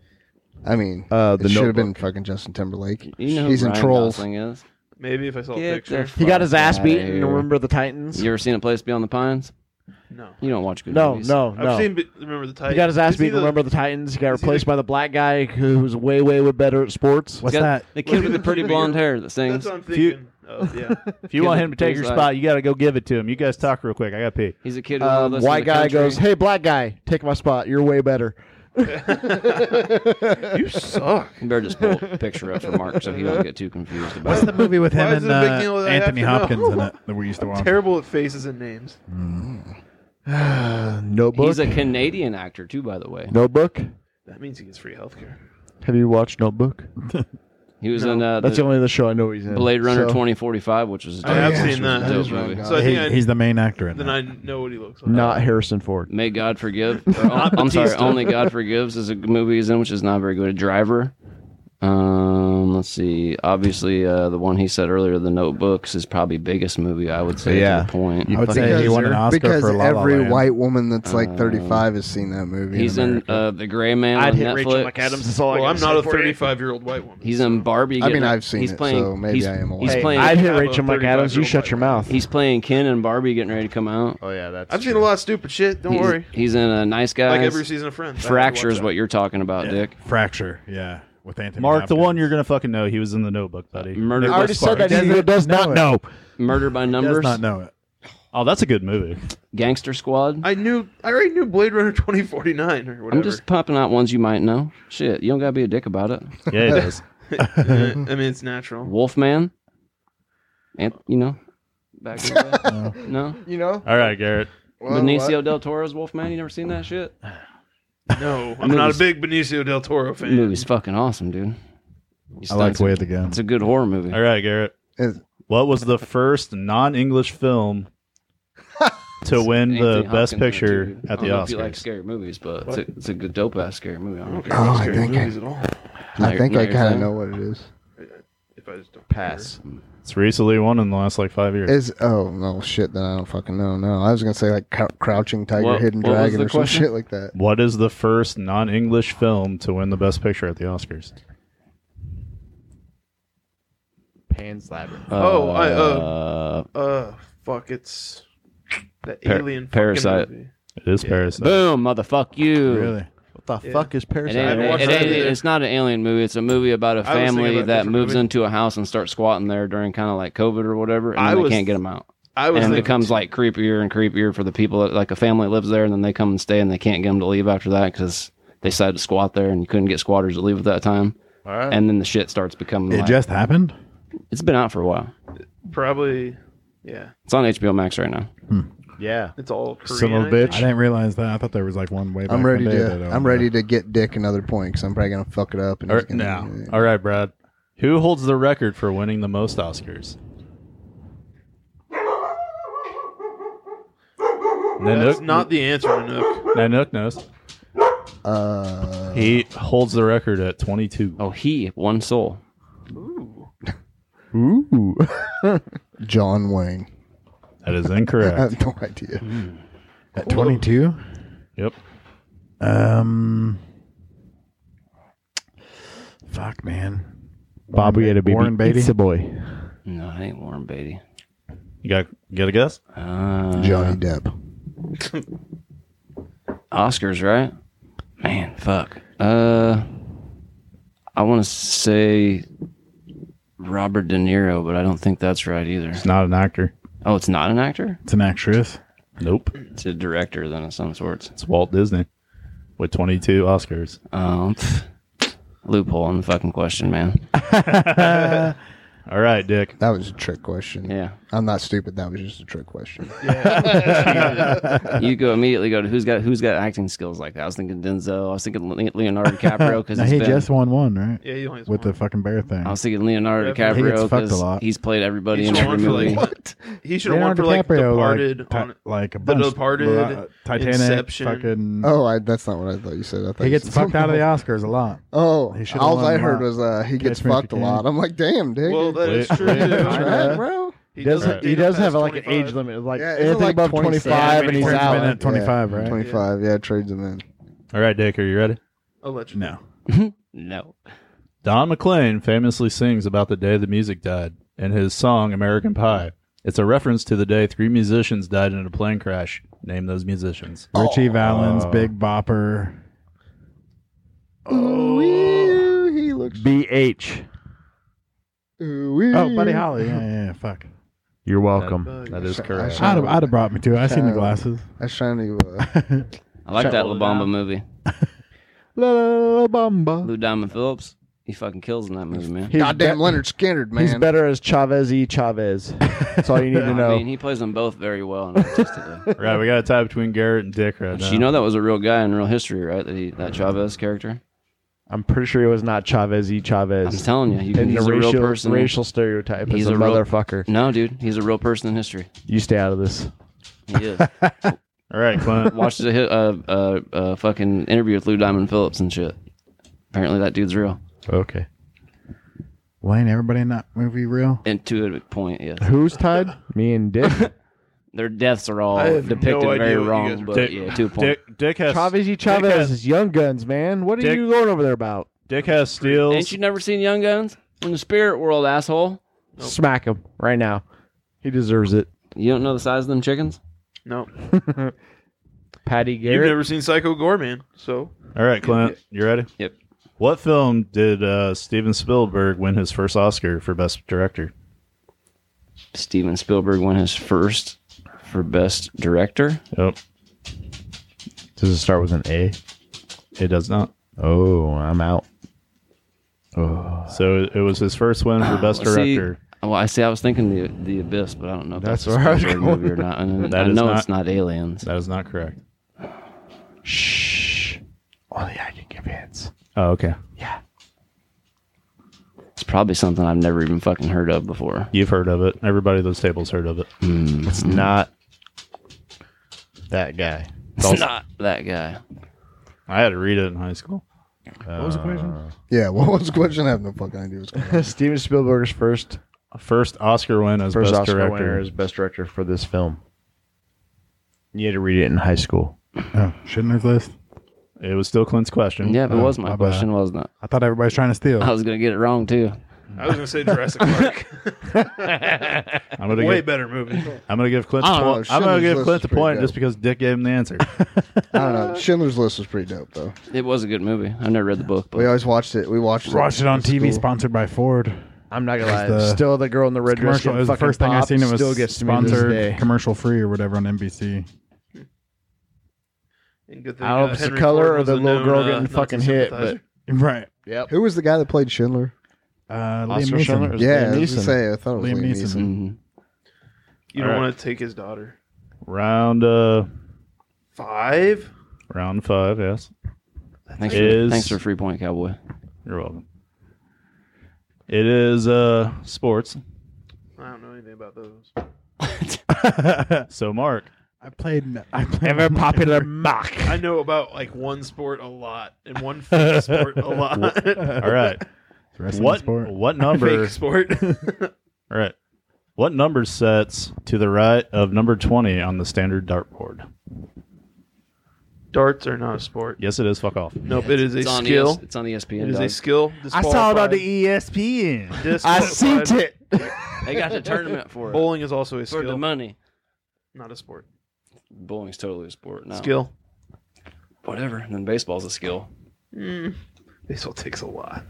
Speaker 3: I mean,
Speaker 5: Uh, the
Speaker 3: it should have
Speaker 5: Notebook.
Speaker 3: been fucking Justin Timberlake.
Speaker 2: You know who
Speaker 3: He's in
Speaker 2: Ryan
Speaker 3: Trolls.
Speaker 2: Gosling is?
Speaker 1: Maybe if I saw a
Speaker 2: Get the
Speaker 1: picture.
Speaker 2: fuck outta here.
Speaker 5: the Titans?
Speaker 2: You ever seen a place beyond the pines?
Speaker 1: No.
Speaker 2: You don't watch good
Speaker 5: No,
Speaker 2: movies.
Speaker 5: no,
Speaker 1: I've
Speaker 5: no.
Speaker 1: seen. Be- Remember the Titans.
Speaker 5: He got his ass
Speaker 1: Is he
Speaker 5: beat. in
Speaker 1: the-
Speaker 5: Remember the Titans. He got
Speaker 1: is he
Speaker 5: replaced
Speaker 1: the-
Speaker 5: by the black guy who was way, way, way better at sports.
Speaker 4: What's
Speaker 2: Got
Speaker 4: that?
Speaker 2: The
Speaker 1: Was
Speaker 2: kid
Speaker 1: he
Speaker 2: with the
Speaker 1: the
Speaker 2: pretty
Speaker 1: bigger-
Speaker 2: blonde hair that
Speaker 1: That's
Speaker 2: sings.
Speaker 1: what I'm thinking. of, yeah.
Speaker 6: If you
Speaker 2: Give
Speaker 6: want
Speaker 2: it
Speaker 6: him to
Speaker 2: the
Speaker 6: take your
Speaker 2: bullseye.
Speaker 6: spot, you got to go give it to him. You guys talk real quick. I got to pee.
Speaker 2: He's a kid who
Speaker 5: Uh,
Speaker 2: lives in
Speaker 5: white
Speaker 2: the
Speaker 5: guy
Speaker 2: country.
Speaker 5: goes, "Hey, black guy, take my spot. You're way better."
Speaker 1: you suck.
Speaker 2: You better just pull a picture up for Mark so he don't get too confused about
Speaker 4: What's
Speaker 2: it.
Speaker 4: the movie with him
Speaker 1: Why is
Speaker 4: and
Speaker 1: it a big deal
Speaker 4: uh,
Speaker 1: that I
Speaker 4: Anthony
Speaker 1: have to know?
Speaker 4: Hopkins in it that we used to watch?
Speaker 1: Terrible at faces and names.
Speaker 5: Notebook.
Speaker 2: He's a Canadian actor too, by the way.
Speaker 5: Notebook.
Speaker 1: That means he gets free healthcare.
Speaker 5: Have you watched Notebook?
Speaker 2: He was in uh,
Speaker 5: That's the
Speaker 2: the
Speaker 5: only other show I know he's in.
Speaker 2: Blade Runner
Speaker 5: So-
Speaker 2: 2045, which was a dope,
Speaker 1: I have
Speaker 2: which
Speaker 1: seen
Speaker 2: was a
Speaker 1: Oh, that.
Speaker 2: dope
Speaker 1: That is
Speaker 2: movie.
Speaker 1: So I
Speaker 4: Uh, He-
Speaker 1: think I,
Speaker 4: he's the main actor in
Speaker 1: then
Speaker 4: that.
Speaker 1: I know what he looks like.
Speaker 5: Not Harrison Ford.
Speaker 2: May God forgive. or, I'm sorry, only God forgives is a movie he's in, which is not very good. A driver. Um, let's see. Obviously, uh, the one he said earlier, The Notebooks, is probably biggest movie I would say
Speaker 5: Yeah.
Speaker 2: to the point.
Speaker 5: You
Speaker 4: I would
Speaker 5: fucking
Speaker 4: say he won
Speaker 5: loser.
Speaker 4: an Oscar
Speaker 3: Because
Speaker 4: for La La
Speaker 3: every
Speaker 4: Land.
Speaker 3: white woman that's like 35 has seen that movie.
Speaker 2: Uh, He's in
Speaker 3: America.
Speaker 2: uh, The Gray Man on Netflix.
Speaker 5: That's all
Speaker 1: Well,
Speaker 5: gotta
Speaker 1: I'm not
Speaker 5: say
Speaker 1: a
Speaker 5: for you.
Speaker 1: 35 year old white woman.
Speaker 2: He's in Barbie.
Speaker 3: I mean,
Speaker 2: getting-
Speaker 3: I've seen
Speaker 2: he's
Speaker 3: it,
Speaker 2: playing,
Speaker 3: so maybe
Speaker 2: he's,
Speaker 3: I am a
Speaker 2: He's
Speaker 3: white-
Speaker 2: playing.
Speaker 5: I'd hit
Speaker 1: I'm a
Speaker 5: Rachel McAdams. You
Speaker 1: 35-year-old
Speaker 5: shut your mouth.
Speaker 2: he's playing Ken and Barbie getting ready to come out.
Speaker 5: oh yeah, that's.
Speaker 1: I've seen a lot of stupid shit. Don't
Speaker 2: he's,
Speaker 1: worry.
Speaker 2: He's in a nice guy.
Speaker 1: Like every season of Friends. I
Speaker 2: Fracture
Speaker 1: watch
Speaker 2: is
Speaker 1: that.
Speaker 2: what you're talking about, Dick.
Speaker 4: Fracture. Yeah, with Anthony.
Speaker 6: Mark, the
Speaker 4: Hopkins.
Speaker 6: one you're going to fucking know, he was in the notebook, buddy.
Speaker 2: Murder.
Speaker 5: I
Speaker 2: by-
Speaker 5: already said that.
Speaker 4: Does
Speaker 5: He
Speaker 4: it-
Speaker 5: does
Speaker 4: no,
Speaker 5: not
Speaker 4: it-
Speaker 5: know.
Speaker 2: Murder by
Speaker 4: does
Speaker 2: Numbers.
Speaker 4: not know it.
Speaker 6: Oh, that's a good movie.
Speaker 2: Gangster Squad.
Speaker 1: I knew. I already knew Blade Runner 2049 or whatever.
Speaker 2: I'm just popping out ones you might know. Shit, you don't gotta be a dick about it.
Speaker 6: Yeah, it is.
Speaker 1: Eh, I mean, it's natural.
Speaker 2: Wolfman, and you know, back in the day. no,
Speaker 5: You know.
Speaker 6: All right, Garrett.
Speaker 2: Benicio del Toro's Wolfman. You never seen that shit?
Speaker 1: No, I'm not a
Speaker 2: Movies.
Speaker 1: big Benicio del Toro
Speaker 2: The
Speaker 1: fan.
Speaker 2: movie's fucking awesome, dude.
Speaker 4: I like
Speaker 2: it.
Speaker 4: Way of the Gun.
Speaker 2: It's a good horror movie.
Speaker 6: All right, Garrett.
Speaker 3: Is-
Speaker 6: What was the first non-English film to win
Speaker 2: Anthony
Speaker 6: the Best
Speaker 2: Hopkins,
Speaker 6: Picture
Speaker 2: dude.
Speaker 6: at
Speaker 2: I
Speaker 6: the
Speaker 2: don't know if you like
Speaker 6: Oscars?
Speaker 2: scary movies, but it's a, it's a good dope ass scary movie. I don't
Speaker 1: Okay,
Speaker 2: care.
Speaker 3: Oh, I
Speaker 1: scary
Speaker 3: think I-
Speaker 1: movies at all.
Speaker 3: I think
Speaker 2: Now
Speaker 3: I
Speaker 2: you're
Speaker 3: kind of
Speaker 2: saying?
Speaker 3: know what it is.
Speaker 1: If I just don't
Speaker 5: Pass.
Speaker 6: It's recently won in the last like five years.
Speaker 3: Is oh no shit that I don't fucking know. No, I was gonna say like cou- crouching tiger,
Speaker 2: What-
Speaker 3: hidden
Speaker 2: what was
Speaker 3: dragon,
Speaker 2: the
Speaker 3: or some
Speaker 2: question?
Speaker 3: shit like that.
Speaker 6: What is the first non-English film to win the Best Picture at the Oscars?
Speaker 5: Pan's Labyrinth.
Speaker 1: Oh, I,
Speaker 2: uh,
Speaker 1: Uh, fuck, it's that
Speaker 2: Par-
Speaker 1: alien fucking
Speaker 2: Parasite.
Speaker 1: movie.
Speaker 9: It is
Speaker 1: Yeah.
Speaker 9: Parasite.
Speaker 2: boom, motherfuck you.
Speaker 7: Really?
Speaker 5: What the
Speaker 1: Yeah.
Speaker 5: fuck is
Speaker 2: It
Speaker 5: Parasite?
Speaker 2: ain't,
Speaker 1: haven't
Speaker 2: it
Speaker 1: watched
Speaker 2: ain't-
Speaker 1: that either.
Speaker 2: it's not an alien movie. It's a movie about a
Speaker 1: I was thinking
Speaker 2: family
Speaker 1: about a
Speaker 2: that
Speaker 1: different
Speaker 2: moves
Speaker 1: movie.
Speaker 2: into a house and starts squatting there during kind of like COVID or whatever, and
Speaker 1: I
Speaker 2: then they
Speaker 1: was-
Speaker 2: can't get them out.
Speaker 1: I was
Speaker 2: And it
Speaker 1: thinking,
Speaker 2: becomes like creepier and creepier for the people that like a family lives there, and then they come and stay, and they can't get them to leave after that because they decided to squat there, and you couldn't get squatters to leave at that time. And then the shit starts becoming.
Speaker 7: It
Speaker 2: like-
Speaker 7: just happened.
Speaker 2: it's been out for a while.
Speaker 1: probably, yeah,
Speaker 2: It's on HBO Max right now.
Speaker 5: Yeah.
Speaker 1: it's all Korean,
Speaker 6: Son of a
Speaker 1: I
Speaker 6: bitch.
Speaker 1: think.
Speaker 7: I didn't realize that. I thought there was like one way. Back
Speaker 3: I'm ready
Speaker 7: in the day
Speaker 3: to
Speaker 7: that, uh,
Speaker 3: I'm ready to get Dick another point because I'm probably gonna fuck it up. And
Speaker 7: Er,
Speaker 6: All
Speaker 3: he's
Speaker 6: right,
Speaker 3: gonna,
Speaker 6: now. All right, Brad. Who holds the record for winning the most Oscars?
Speaker 1: That's
Speaker 6: Nanook,
Speaker 1: not the answer, Nanook.
Speaker 6: Nanook knows.
Speaker 3: Uh,
Speaker 6: He holds the record at 22.
Speaker 2: Oh, he one soul.
Speaker 5: Ooh.
Speaker 3: John Wayne.
Speaker 6: That is
Speaker 3: I
Speaker 6: incorrect.
Speaker 3: have no idea.
Speaker 7: At 22.
Speaker 6: yep.
Speaker 7: Um. Fuck, man.
Speaker 5: Bob, we had a baby.
Speaker 7: Warren Beatty.
Speaker 5: It's a boy.
Speaker 2: No, it ain't Warren Beatty.
Speaker 6: You got get a guess?
Speaker 2: Uh,
Speaker 7: Uh-huh.
Speaker 3: Johnny Depp.
Speaker 2: Oscars, right? Man, fuck. Uh, I want to say Robert De Niro, but I don't think that's right either.
Speaker 6: It's not an actor.
Speaker 2: Oh, it's not an actor.
Speaker 7: It's an actress.
Speaker 6: Nope.
Speaker 2: It's a director then of some sorts.
Speaker 6: It's Walt Disney with 22 Oscars.
Speaker 2: Um, pff, loophole in the fucking question, man.
Speaker 6: All right, Dick.
Speaker 3: That was a trick question.
Speaker 2: Yeah,
Speaker 3: I'm not stupid. That was just a trick question.
Speaker 2: you go immediately go to who's got who's got acting skills like that. I was thinking Denzel. I was thinking Le- Leonardo DiCaprio because
Speaker 7: Now, he just won one, right?
Speaker 1: Yeah, he only has
Speaker 7: With
Speaker 1: one.
Speaker 7: the fucking bear thing.
Speaker 2: I was thinking Leonardo
Speaker 1: Yeah,
Speaker 7: he gets
Speaker 2: DiCaprio
Speaker 7: fucked a
Speaker 2: because
Speaker 7: lot.
Speaker 2: he's played everybody
Speaker 1: He
Speaker 2: in
Speaker 1: should've
Speaker 2: every
Speaker 1: won for
Speaker 2: movie.
Speaker 1: like what? He should have won for like
Speaker 7: DiCaprio,
Speaker 1: Departed.
Speaker 7: ti-
Speaker 1: on,
Speaker 7: like a
Speaker 1: The
Speaker 7: bunch,
Speaker 1: Departed,
Speaker 7: uh, Titanic,
Speaker 1: Inception.
Speaker 7: fucking.
Speaker 3: Oh, I, that's not what I thought you said. I thought
Speaker 7: he
Speaker 3: you
Speaker 7: gets
Speaker 3: said
Speaker 7: fucked
Speaker 3: something
Speaker 7: out of the
Speaker 3: else.
Speaker 7: Oscars a lot.
Speaker 3: Oh,
Speaker 7: He should've
Speaker 3: all
Speaker 7: won
Speaker 3: I
Speaker 7: a
Speaker 3: heard
Speaker 7: lot.
Speaker 3: was uh, he gets
Speaker 7: Catch me if
Speaker 3: fucked a
Speaker 7: you
Speaker 3: lot.
Speaker 7: can.
Speaker 3: I'm like, damn, dude.
Speaker 1: well, that is
Speaker 6: Wait,
Speaker 1: true.
Speaker 6: wait,
Speaker 1: too.
Speaker 3: right, bro.
Speaker 1: He
Speaker 5: Doesn't, he
Speaker 1: date
Speaker 5: does
Speaker 1: him
Speaker 5: have
Speaker 1: past
Speaker 5: like an
Speaker 1: 25.
Speaker 5: age limit. Like
Speaker 3: Yeah, isn't it
Speaker 5: anything
Speaker 3: like
Speaker 5: above
Speaker 3: 27?
Speaker 5: 25 and he's
Speaker 7: He's been
Speaker 5: out.
Speaker 7: at 25, right?
Speaker 3: 25. Yeah, trades him in.
Speaker 6: All right, Dick, are you ready?
Speaker 1: Allegedly.
Speaker 7: No.
Speaker 2: No,
Speaker 6: Don McLean famously sings about the day the music died in his song American Pie. It's a reference to the day three musicians died in a plane crash. Name those musicians.
Speaker 2: Oh.
Speaker 7: Richie
Speaker 3: Oh.
Speaker 7: Valens, Big Bopper.
Speaker 3: Ooh, he looks.
Speaker 5: BH.
Speaker 3: Ooh,
Speaker 7: Oh, Buddy Holly. Yeah, yeah, yeah, fuck.
Speaker 5: You're welcome.
Speaker 1: Uh,
Speaker 6: That is
Speaker 3: I
Speaker 6: correct.
Speaker 3: shall-
Speaker 7: I'd have, I'd have brought me two. I seen the
Speaker 3: Child.
Speaker 7: glasses.
Speaker 3: I was trying to. Uh,
Speaker 2: I like that La
Speaker 6: it
Speaker 2: Bamba
Speaker 6: out.
Speaker 2: movie.
Speaker 5: La la la la bamba.
Speaker 2: Lou Diamond Phillips, he fucking kills in that movie, man.
Speaker 5: He's
Speaker 3: goddamn
Speaker 5: be-
Speaker 3: Leonard Skinner, man.
Speaker 5: He's better as Chavez E. Chavez. That's all you need to
Speaker 2: I
Speaker 5: know.
Speaker 2: mean, he plays them both very well and artistically.
Speaker 6: right, we got a tie between Garrett and Dick right
Speaker 2: But
Speaker 6: now.
Speaker 2: you know that was a real guy in real history, right? That he, that Chavez character.
Speaker 5: I'm pretty sure it was not Chavez E.
Speaker 2: I'm
Speaker 5: Chavez.
Speaker 2: telling you, he,
Speaker 5: And the
Speaker 2: he's a real
Speaker 5: racial,
Speaker 2: person.
Speaker 5: racial stereotype
Speaker 2: He's
Speaker 5: is a,
Speaker 2: a real-
Speaker 5: motherfucker.
Speaker 2: No, dude, he's a real person in history.
Speaker 5: You stay out of this.
Speaker 2: He is.
Speaker 6: All right, Clint.
Speaker 2: Watched a hit, uh, uh, uh, fucking interview with Lou Diamond Phillips and shit. Apparently, that dude's real.
Speaker 5: Okay.
Speaker 7: Wayne, everybody in that movie real?
Speaker 2: And to a point, yes.
Speaker 5: Who's tied? Me and Dick.
Speaker 2: Their deaths are all
Speaker 1: I have
Speaker 2: depicted
Speaker 1: no idea
Speaker 2: very
Speaker 1: what you guys
Speaker 2: wrong,
Speaker 1: are
Speaker 2: but
Speaker 6: Dick,
Speaker 2: yeah, to a point.
Speaker 6: Dick, Dick has
Speaker 5: Chavez E.
Speaker 6: Dick
Speaker 5: Chavez
Speaker 6: has-
Speaker 5: is young guns, man. What are
Speaker 6: Dick-
Speaker 5: you going over there about?
Speaker 6: Dick has
Speaker 2: Ain't
Speaker 6: steals.
Speaker 2: you never seen Young Guns? In the spirit world, asshole.
Speaker 5: Smack him right now. He deserves it.
Speaker 2: You don't know the size of them chickens?
Speaker 1: No.
Speaker 5: Patty
Speaker 1: You've
Speaker 5: Garrett.
Speaker 1: never seen Psycho Gore, man. So
Speaker 6: All right, Clint, you ready?
Speaker 2: Yep.
Speaker 6: What film did uh, Steven Spielberg win his first Oscar for Best Director?
Speaker 2: Steven Spielberg won his first for best director.
Speaker 6: Yep.
Speaker 5: Does it start with an A?
Speaker 6: It does not.
Speaker 5: Oh, I'm out.
Speaker 6: So it was his first win
Speaker 5: Ah,
Speaker 6: for Best
Speaker 2: Well, see-
Speaker 6: Director.
Speaker 2: Well, I see. I was thinking the the abyss, but I don't know if that's,
Speaker 5: That's where I
Speaker 2: a
Speaker 5: was
Speaker 2: Spielberg
Speaker 5: going.
Speaker 2: movie or not. And
Speaker 6: That
Speaker 2: I
Speaker 6: is
Speaker 2: know
Speaker 6: not-
Speaker 2: it's not aliens.
Speaker 6: That is not correct.
Speaker 5: Shh. Only I can give hints.
Speaker 6: Oh, okay.
Speaker 2: It's probably something I've never even fucking heard of before.
Speaker 6: You've heard of it. Everybody at those tables heard of it.
Speaker 5: Hmm,
Speaker 6: Hmm.
Speaker 5: It's not that guy.
Speaker 2: It's not that guy.
Speaker 6: I had to read it in high school.
Speaker 7: What was the question?
Speaker 3: yeah, what was the question? I have no fucking idea what's going on.
Speaker 5: Steven Spielberg's first
Speaker 6: Uh, First Oscar win as
Speaker 5: first
Speaker 6: Best
Speaker 5: Oscar
Speaker 6: Director.
Speaker 5: winner is best director for this film. You had to read it in high school.
Speaker 7: Oh, shouldn't have list.
Speaker 6: It was still Clint's question.
Speaker 2: Yeah, but it was
Speaker 7: my
Speaker 2: my
Speaker 7: bad.
Speaker 2: question, wasn't it?
Speaker 5: Oh,
Speaker 7: I thought everybody's trying to steal.
Speaker 2: I was gonna get it wrong too.
Speaker 1: I was gonna say Jurassic Park.
Speaker 6: I'm gonna
Speaker 1: Way
Speaker 6: give,
Speaker 1: better movie.
Speaker 6: I'm gonna give Clint.
Speaker 3: I
Speaker 6: the
Speaker 3: don't know,
Speaker 6: point. I'm gonna
Speaker 3: Schindler's
Speaker 6: give
Speaker 3: List
Speaker 6: Clint
Speaker 3: is
Speaker 6: the
Speaker 3: pretty
Speaker 6: point
Speaker 3: good.
Speaker 6: just because Dick gave him the answer.
Speaker 3: I don't know. Schindler's List is pretty dope though.
Speaker 2: It was a good movie. I never read the book,
Speaker 3: We
Speaker 2: but
Speaker 3: always watched it. We watched it.
Speaker 4: Watched it on
Speaker 3: in
Speaker 4: TV,
Speaker 3: school.
Speaker 4: sponsored by Ford.
Speaker 5: I'm not gonna lie.
Speaker 4: It's the-
Speaker 5: still, the girl in the red dress.
Speaker 4: commercial. It was the first thing I seen. It was
Speaker 5: still gets to me to this
Speaker 4: sponsored,
Speaker 5: day.
Speaker 4: commercial free or whatever on NBC.
Speaker 1: And good uh,
Speaker 5: I don't know if it's the color or the little girl getting fucking hit, but
Speaker 4: Right.
Speaker 5: yep.
Speaker 3: Who was the guy that played Schindler?
Speaker 4: Uh, Liam
Speaker 6: Oscar
Speaker 4: Neeson.
Speaker 6: Schindler is
Speaker 3: yeah,
Speaker 6: Liam
Speaker 3: I was gonna
Speaker 6: Neeson.
Speaker 3: say I thought it was
Speaker 4: Liam
Speaker 3: Liam,
Speaker 4: Neeson.
Speaker 3: Neeson.
Speaker 2: Mhm.
Speaker 1: you don't
Speaker 6: All right.
Speaker 1: want to take his daughter.
Speaker 6: Round uh,
Speaker 1: Five.
Speaker 6: round five. Yes,
Speaker 2: thanks, for,
Speaker 6: Is-
Speaker 2: thanks for Free Point Cowboy.
Speaker 6: you're welcome. It is uh sports.
Speaker 1: I don't know anything about those.
Speaker 6: So Mark,
Speaker 4: I played. I played.
Speaker 5: popular mock.
Speaker 1: I know about like one sport a lot and one fake sport a lot.
Speaker 6: all right,
Speaker 4: Wrestling
Speaker 6: what
Speaker 4: sport.
Speaker 6: what number?
Speaker 1: fake sport.
Speaker 6: All right, what number sets to the right of number twenty on the standard dartboard?
Speaker 1: Darts are not a sport.
Speaker 6: Yes, it is. Fuck off.
Speaker 1: Nope, it is a
Speaker 2: It's on, E
Speaker 1: skill.
Speaker 2: ES, it's on ESPN.
Speaker 1: It is
Speaker 2: dog.
Speaker 1: a skill. E
Speaker 6: ESPN.
Speaker 1: I
Speaker 5: it.
Speaker 2: they got the tournament for it.
Speaker 1: Bowling is also a
Speaker 2: for the
Speaker 1: skill,
Speaker 2: money.
Speaker 1: not a sport.
Speaker 2: Bowling's totally a sport now.
Speaker 1: Skill.
Speaker 2: Whatever. And then baseball's a skill.
Speaker 1: Baseball takes a lot.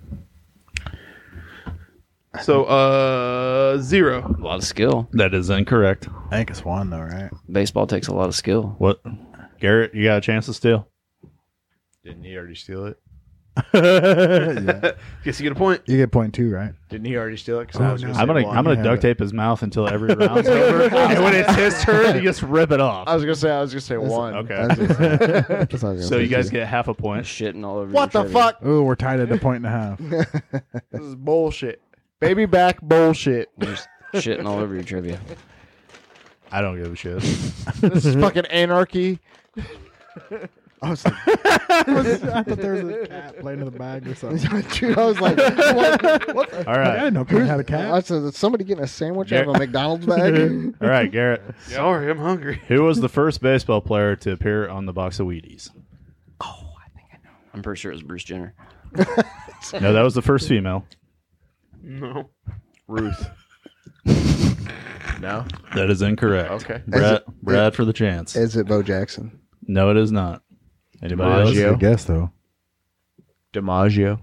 Speaker 1: So uh zero.
Speaker 2: A lot of skill.
Speaker 6: That is incorrect.
Speaker 4: I think it's one though, right?
Speaker 2: Baseball takes a lot of skill.
Speaker 6: What, Garrett? You got a chance to steal.
Speaker 5: Didn't he already steal it?
Speaker 1: Guess you get a point.
Speaker 4: You get point two, right?
Speaker 5: Didn't he already steal it? 'Cause
Speaker 4: Oh,
Speaker 5: I was
Speaker 4: no.
Speaker 5: gonna say
Speaker 6: I'm gonna
Speaker 5: one.
Speaker 6: I'm gonna duct tape his mouth until every round's over, and when it's his turn, you just rip it off.
Speaker 5: I was gonna say. I was gonna say one.
Speaker 6: Okay.
Speaker 3: That's what- that's what I was
Speaker 6: So you
Speaker 3: gonna
Speaker 6: guys get half a point.
Speaker 2: Shitting all over.
Speaker 5: What
Speaker 2: your
Speaker 5: the
Speaker 2: trivia.
Speaker 5: fuck?
Speaker 4: Oh, we're tied at a point and a half.
Speaker 5: This is bullshit. Baby back bullshit.
Speaker 2: Shitting all over your trivia.
Speaker 6: I don't give a shit.
Speaker 5: This is fucking anarchy.
Speaker 3: I was like,
Speaker 4: I thought there was a cat playing in the bag or something.
Speaker 3: dude, I was like, what? what the?
Speaker 6: All
Speaker 4: I
Speaker 6: right,
Speaker 4: didn't know Clint had a cat.
Speaker 3: I said, is somebody getting a sandwich out of a McDonald's bag?
Speaker 6: all right, Garrett.
Speaker 1: Sorry, I'm hungry.
Speaker 6: Who was the first baseball player to appear on the box of Wheaties?
Speaker 2: I'm pretty sure it was Bruce Jenner.
Speaker 6: No, that was the first female.
Speaker 1: No.
Speaker 5: Ruth. no.
Speaker 6: That is incorrect.
Speaker 5: Okay.
Speaker 6: Brad,
Speaker 3: Is it-
Speaker 6: Brad for the chance.
Speaker 3: is it Bo Jackson?
Speaker 6: No, it is not. Anybody else?
Speaker 5: Maggio.
Speaker 4: I guess though.
Speaker 5: DiMaggio.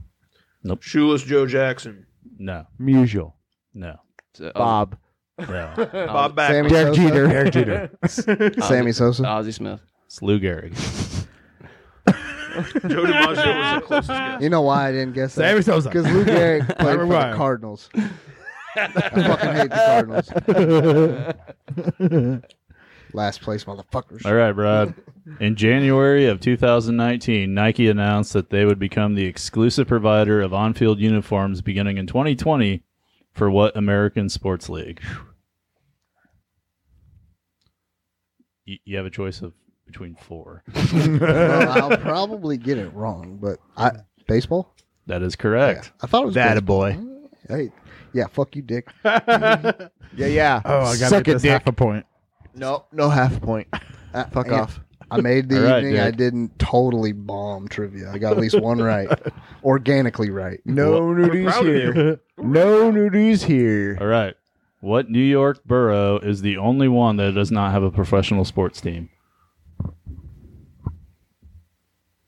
Speaker 1: Shoeless Joe Jackson.
Speaker 6: No,
Speaker 5: Musial.
Speaker 6: no,
Speaker 2: So, oh,
Speaker 5: Bob.
Speaker 6: no.
Speaker 1: Bob back.
Speaker 3: Sammy
Speaker 5: Derek
Speaker 3: Sosa?
Speaker 5: Jeter. Derek
Speaker 6: Jeter.
Speaker 4: Uh,
Speaker 3: Sammy Sosa.
Speaker 2: Ozzy Smith.
Speaker 6: It's Lou Gehrig.
Speaker 1: Joe DiMaggio was the closest guess.
Speaker 3: You know why I didn't guess that?
Speaker 4: Sammy Sosa.
Speaker 3: Because Lou Gehrig played for
Speaker 4: Why?
Speaker 3: the Cardinals. I fucking hate the Cardinals. Last place, motherfuckers.
Speaker 6: All right, Brad. In January of 2019, Nike announced that they would become the exclusive provider of on-field uniforms beginning in 2020 for what American sports league? You, you have a choice of between four.
Speaker 3: Well, I'll probably get it wrong, but I baseball.
Speaker 6: That is correct.
Speaker 3: I thought it was
Speaker 5: That
Speaker 3: baseball. Mm,
Speaker 5: boy.
Speaker 3: Hey, yeah, fuck you, dick.
Speaker 5: Yeah, yeah.
Speaker 4: Oh, I got
Speaker 5: Suck it,
Speaker 4: this
Speaker 5: dick.
Speaker 4: half a point.
Speaker 5: No, no half a point.
Speaker 3: I,
Speaker 5: Fuck
Speaker 3: and
Speaker 5: off.
Speaker 3: I made the
Speaker 6: All right,
Speaker 3: evening. I
Speaker 6: dick.
Speaker 3: didn't totally bomb trivia. I got at least one right, organically right.
Speaker 5: No nudies
Speaker 1: proud of
Speaker 5: here. No nudies here.
Speaker 6: All right. What New York borough is the only one that does not have a professional sports team?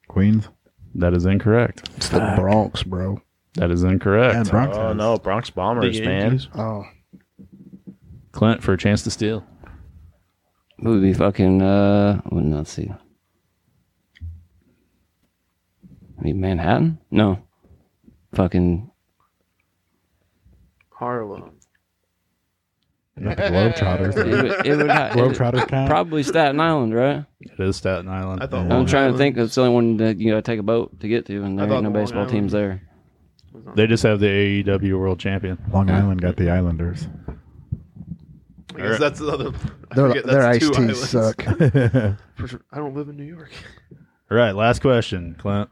Speaker 4: Queens.
Speaker 6: That is incorrect.
Speaker 3: It's the Bronx, bro.
Speaker 6: That is incorrect.
Speaker 5: Oh,
Speaker 4: Yeah, Oh, Bronx. has-
Speaker 5: Bronx Bombers, man.
Speaker 3: Oh,
Speaker 6: Clint for a chance to steal.
Speaker 2: It would be fucking. Uh, I would not see. I mean, Manhattan? No. Fucking.
Speaker 1: Harlem.
Speaker 4: Not the Globetrotters.
Speaker 2: It would, it would ha- it-
Speaker 4: Globetrotters count.
Speaker 2: probably Staten Island, right?
Speaker 6: It is Staten Island.
Speaker 1: I thought
Speaker 2: I'm
Speaker 1: Long
Speaker 2: trying
Speaker 1: Island
Speaker 2: to think. It's the only one that you gotta take a boat to get to, and there
Speaker 1: thought
Speaker 2: ain't no
Speaker 1: Long
Speaker 2: baseball
Speaker 1: Island-
Speaker 2: teams there.
Speaker 1: was on-
Speaker 6: They just have the AEW World Champion.
Speaker 4: Long Island got the Islanders.
Speaker 1: I guess that's the other. I
Speaker 3: their,
Speaker 1: forget
Speaker 3: their
Speaker 1: that's
Speaker 3: iced
Speaker 1: two
Speaker 3: teas
Speaker 1: islands.
Speaker 3: suck.
Speaker 1: For sure. I don't live in New York.
Speaker 6: All right, last question, Clint.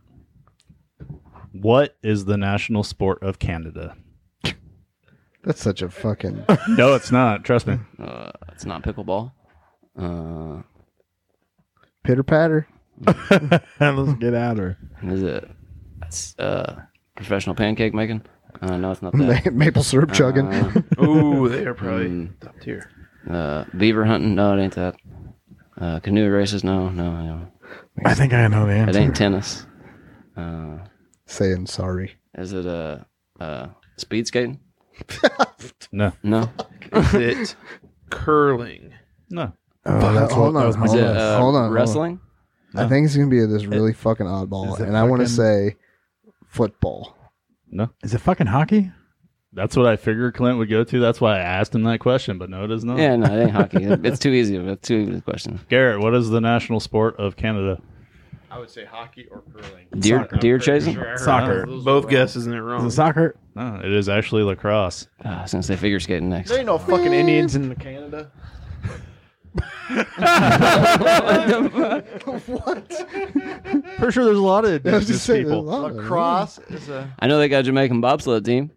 Speaker 6: What is the national sport of Canada?
Speaker 3: That's such a fucking.
Speaker 6: No, it's not. Trust me.
Speaker 2: Uh, it's not pickleball. Uh,
Speaker 3: Pitter patter.
Speaker 4: Let's get at her.
Speaker 2: what is it? It's, uh, professional pancake making. Uh, no, it's not
Speaker 3: Ma-
Speaker 2: that.
Speaker 3: maple syrup chugging.
Speaker 2: Uh,
Speaker 1: Ooh, they are probably
Speaker 2: Mm.
Speaker 1: top tier.
Speaker 2: uh, beaver hunting? No, it ain't that. Uh, canoe races? No, no, no.
Speaker 7: I think I know the
Speaker 2: It
Speaker 7: answer.
Speaker 2: ain't tennis. Uh,
Speaker 3: saying sorry.
Speaker 2: is it uh, uh, speed skating?
Speaker 6: No.
Speaker 2: No.
Speaker 1: Is it curling?
Speaker 6: No.
Speaker 7: Oh, that's what,
Speaker 3: hold on,
Speaker 7: that was my
Speaker 2: Is
Speaker 3: hold
Speaker 2: it
Speaker 3: on,
Speaker 2: uh,
Speaker 3: hold on.
Speaker 2: wrestling?
Speaker 3: I think it's gonna be this really fucking oddball,
Speaker 7: Is it
Speaker 3: and I want to
Speaker 7: fucking-
Speaker 3: say football.
Speaker 7: Is it fucking hockey?
Speaker 6: That's what I figured Clint would go to. That's why I asked him that question, but no, it is not.
Speaker 2: Yeah, no, it ain't hockey. It's too easy. of a- It's too easy of a question.
Speaker 6: Garrett, what is the national sport of Canada?
Speaker 10: I would say hockey or curling.
Speaker 2: Deer, deer chasing.
Speaker 7: Soccer.
Speaker 1: Both guesses and they're
Speaker 7: Is
Speaker 1: wrong.
Speaker 7: it soccer?
Speaker 6: No, it is actually lacrosse.
Speaker 2: Uh, since they figure skating next.
Speaker 5: ain't no fucking Indians in Canada.
Speaker 6: Pretty sure there's a lot
Speaker 3: I
Speaker 6: of
Speaker 3: was
Speaker 6: indigenous
Speaker 3: just saying,
Speaker 6: people.
Speaker 3: there's a lot of them.
Speaker 5: Lacrosse is a
Speaker 2: I know they got a Jamaican bobsled team.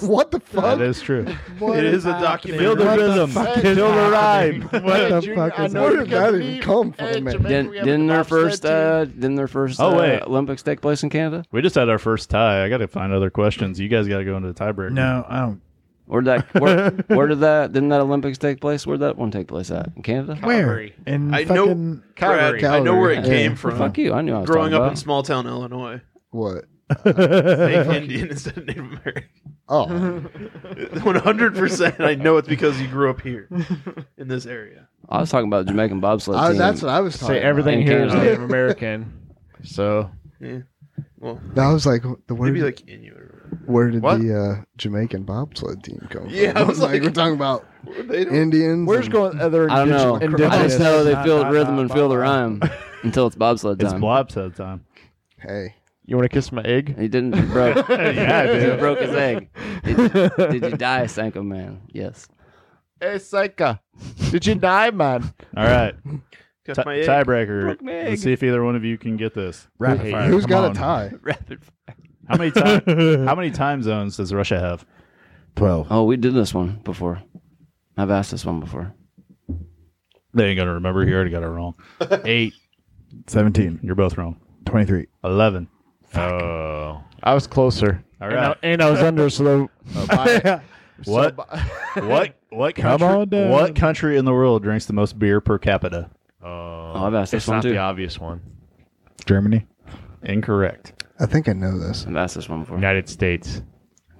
Speaker 3: What the fuck?
Speaker 6: That is true.
Speaker 1: it is a
Speaker 6: Feel
Speaker 1: documentary.
Speaker 6: the rhythm. Feel the rhyme.
Speaker 5: Hey,
Speaker 7: the
Speaker 5: Junior,
Speaker 7: fuck
Speaker 5: I
Speaker 7: is
Speaker 5: know
Speaker 7: that?
Speaker 5: you
Speaker 3: Where did
Speaker 5: can
Speaker 3: that
Speaker 5: believe-
Speaker 3: even come from,
Speaker 5: Hey,
Speaker 3: man?
Speaker 5: Jamaica,
Speaker 2: Didn't,
Speaker 5: we have
Speaker 2: didn't
Speaker 5: the
Speaker 2: their
Speaker 5: bobsled
Speaker 2: first
Speaker 5: team.
Speaker 2: uh, didn't their first
Speaker 6: Oh,
Speaker 2: uh,
Speaker 6: wait.
Speaker 2: Olympics take place in Canada?
Speaker 6: We just had our first tie. I got to find other questions. You guys got to go into the tiebreaker.
Speaker 7: No, I don't.
Speaker 2: Where did that where, where did that didn't that Olympics take place? Where would that one take place at? In Canada?
Speaker 7: Where? In
Speaker 1: I know-
Speaker 7: fucking
Speaker 1: Brad,
Speaker 3: Calgary.
Speaker 1: I know where it
Speaker 3: Yeah.
Speaker 1: came from.
Speaker 2: Fuck you! I knew I was
Speaker 1: Growing up
Speaker 2: talking
Speaker 1: in small town Illinois,
Speaker 3: What?
Speaker 1: fake Indian instead of Native American.
Speaker 3: Oh,
Speaker 1: One hundred percent. I know it's because you grew up here in this area.
Speaker 2: about. I was talking about the Jamaican bobsled
Speaker 3: I,
Speaker 2: team.
Speaker 3: that's what I was talking.
Speaker 5: Say everything
Speaker 2: In
Speaker 5: here is
Speaker 2: Canada.
Speaker 5: Native American. So
Speaker 1: Well,
Speaker 3: About. I was like, the where
Speaker 1: maybe
Speaker 3: did,
Speaker 1: like Inuit. or
Speaker 3: where did
Speaker 5: What?
Speaker 3: the uh, Jamaican bobsled team come from?
Speaker 1: Yeah, I was like-
Speaker 3: we're talking about
Speaker 1: whatever. They don't-
Speaker 3: Indians.
Speaker 5: where's
Speaker 3: and-
Speaker 5: going other
Speaker 2: I don't know.
Speaker 5: indigenous?
Speaker 2: I just know they
Speaker 7: Nah,
Speaker 2: feel
Speaker 7: nah,
Speaker 2: the rhythm
Speaker 7: nah,
Speaker 2: and feel the
Speaker 7: nah.
Speaker 2: rhyme until it's bobsled
Speaker 6: It's
Speaker 2: time.
Speaker 6: blob said time.
Speaker 3: Hey,
Speaker 5: You want to kiss my egg?
Speaker 2: He didn't he broke.
Speaker 6: Yeah, I
Speaker 2: he
Speaker 6: did.
Speaker 2: broke his egg. Did, did you die, Sanko man? Yes.
Speaker 5: Hey, Psyka. Did you die, man?
Speaker 6: All right.
Speaker 1: Cut
Speaker 6: Ti-
Speaker 1: my egg.
Speaker 6: tiebreaker.
Speaker 2: Broke my egg.
Speaker 6: Let's see if either one of you can get this.
Speaker 7: rapid
Speaker 6: Hey,
Speaker 7: fire.
Speaker 3: who's
Speaker 7: come
Speaker 3: got
Speaker 7: on.
Speaker 3: a tie?
Speaker 2: Rapid.
Speaker 6: How many time How many time zones does Russia have?
Speaker 7: Twelve.
Speaker 2: Oh, we did this one before. I've asked this one before.
Speaker 6: They ain't gonna remember. He already got it wrong. Eight.
Speaker 7: 17.
Speaker 6: You're both wrong.
Speaker 7: 23.
Speaker 6: Eleven. Oh.
Speaker 5: I was closer.
Speaker 6: All
Speaker 5: And, I,
Speaker 6: right.
Speaker 5: and I was under a slope.
Speaker 6: What? What? What country?
Speaker 7: on down.
Speaker 6: What country in the world drinks the most beer per capita?
Speaker 2: Oh, I've asked this
Speaker 5: It's
Speaker 2: one
Speaker 5: not
Speaker 2: too.
Speaker 5: the obvious one.
Speaker 7: Germany.
Speaker 6: Incorrect.
Speaker 3: I think I know this.
Speaker 2: I've asked this one before.
Speaker 5: United States.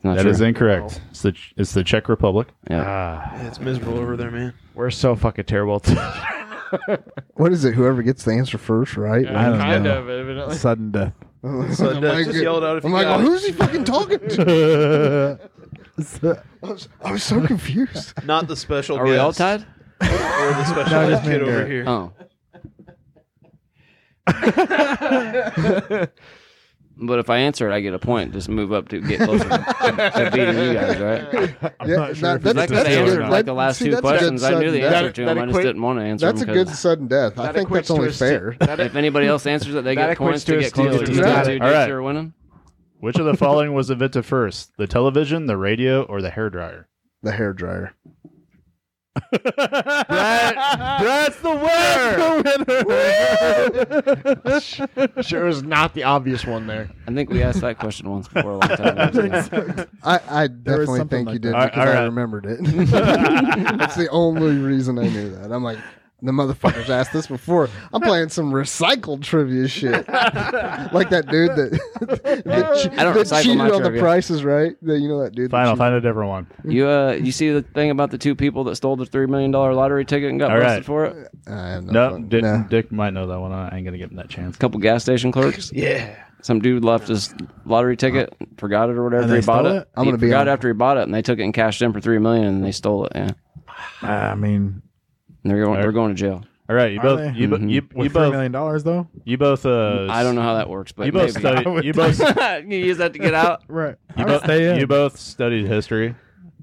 Speaker 2: Not
Speaker 6: That
Speaker 2: sure.
Speaker 6: is
Speaker 7: Oh.
Speaker 6: incorrect. It's the it's the Czech Republic.
Speaker 2: Yeah.
Speaker 5: Ah,
Speaker 1: Yeah, it's miserable over there, man.
Speaker 5: we're so fucking terrible.
Speaker 3: What is it? Whoever gets the answer first, right?
Speaker 7: I don't
Speaker 5: kind
Speaker 7: know.
Speaker 5: of, evidently.
Speaker 7: Sudden death.
Speaker 1: So
Speaker 3: I'm
Speaker 1: just yelled out if
Speaker 3: I'm
Speaker 1: you
Speaker 3: like,
Speaker 1: got it.
Speaker 3: who's he fucking talking to? I was, I was so confused.
Speaker 1: Not the special.
Speaker 2: Are we all
Speaker 1: guest
Speaker 2: tied?
Speaker 1: Or the special
Speaker 7: No,
Speaker 1: ed
Speaker 7: just me
Speaker 1: kid
Speaker 7: and
Speaker 1: over
Speaker 7: Garrett.
Speaker 1: here.
Speaker 2: Oh. but if I answer it, I get a point. Just move up to get closer to, to beating you guys, right?
Speaker 3: yeah, that- that's,
Speaker 2: Like, if
Speaker 3: that's
Speaker 2: they
Speaker 3: good.
Speaker 2: answered like
Speaker 3: That-
Speaker 2: the last
Speaker 3: see,
Speaker 2: two
Speaker 3: that's a good
Speaker 2: questions, I knew
Speaker 3: sudden
Speaker 2: the
Speaker 3: death.
Speaker 2: answer to
Speaker 5: that
Speaker 2: them. I just
Speaker 5: equate-
Speaker 2: didn't want to answer
Speaker 3: That's a
Speaker 2: them.
Speaker 3: good
Speaker 2: 'cause
Speaker 3: sudden death. I think that's only fair.
Speaker 2: if anybody else answers it, they
Speaker 5: That
Speaker 2: get
Speaker 5: equates
Speaker 2: points
Speaker 5: to
Speaker 2: to
Speaker 5: a
Speaker 2: get
Speaker 5: steal.
Speaker 2: closer to
Speaker 5: You
Speaker 2: the
Speaker 5: got
Speaker 2: two
Speaker 5: it.
Speaker 2: dudes
Speaker 6: All right.
Speaker 2: who are winning.
Speaker 6: Which of the following was invented first? The television, the radio, or the hairdryer?
Speaker 3: The hair dryer.
Speaker 5: That's the winner. sure is not the obvious one there.
Speaker 2: I think we asked that question once before a long time. ago.
Speaker 3: I, I
Speaker 7: was
Speaker 3: definitely
Speaker 7: something
Speaker 3: think
Speaker 7: like
Speaker 3: you
Speaker 7: that.
Speaker 3: did
Speaker 6: All right,
Speaker 3: because
Speaker 6: all
Speaker 3: I
Speaker 6: right.
Speaker 3: remembered it. that's the only reason I knew that. I'm like, the motherfuckers asked this before. I'm playing some recycled trivia shit, like that dude that, that, che-
Speaker 2: I don't
Speaker 3: that
Speaker 2: recycle
Speaker 3: cheated
Speaker 2: my
Speaker 3: on the
Speaker 2: trivia.
Speaker 3: prices, right? That you know that dude. that
Speaker 6: Fine, I'll
Speaker 3: cheated-
Speaker 6: find a different one.
Speaker 2: You uh, you see the thing about the two people that stole the three million dollar lottery ticket and got
Speaker 6: All
Speaker 2: busted
Speaker 6: right.
Speaker 2: for it?
Speaker 3: I have no
Speaker 6: No,
Speaker 3: fucking-
Speaker 6: Dick,
Speaker 3: no.
Speaker 6: Dick might know that one. I ain't gonna give him that chance.
Speaker 2: A couple gas station clerks.
Speaker 1: Yeah.
Speaker 2: Some dude left his lottery ticket, forgot it or whatever.
Speaker 7: And they
Speaker 2: he bought
Speaker 7: stole
Speaker 2: it.
Speaker 7: it?
Speaker 3: I'm
Speaker 2: he
Speaker 3: gonna be
Speaker 2: forgot
Speaker 3: honest.
Speaker 2: after he bought it, and they took it and cashed in for three million, and they stole it. Yeah, and
Speaker 7: I mean,
Speaker 2: they're going.
Speaker 6: All right.
Speaker 2: They're going to jail.
Speaker 6: All right, you
Speaker 7: Are
Speaker 6: both,
Speaker 7: they? Mm-hmm.
Speaker 6: you, bo-
Speaker 2: Mhm.
Speaker 6: you, you
Speaker 7: with $3
Speaker 6: both,
Speaker 7: million dollars, though?
Speaker 6: you both. Uh,
Speaker 2: I don't know how that works, but
Speaker 6: You both
Speaker 2: maybe.
Speaker 6: studied. You both.
Speaker 2: you use that to get out.
Speaker 7: Right.
Speaker 6: You, both you both studied history.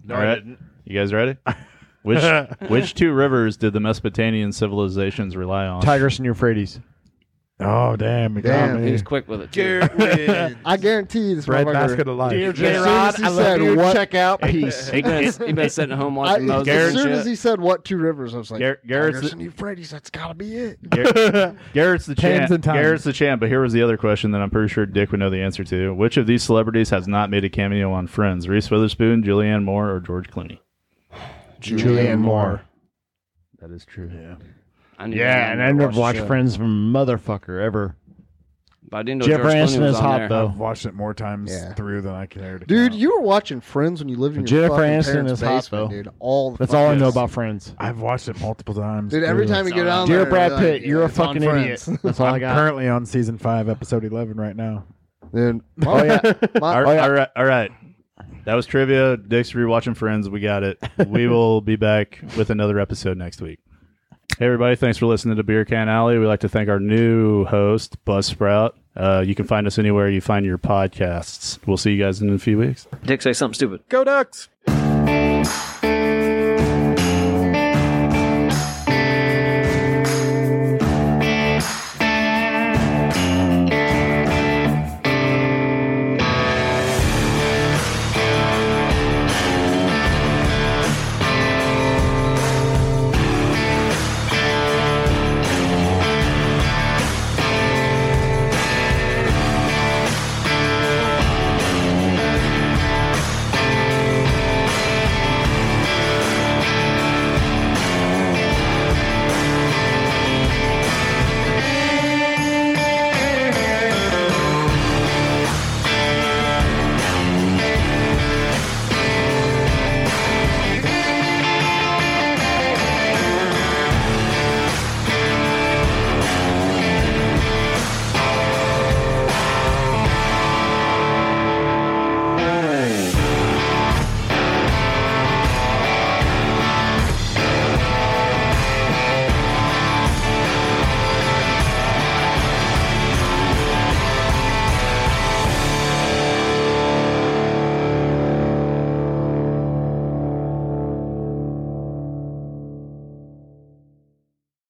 Speaker 6: All right, you guys ready? Which which two rivers did the Mesopotamian civilizations rely on?
Speaker 5: Tigris and Euphrates.
Speaker 7: Oh damn! You got
Speaker 3: Damn,
Speaker 2: He
Speaker 7: me.
Speaker 2: was quick with it. Too.
Speaker 1: Jared wins.
Speaker 3: I guarantee you this
Speaker 1: Bread
Speaker 3: motherfucker-
Speaker 1: basket of life.
Speaker 3: As soon as he said what,
Speaker 5: Check out. Peace.
Speaker 2: He been, he been sitting at home
Speaker 3: I,
Speaker 2: watching Moses.
Speaker 3: as
Speaker 2: and
Speaker 3: soon
Speaker 2: shit.
Speaker 3: as he said what two rivers, I was like,
Speaker 6: Gar- Garrett's-
Speaker 3: Tigers and Euphrates. That's gotta be it.
Speaker 6: Garrett's the champ.
Speaker 7: Pans and times.
Speaker 6: Garrett's the champ. But here was the other question that I'm pretty sure Dick would know the answer to. Which of these celebrities has not made a cameo on Friends? Reese Witherspoon, Julianne Moore, or George Clooney?
Speaker 5: Julianne Moore.
Speaker 6: That is true. Yeah.
Speaker 2: I knew
Speaker 5: Yeah,
Speaker 2: that.
Speaker 5: and I never watched
Speaker 2: the show.
Speaker 5: Friends from motherfucker ever.
Speaker 2: But I didn't know
Speaker 5: Jennifer
Speaker 2: George Clooney
Speaker 5: Aniston
Speaker 2: was
Speaker 5: is
Speaker 2: on
Speaker 5: hot,
Speaker 2: there.
Speaker 5: though.
Speaker 7: I've watched it more times
Speaker 3: Yeah.
Speaker 7: through than I care to.
Speaker 3: Dude,
Speaker 7: count.
Speaker 3: you were watching Friends when you lived in your
Speaker 5: Jennifer
Speaker 3: fucking
Speaker 5: Aniston
Speaker 3: parents'
Speaker 5: is hot,
Speaker 3: basement,
Speaker 5: though.
Speaker 3: dude. All the
Speaker 5: That's all I
Speaker 3: fucking-
Speaker 5: know about Friends.
Speaker 7: I've watched it multiple times.
Speaker 3: Dude, every
Speaker 7: through.
Speaker 3: time you get on
Speaker 5: Dear
Speaker 3: there,
Speaker 5: Brad
Speaker 3: you're
Speaker 5: Pitt,
Speaker 3: like,
Speaker 5: you're a
Speaker 3: it's on
Speaker 5: fucking idiot.
Speaker 3: Friends.
Speaker 5: That's all I got.
Speaker 7: Currently on season five, episode eleven, right now.
Speaker 3: Dude,
Speaker 5: oh yeah,
Speaker 3: my,
Speaker 5: Oh, yeah.
Speaker 6: All right. All right. That was trivia. Dick's rewatching Friends. We got it. We will be back with another episode next week. Hey, everybody. Thanks for listening to Beer Can Alley. We'd like to thank our new host, Buzz Sprout. Uh, you can find us anywhere you find your podcasts. We'll see you guys in a few weeks.
Speaker 2: Dick, say something stupid.
Speaker 6: Go Ducks!